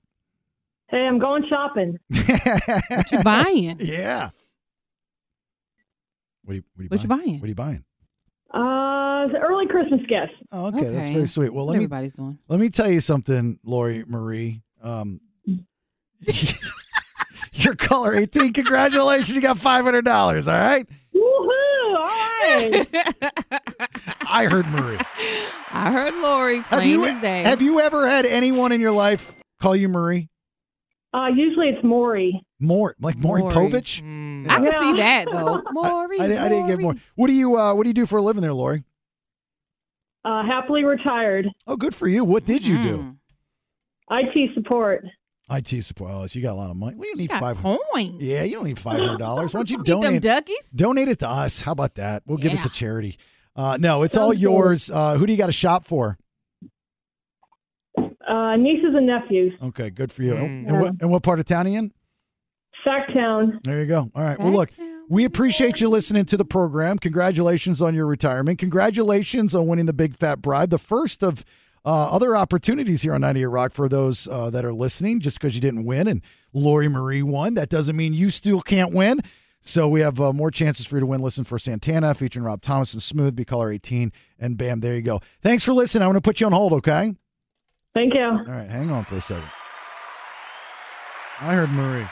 Hey, I'm going shopping.
What you buying?
Yeah. What are you, what are you,
What you
buying?
buying?
What are you buying?
Uh, the early Christmas gift.
Oh, okay, that's very sweet. Well, let me
everybody's doing.
Let me tell you something, Lori Marie. Um, your color 18. Congratulations. You got $500. All right.
Woohoo! All right.
I heard Marie.
I heard Lori.
Have
plain
you,
as day.
have you ever had anyone in your life call you Marie?
Uh, usually it's Maury.
More like Maury
Maury.
Povich?
I can
Yeah.
see that though. Maury.
I, didn't- I didn't get more. What do you uh, What do you do for a living there, Lori?
Uh, happily retired.
Oh, good for you. What did you do?
Mm-hmm.
IT support.
IT support. Oh, so you got a lot of money. What do you need
got
five
coins.
Yeah, you don't need five hundred dollars. Why don't you
Eat them
donate?
duckies?
Donate it to us. How about that? We'll give it to
Yeah.
charity. Uh, no, it's all yours. Uh, who do you got to shop for?
Uh, nieces and nephews.
Okay, good for you. And, and what, and what part of town are you in?
Sacktown.
There you go. All right. Well, look, we appreciate you listening to the program. Congratulations on your retirement. Congratulations on winning the big fat bribe, the first of uh, other opportunities here on 98 Rock for those uh, that are listening. Just because you didn't win and Lori Marie won, that doesn't mean you still can't win. So we have uh, more chances for you to win. Listen for Santana featuring Rob Thomas and Smooth, Be Caller 18, and bam, there you go. Thanks for listening. I'm going to put you on hold, okay?
Thank you.
All right, hang on for a second. I heard Marie.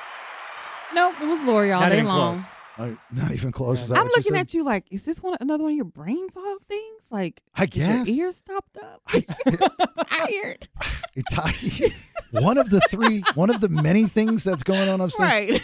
Nope, it was Lori all day long.
I- Oh, not even close. Is that
I'm
what you
looking
said?
at you like, is this one another one of your brain fog things? Like,
I
is your
guess.
ear stopped up. tired.
It's- one of the three, one of the many things that's going on upstairs.
Right.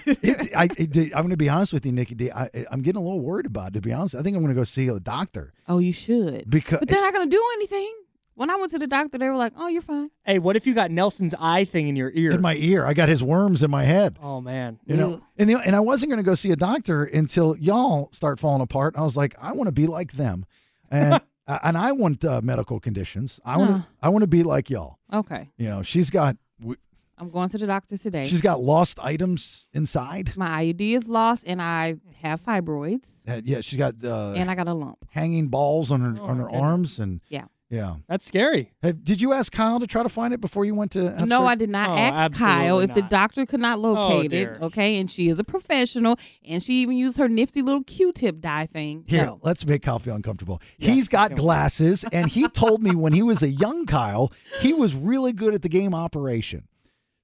It's, I, it, I'm going to be honest with you, Nikki. D. I, I'm getting a little worried about it, to be honest. I think I'm going to go see a doctor.
Oh, you should.
Because
But they're not gonna do anything. When I went to the doctor, they were like, "Oh, you're fine."
Hey, what if you got Nelson's eye thing in your ear?
in my ear, I got his worms in my head.
oh man,
You know, and the, and I wasn't going to go see a doctor until y'all start falling apart. I was like, I want to be like them, and uh, and I want uh, medical conditions. I want to
Huh.
I want to be like y'all.
Okay,
You know, she's got w-
I'm going to the doctor today.
she's got lost items inside.
my IUD is lost, and I have fibroids,
Uh, yeah, she's got uh,
and I got a lump.
hanging balls on her on her arms and
Yeah.
yeah.
that's scary.
Have, did you ask Kyle to try to find it before you went to? have
no,
surgery?
I did not
Oh,
ask Kyle if the doctor could not locate
dear.
it. Okay, and she is a professional, and she even used her nifty little Q-tip dye thing.
Here,
No.
let's make Kyle feel uncomfortable. He's got glasses, and he told me when he was a young Kyle, he was really good at the game operation.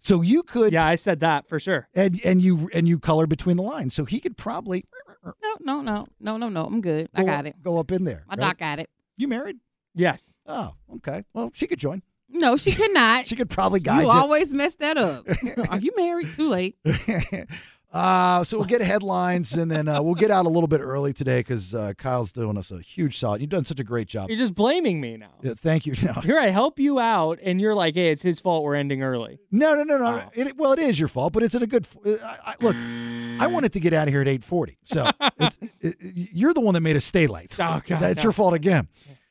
So you could,
Yeah, I said that for sure.
and and you and you color between the lines. So he could probably
no, no, no, no, no, no. I'm good. I
go-
got it.
Go up in there.
My
right?
doc got it.
You married?
Yes.
Oh, okay. Well, she could join.
No, she could not.
She could probably guide
you
you.
always mess that up. Are you married? Too late.
Uh, so we'll get headlines, and then uh, we'll get out a little bit early today because uh, Kyle's doing us a huge solid. You've done such a great job.
You're just blaming me now.
Yeah, thank you. No,
Here I help you out, and you're like, "Hey, it's his fault. We're ending early."
No, no, no, no.
Oh.
It, well, it is your fault, but it's in a good. f- uh, I, I, look, I wanted to get out of here at eight forty, so it's, it, you're the one that made us stay late.
Oh, God,
That's
no.
your fault again.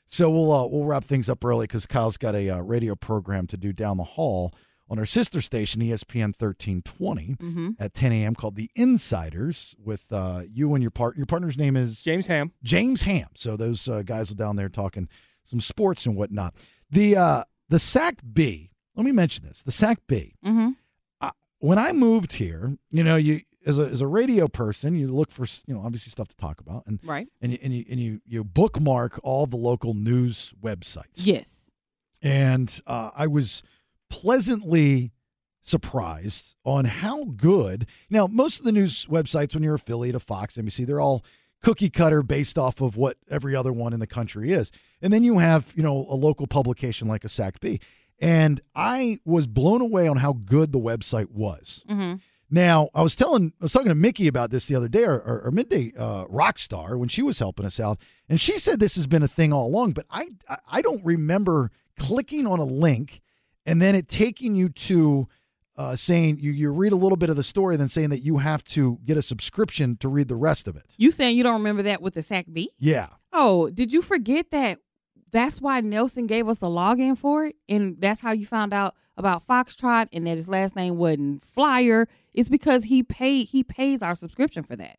So we'll uh, we'll wrap things up early because Kyle's got a uh, radio program to do down the hall on her sister station, E ESPN thirteen
Mhm.
Mm-hmm.
at ten a.m. called the Insiders with uh, you and your part. Your partner's name is
James Ham.
James Ham. So those uh, guys are down there talking some sports and whatnot. The uh, the SAC B. Let me mention this. The SAC B
Mm-hmm.
when I moved here, you know, you as a as a radio person, you look for you know obviously stuff to talk about, and
Right.
and you, and you and you you bookmark all the local news websites.
Yes.
and uh, I was pleasantly surprised on how good. Now, most of the news websites, when you're affiliate of Fox, NBC, they're all cookie cutter based off of what every other one in the country is, and then you have you know a local publication like a SAC B, and I was blown away on how good the website was.
Mm-hmm.
Now, I was telling, I was talking to Mickey about this the other day, our, our, our midday uh, rock star, when she was helping us out, and she said this has been a thing all along. But I, I- I don't remember clicking on a link and then it taking you to uh, saying you, you read a little bit of the story, then saying that you have to get a subscription to read the rest of it.
You saying you don't remember that with the sack B?
Yeah.
Oh, did you forget that? That's why Nelson gave us a login for it, and that's how you found out about Foxtrot and that his last name wasn't Flyer. It's because he paid. He pays our subscription for that.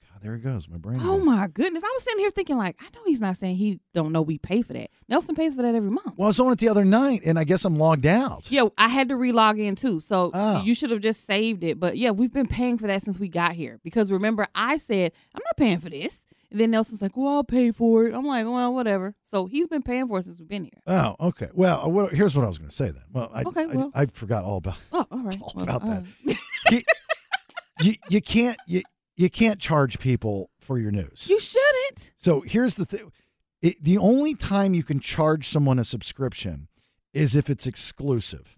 God, Ah, there it goes. My brain.
Oh my goodness! I was sitting here thinking like, I know he's not saying he don't know we pay for that. Nelson pays for that every month.
Well, I was on it the other night, and I guess I'm logged out.
Yeah, I had to relog in too. So
Oh.
you should have just saved it. But yeah, we've been paying for that since we got here. Because remember, I said, I'm not paying for this. And then Nelson's like, well, I'll pay for it. I'm like, well, whatever. So he's been paying for it since we've been here.
Oh, okay. Well, uh, what, here's what I was going to say then. Well, I,
Okay,
I-
well.
I, forgot all um, about
Oh, all right. Well,
about
all
that.
right.
you, you can't you you can't charge people for your news.
You shouldn't.
So here's the thing: It- the only time you can charge someone a subscription is if it's exclusive.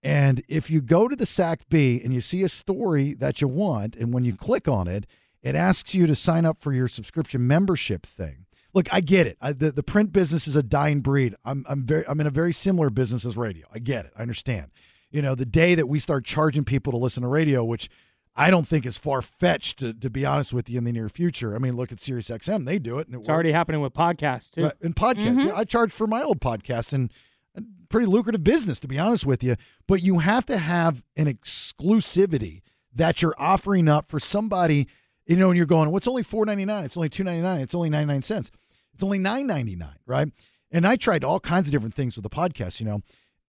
And if you go to the SAC B and you see a story that you want, and when you
Mm-hmm.
click on it, it asks you to sign up for your subscription membership thing. Look, I get it. I, the, the print business is a dying breed. I'm, I'm very I'm in a very similar business as radio. I get it. I understand. You know, the day that we start charging people to listen to radio, which I don't think is far fetched to, to be honest with you in the near future. I mean, look at Sirius XM. They do it and it
It's already
works.
happening with podcasts too. Mm-hmm.
Right, And podcasts. Yeah, I charge for my old podcasts and a pretty lucrative business, to be honest with you. But you have to have an exclusivity that you're offering up for somebody, you know, and you're going, what's only four ninety nine? It's only two ninety nine, it's only ninety nine cents. It's only nine ninety nine, right? And I tried all kinds of different things with the podcast, you know.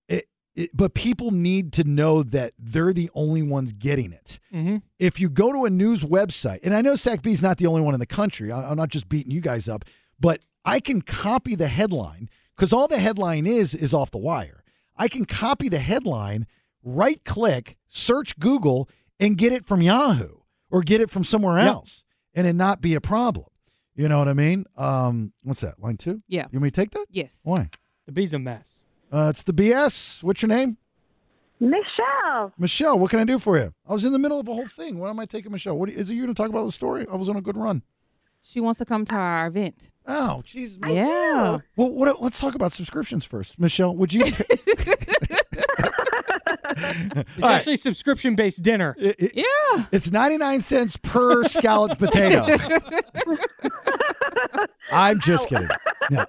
It, it, but people need to know that they're the only ones getting it
Mm-hmm.
if you go to a news website, and I know SACB is not the only one in the country, I- I'm not just beating you guys up, but I can copy the headline because all the headline is is off the wire. I can copy the headline, right click, search Google, and get it from Yahoo or get it from somewhere else, and it not be a problem. You know what I mean? Um, what's that? Line two?
Yeah.
You want me to take that?
Yes.
Why?
The bee's a mess.
Uh, it's the BS. What's your name?
Michelle.
Michelle, what can I do for you? I was in the middle of a whole thing. Why am I taking Michelle? What is it? You going to talk about the story? I was on a good run.
She wants to come to our event.
Oh, jeez.
I Yeah.
Well, what, let's talk about subscriptions first. Michelle, would you?
It's actually subscription based dinner.
yeah.
It's 99 cents per scalloped potato. I'm just kidding. No.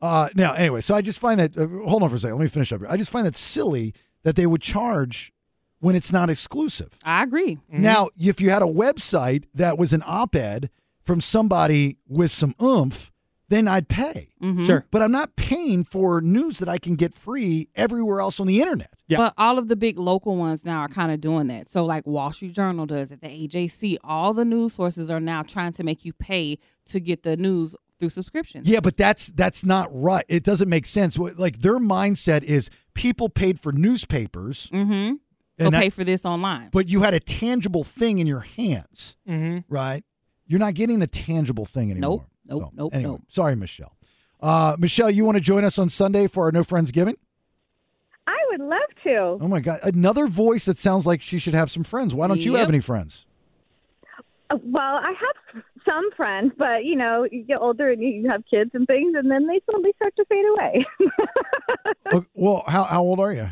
Uh, now, anyway, so I just find that, uh, hold on for a second. Let me finish up here. I just find that silly that they would charge when it's not exclusive.
I agree.
Now, if you had a website that was an op ed from somebody with some oomph, then I'd pay.
Mhm. Sure.
But I'm not paying for news that I can get free everywhere else on the internet.
But all of the big local ones now are kind of doing that. So like Wall Street Journal does it, the AJC, all the news sources are now trying to make you pay to get the news through subscriptions.
Yeah, but that's that's not right. It doesn't make sense. What- Like their mindset is people paid for newspapers,
Mm-hmm. So
And
pay
that-
for this online.
but you had a tangible thing in your hands,
Mm-hmm.
right? You're not getting a tangible thing anymore.
Nope, nope, nope,
Anyway,
nope.
sorry, Michelle. Uh, Michelle, you want to join us on Sunday for our No Friends Giving?
I would love to.
Oh my God! Another voice that sounds like she should have some friends. Why don't you
Yep.
have any friends?
Uh, Well, I have some friends, but you know, you get older and you- you have kids and things, and then they slowly start to fade away.
Oh, well, how how old are you?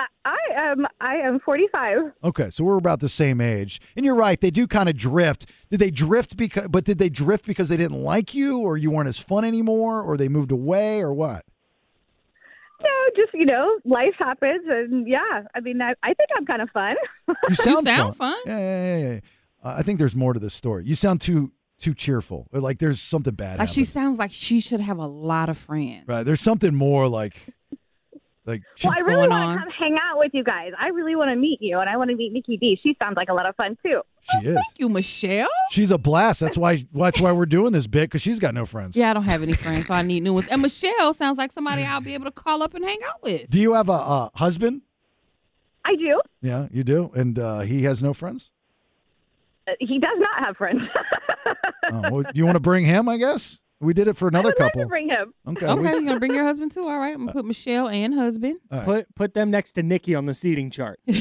I, I am I am 45.
Okay, so we're about the same age, and you're right. They do kind of drift. Did they drift because? But did they drift because they didn't like you, or you weren't as fun anymore, or they moved away, or what?
No, just you know, life happens, and yeah, I mean, I, I think I'm kind of fun.
You sound, fun. Yeah, yeah, yeah. yeah. Uh, I think there's more to this story. You sound too too cheerful. Or Like there's something bad.
Like she
happening.
sounds like she should have a lot of friends.
right. There's something more like like.
well, I really
going
want
on.
to come hang out with you guys. I really want to meet you, and I want to meet Nikki D. She sounds like a lot of fun too.
She is. Thank
you, Michelle.
She's a blast. That's why. That's why we're doing this bit because she's got no friends.
Yeah, I don't have any friends, so I need new ones. And Michelle sounds like somebody I'll be able to call up and hang out with.
Do you have a uh, husband?
I do.
Yeah, you do, and uh, he has no friends.
Uh, He does not have friends.
Oh, well, you want to bring him? I guess we did it for another
I'd love
couple.
to bring him.
Okay.
Okay,
we-
you're gonna bring your husband too. All right, I'm gonna put Michelle and husband.
All right.
Put put them next to Nikki on the seating chart.
and,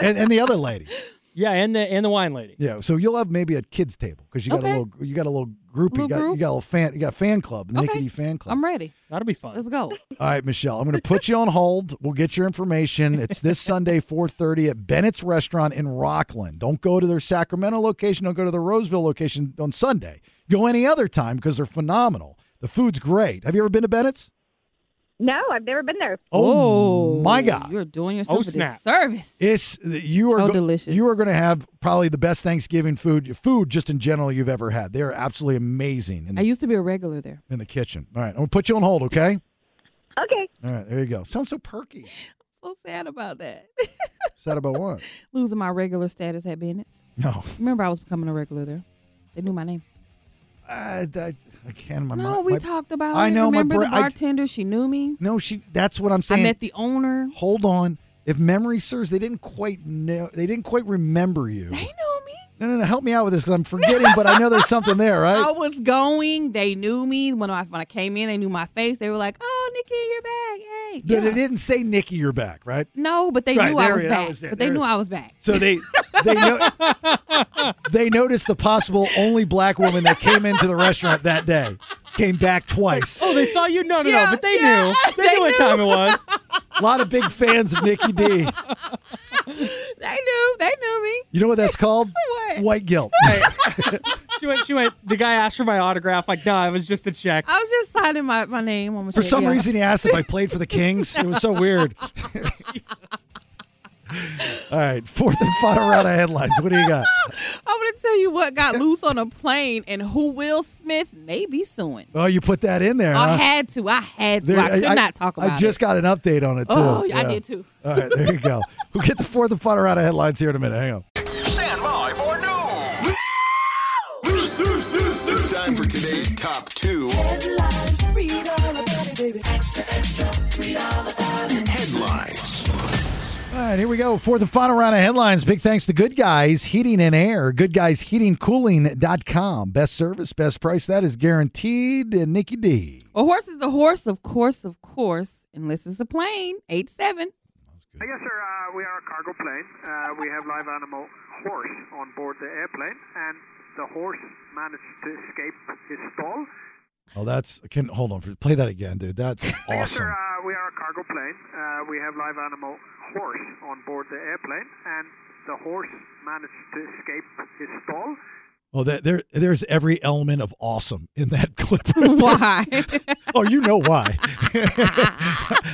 and the other lady.
Yeah, and the and the wine lady.
Yeah, so you'll have maybe a kids table because you got
Okay.
a little you got a little group, you
Little
got you
group.
got a little fan you got a fan club, the Nicky D fan club.
I'm ready.
That'll be fun.
Let's go.
All right, Michelle, I'm going to put you on hold. We'll get your information. It's this Sunday, 4:30 at Bennett's Restaurant in Rockland. Don't go to their Sacramento location. Don't go to their Roseville location on Sunday. Go any other time because they're phenomenal. The food's great. Have you ever been to Bennett's?
No, I've never been there.
Oh, my God!
You're doing yourself
Oh,
a
snap.
disservice.
It's you are
So
go-
delicious.
You are going to have probably the best Thanksgiving food, food just in general you've ever had. They are absolutely amazing in
I
the,
used to be a regular there.
in the kitchen. All right, I'm gonna put you on hold. Okay.
Okay.
All right, there you go. Sounds so perky.
So sad about that.
Sad about what?
Losing my regular status at Bennett's.
No,
Remember, I was becoming a regular there. They knew my name.
I, I, I can't. My
no,
mi-
we
my-
talked about
I
it.
know
Remember
my
the
bra- I-
bartender? she knew me.
No, she. That's what I'm saying.
met the owner.
Hold on. If memory serves, they didn't quite know. They didn't quite remember you. They know me. No, no, no. Help me out with this because I'm forgetting, but I know there's something there, right?
I was going. They knew me. When I, when I came in, they knew my face. They were like, oh, Nikki, you're back. Hey.
But it didn't say Nikki, you're back, right?
No, but they
Right,
knew I
there
was
it- that
back.
was it.
but they
There
knew
it-
I was back.
So they they know they noticed the possible only black woman that came into the restaurant that day came back twice.
Oh, they saw you? No, no, no. But they knew. They,
they
knew what
knew.
time it was.
A lot of big fans of Nikki D.
They knew. They knew me.
You know what that's called? White guilt.
She went. She went. The guy asked for my autograph. Like, no, nah, it was just a check.
I was just signing my, my name on my
For
check,
some
yeah.
reason, he asked if I played for the Kings. It was so weird. All right, fourth and final round of headlines. What do you got?
I want to tell you what got loose on a plane and who Will Smith may be suing.
Oh, you put that in there.
I
huh?
had to. I had to.
There-
I could not talk about
I just
it.
got an update on it too.
Oh, I did too.
All right, there you go. We'll get the fourth and final round of headlines here in a minute. Hang on.
Stand by for news.
It's time for today's top two headlines.
All right, here we go. For the final round of headlines, big thanks to Good Guys Heating and Air, goodguysheatingcooling.com. Best service, best price, that is guaranteed. And Nikki D.
A horse is a horse, of course, of course, unless it's a plane. Eight seven.
Uh, Yes, sir. Uh, we are a cargo plane. Uh, we have live animal horse on board the airplane, and the horse managed to escape his Uh, stall.
Oh, that's, can hold on, for play that again, dude. That's
Uh, Yes, sir.
awesome.
Uh, we are a cargo plane. Uh, we have live animal horse on board the airplane, and the horse managed to escape his stall.
Oh, that, there, there's every element of awesome in that clip. right
there.
oh, you know why.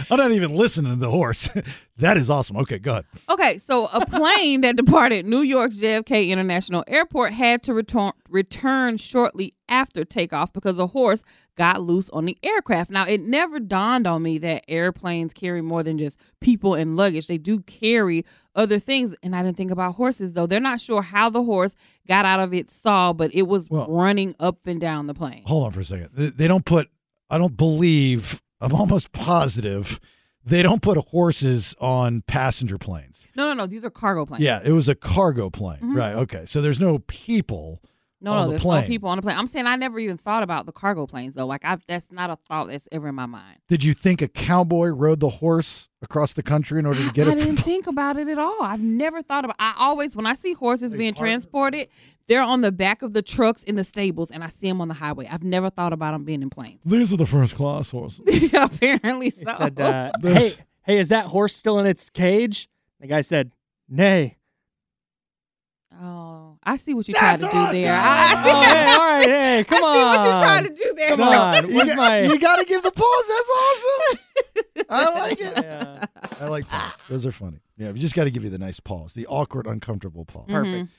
I'm not even listening to the horse. That is awesome. Okay, go ahead.
Okay, so a plane that departed New York's JFK International Airport had to return return shortly after takeoff because a horse got loose on the aircraft. Now, it never dawned on me that airplanes carry more than just people and luggage. They do carry other things, and I didn't think about horses though. They're not sure how the horse got out of its stall, but it was running up and down the plane.
hold on for a second. They they don't put. I don't believe. I'm almost positive they don't put horses on passenger planes.
No, no, no. These are cargo planes.
Yeah, it was a cargo plane,
Mhm.
right? Okay, so there's no people
No,
on
no,
the
there's
plane.
no people on the plane. I'm saying I never even thought about the cargo planes though. Like I, that's not a thought that's ever in my mind.
Did you think a cowboy rode the horse across the country in order to get
I
it?
didn't think about it at all. I've never thought about. I always when I see horses being transported, they're on the back of the trucks in the stables, and I see them on the highway. I've never thought about them being in planes.
These are the first class horses.
Apparently, so.
Said, uh, hey, hey, is that horse still in its cage? The guy said, nay.
Oh, I see what you tried to do there. I, I see.
Oh, hey, all right, hey, come
I
on.
see what you tried to do there.
Come on,
You
where's
got-
my?
you got to give the pause. That's awesome. I like it. I like those. Those are funny. Yeah, we just got to give you the nice pause, the awkward, uncomfortable pause.
Perfect. Mhm.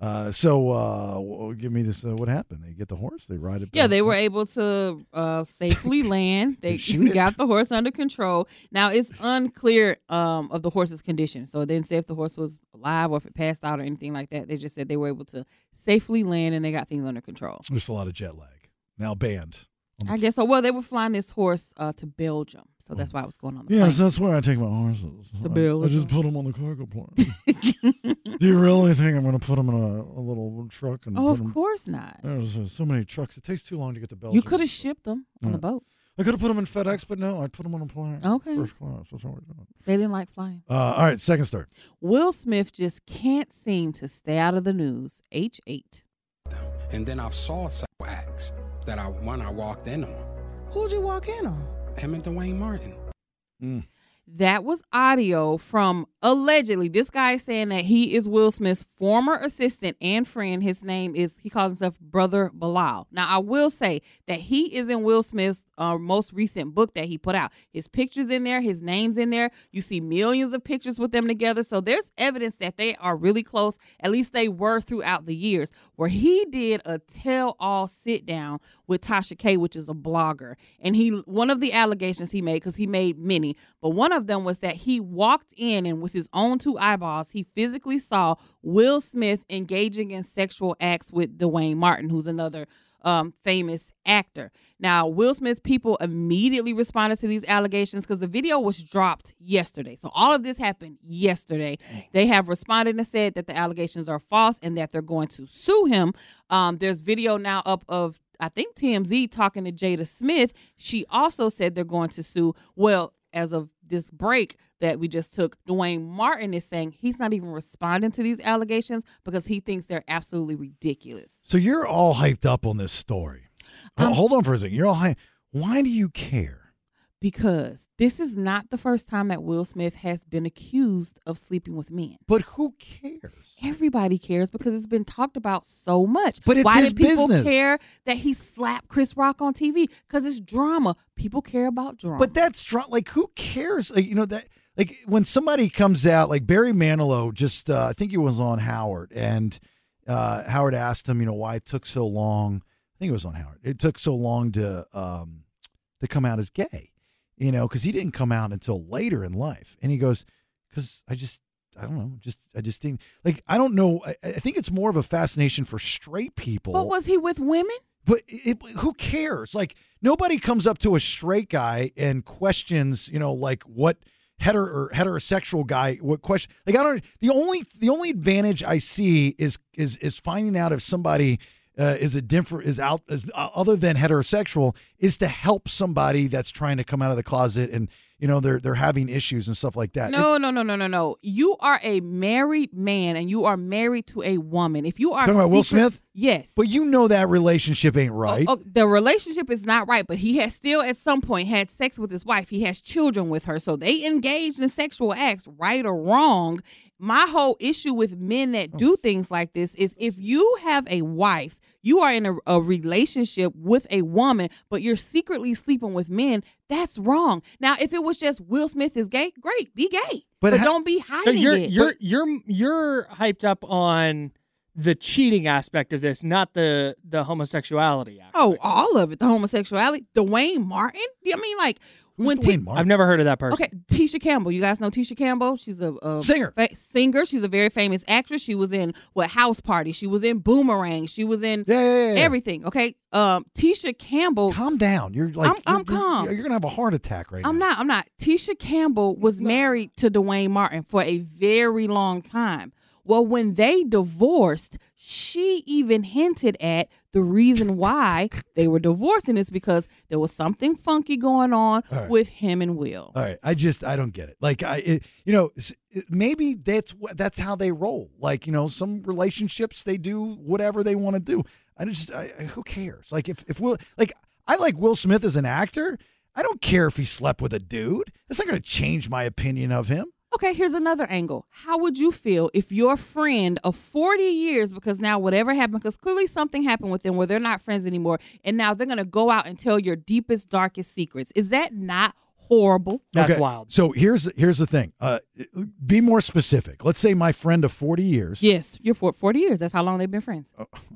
Uh, so, uh, w- give me this. Uh, what happened? They get the horse. They ride it.
Yeah,
back.
they were able to uh, safely land. They got the horse under control. Now it's unclear um, of the horse's condition, so it didn't say if the horse was alive or if it passed out or anything like that. They just said they were able to safely land and they got things under control.
There's a lot of jet lag now. Banned.
I guess so. Well, they were flying this horse uh, to Belgium, so that's why it was going on. The
Yes,
plane.
Mm. that's where I take my horses.
The
I- I,
Belgium.
just put them on the cargo plane. Do you really think I'm going to put them in a, a little truck? And
Oh,
put
of
'em-
course not.
There's uh, so many trucks. It takes too long to get to Belgium.
You could have shipped them on
Yeah.
the boat.
I could have put them in FedEx, but no, I put them on a plane.
Okay.
First class. That's how we're doing.
They didn't like flying.
Uh, all right, second story.
Will Smith just can't seem to stay out of the news. H8.
And then I saw several acts that I one I walked in on.
Who'd you walk in on? Mm-hmm.
Him and Dwayne Martin.
That was audio from allegedly this guy is saying that he is Will Smith's former assistant and friend. His name is, he calls himself Brother Bilal. Now, I will say that he is in Will Smith's uh, most recent book that he put out. His picture's in there, his name's in there. You see millions of pictures with them together. So there's evidence that they are really close. At least they were throughout the years, where he did a tell all sit down with Tasha K, which is a blogger. And he one of the allegations he made, because he made many, but one of them was that he walked in and with his own two eyeballs, he physically saw Will Smith engaging in sexual acts with Dwayne Martin, who's another um, famous actor. Now, Will Smith's people immediately responded to these allegations because the video was dropped yesterday. So all of this happened yesterday. They have responded and said that the allegations are false and that they're going to sue him. Um, there's video now up of I think TMZ talking to Jada Smith. She also said they're going to sue. Well, as of this break that we just took, Dwayne Martin is saying he's not even responding to these allegations because he thinks they're absolutely ridiculous.
So you're all hyped up on this story. Ho- Hold on for a second. You're all hyped. Why do you care?
Because this is not the first time that Will Smith has been accused of sleeping with men.
But who cares?
Everybody cares because it's been talked about so much.
But it's
Why
his
do people
business.
care that he slapped Chris Rock on TV? Because it's drama. People care about drama.
But that's drunk. Like, who cares? Like, you know that. Like when somebody comes out, like Barry Manilow, just uh, I think he was on Howard, and uh, Howard asked him, you know, why it took so long. I think it was on Howard. It took so long to um, to come out as gay, you know, because he didn't come out until later in life. And he goes, because I just, I don't know, just I just didn't like. I don't know. I, I think it's more of a fascination for straight people.
But was he with women?
But it, it- who cares? Like nobody comes up to a straight guy and questions, you know, like what heter or heterosexual guy what question like I don't the only the only advantage I see is is is finding out if somebody uh, is a different is out is uh, other than heterosexual is to help somebody that's trying to come out of the closet and you know they're they're having issues and stuff like that.
No, no, no, no, no, no. You are a married man and you are married to a woman. If you are
Talking about Will
secret-
Smith?
Yes.
But you know that relationship ain't right.
Oh, the relationship is not right, but he has still at some point had sex with his wife. He has children with her. So they engaged in sexual acts, right or wrong. My whole issue with men that do things like this is if you have a wife, you are in a, a relationship with a woman, but you're secretly sleeping with men, that's wrong. Now, if it was just Will Smith is gay, great, be gay. But,
ha-
don't be
So
hiding
you're
it.
you're you're you're hyped up on the cheating aspect of this, not the the homosexuality. Aspect.
Oh, all of it. The homosexuality. Dwayne Martin. I mean, like when T-
I've never heard of that person.
Okay, Tisha Campbell. You guys know Tisha Campbell. She's a, a
Singer.
fa- singer. She's a very famous actress. She was in what House Party. She was in Boomerang. She was in everything. Okay, um, Tisha Campbell.
Calm down. You're like
I'm,
you're- you're-
calm.
You're, gonna have a heart attack right
I'm
now.
not. I'm not. Tisha Campbell was married to Dwayne Martin for a very long time. Well, when they divorced, she even hinted at the reason why they were divorcing is because there was something funky going on
All right.
with him and Will.
All right, I just I don't get it. Like I, it, you know, s- it- maybe that's what that's how they roll. Like you know, some relationships they do whatever they want to do. I just I, I- who cares? Like if if Will like I like Will Smith as an actor. I don't care if he slept with a dude. That's not going to change my opinion of him.
Okay, here's another angle. How would you feel if your friend of 40 years, because now whatever happened, because clearly something happened with them where they're not friends anymore, and now they're going to go out and tell your deepest, darkest secrets? Is that not horrible?
Okay, So here's here's the thing. Uh, be more specific. Let's say my friend of forty years.
Yes, you're for 40 years. That's how long they've been friends.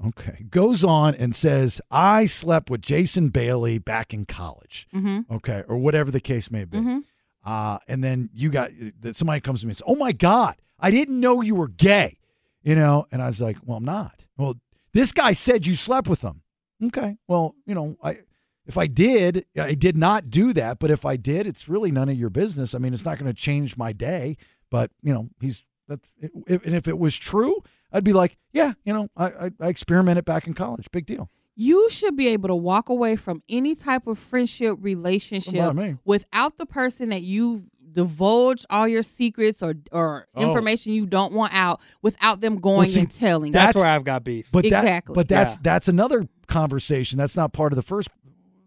Okay. Goes on and says, I slept with Jason Bailey back in college.
Mhm.
Okay. Or whatever the case may be.
Mhm.
Uh, and then you got that somebody comes to me and says, Oh my God, I didn't know you were gay. You know, and I was like, Well, I'm not. Well, this guy said you slept with him. Okay. Well, you know, I if I did, I did not do that, but if I did, it's really none of your business. I mean, it's not going to change my day, but you know, he's that if, and if it was true, I'd be like, yeah, you know, I, I I experimented back in college. Big deal.
You should be able to walk away from any type of friendship relationship
me.
without the person that you've divulged all your secrets or or
Oh.
information you don't want out without them going
Well, see,
and telling.
But that-
exactly.
but that's that's another conversation. That's not part of the first.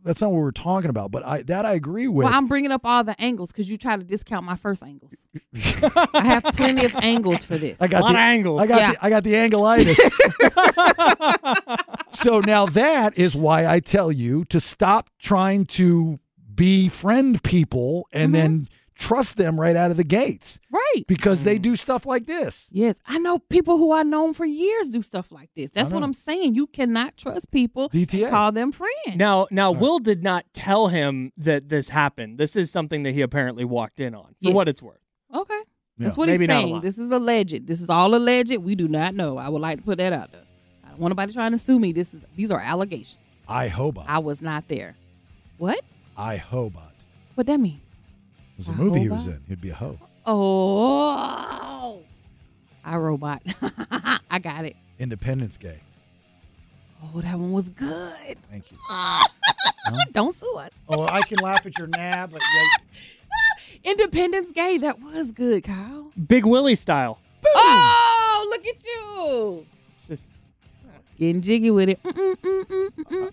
That's not what we're talking about. But I that I agree with.
Well, I'm bringing up all the angles because you try to discount my first angles. I have plenty of angles for this.
I got the, I got
Yeah.
the, I got the angleitis. so now that is why I tell you to stop trying to befriend people and then
Mm-hmm.
trust them right out of the gates.
Right.
Because they do stuff like this.
Yes, I know people who I've known for years do stuff like this. That's
I
what
know.
I'm saying. You cannot trust people.
DTA.
Call them friends.
Now, now Will did not tell him that this happened. This is something that he apparently walked in on, for what
Yes.
it's worth.
Okay.
Yeah.
That's what
Maybe
he's
not a
saying.
lot.
This is alleged. This is all alleged. We do not know. I would like to put that out there. I don't want nobody trying to sue me. This is these are allegations.
I Hobot.
I was not there. What?
I Hobot.
What that mean?
It was a
I
movie he was
Hobot?
in. He'd be a hoe.
Oh, I robot. I got it.
Independence Gay.
Oh, that one was good.
Thank you.
Don't sue us.
Oh, I can laugh at your nab, but yeah.
Independence Gay. That was good, Kyle.
Big Willie style.
Oh, look at you.
Just
getting jiggy with it.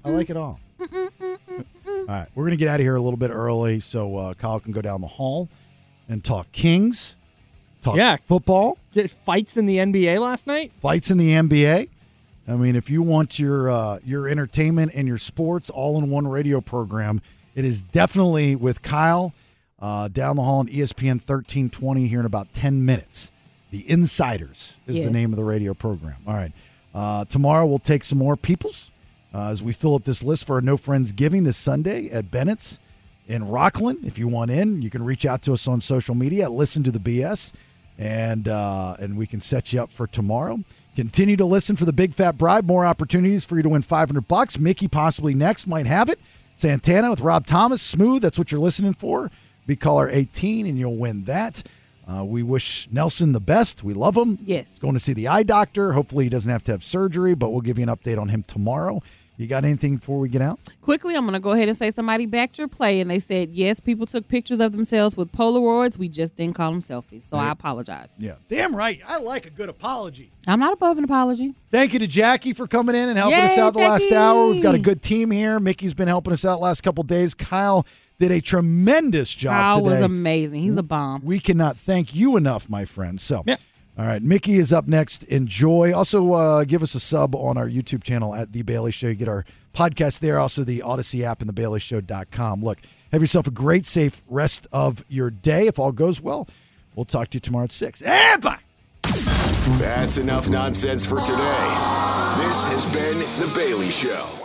I like it all. All right, we're gonna get out of here a little bit early so uh, Kyle can go down the hall and talk Kings, talk
Yeah.
football,
Did fights in the NBA last night?
fights in the NBA. I mean, if you want your uh, your entertainment and your sports all in one radio program, it is definitely with Kyle uh, down the hall on ESPN thirteen twenty here in about ten minutes. The Insiders is the
Yes.
name of the radio program. All right, uh, tomorrow we'll take some more peoples uh, as we fill up this list for our No Friends Giving this Sunday at Bennett's in Rockland. If you want in, you can reach out to us on social media. at Listen to the BS, and uh, and we can set you up for tomorrow. Continue to listen for the Big Fat Bribe. More opportunities for you to win 500 bucks. Mickey possibly next might have it. Santana with Rob Thomas, smooth. That's what you're listening for. Be caller 18, and you'll win that. Uh, we wish Nelson the best. We love him.
Yes.
He's going to see the eye doctor. Hopefully, he doesn't have to have surgery, but we'll give you an update on him tomorrow. You got anything before we get out?
Quickly, I'm going to go ahead and say somebody backed your play, and they said, yes, people took pictures of themselves with Polaroids. We just didn't call them selfies. So I apologize.
Yeah. Damn right. I like a good apology.
I'm not above an apology.
Thank you to Jackie for coming in and helping
Yay,
us out the last
Jackie.
hour. We've got a good team here. Mickey's been helping us out last couple days. Kyle did a tremendous job
Kyle was
today.
amazing. He's a bomb.
We cannot thank you enough, my friend. So, all right, Mickey is up next. Enjoy. Also, uh, give us a sub on our YouTube channel at The Bailey Show. You get our podcast there, also the Odyssey app and thebaileyshow.com. Look, have yourself a great, safe rest of your day. If all goes well, we'll talk to you tomorrow at 6. And bye.
That's enough nonsense for today. This has been The Bailey Show.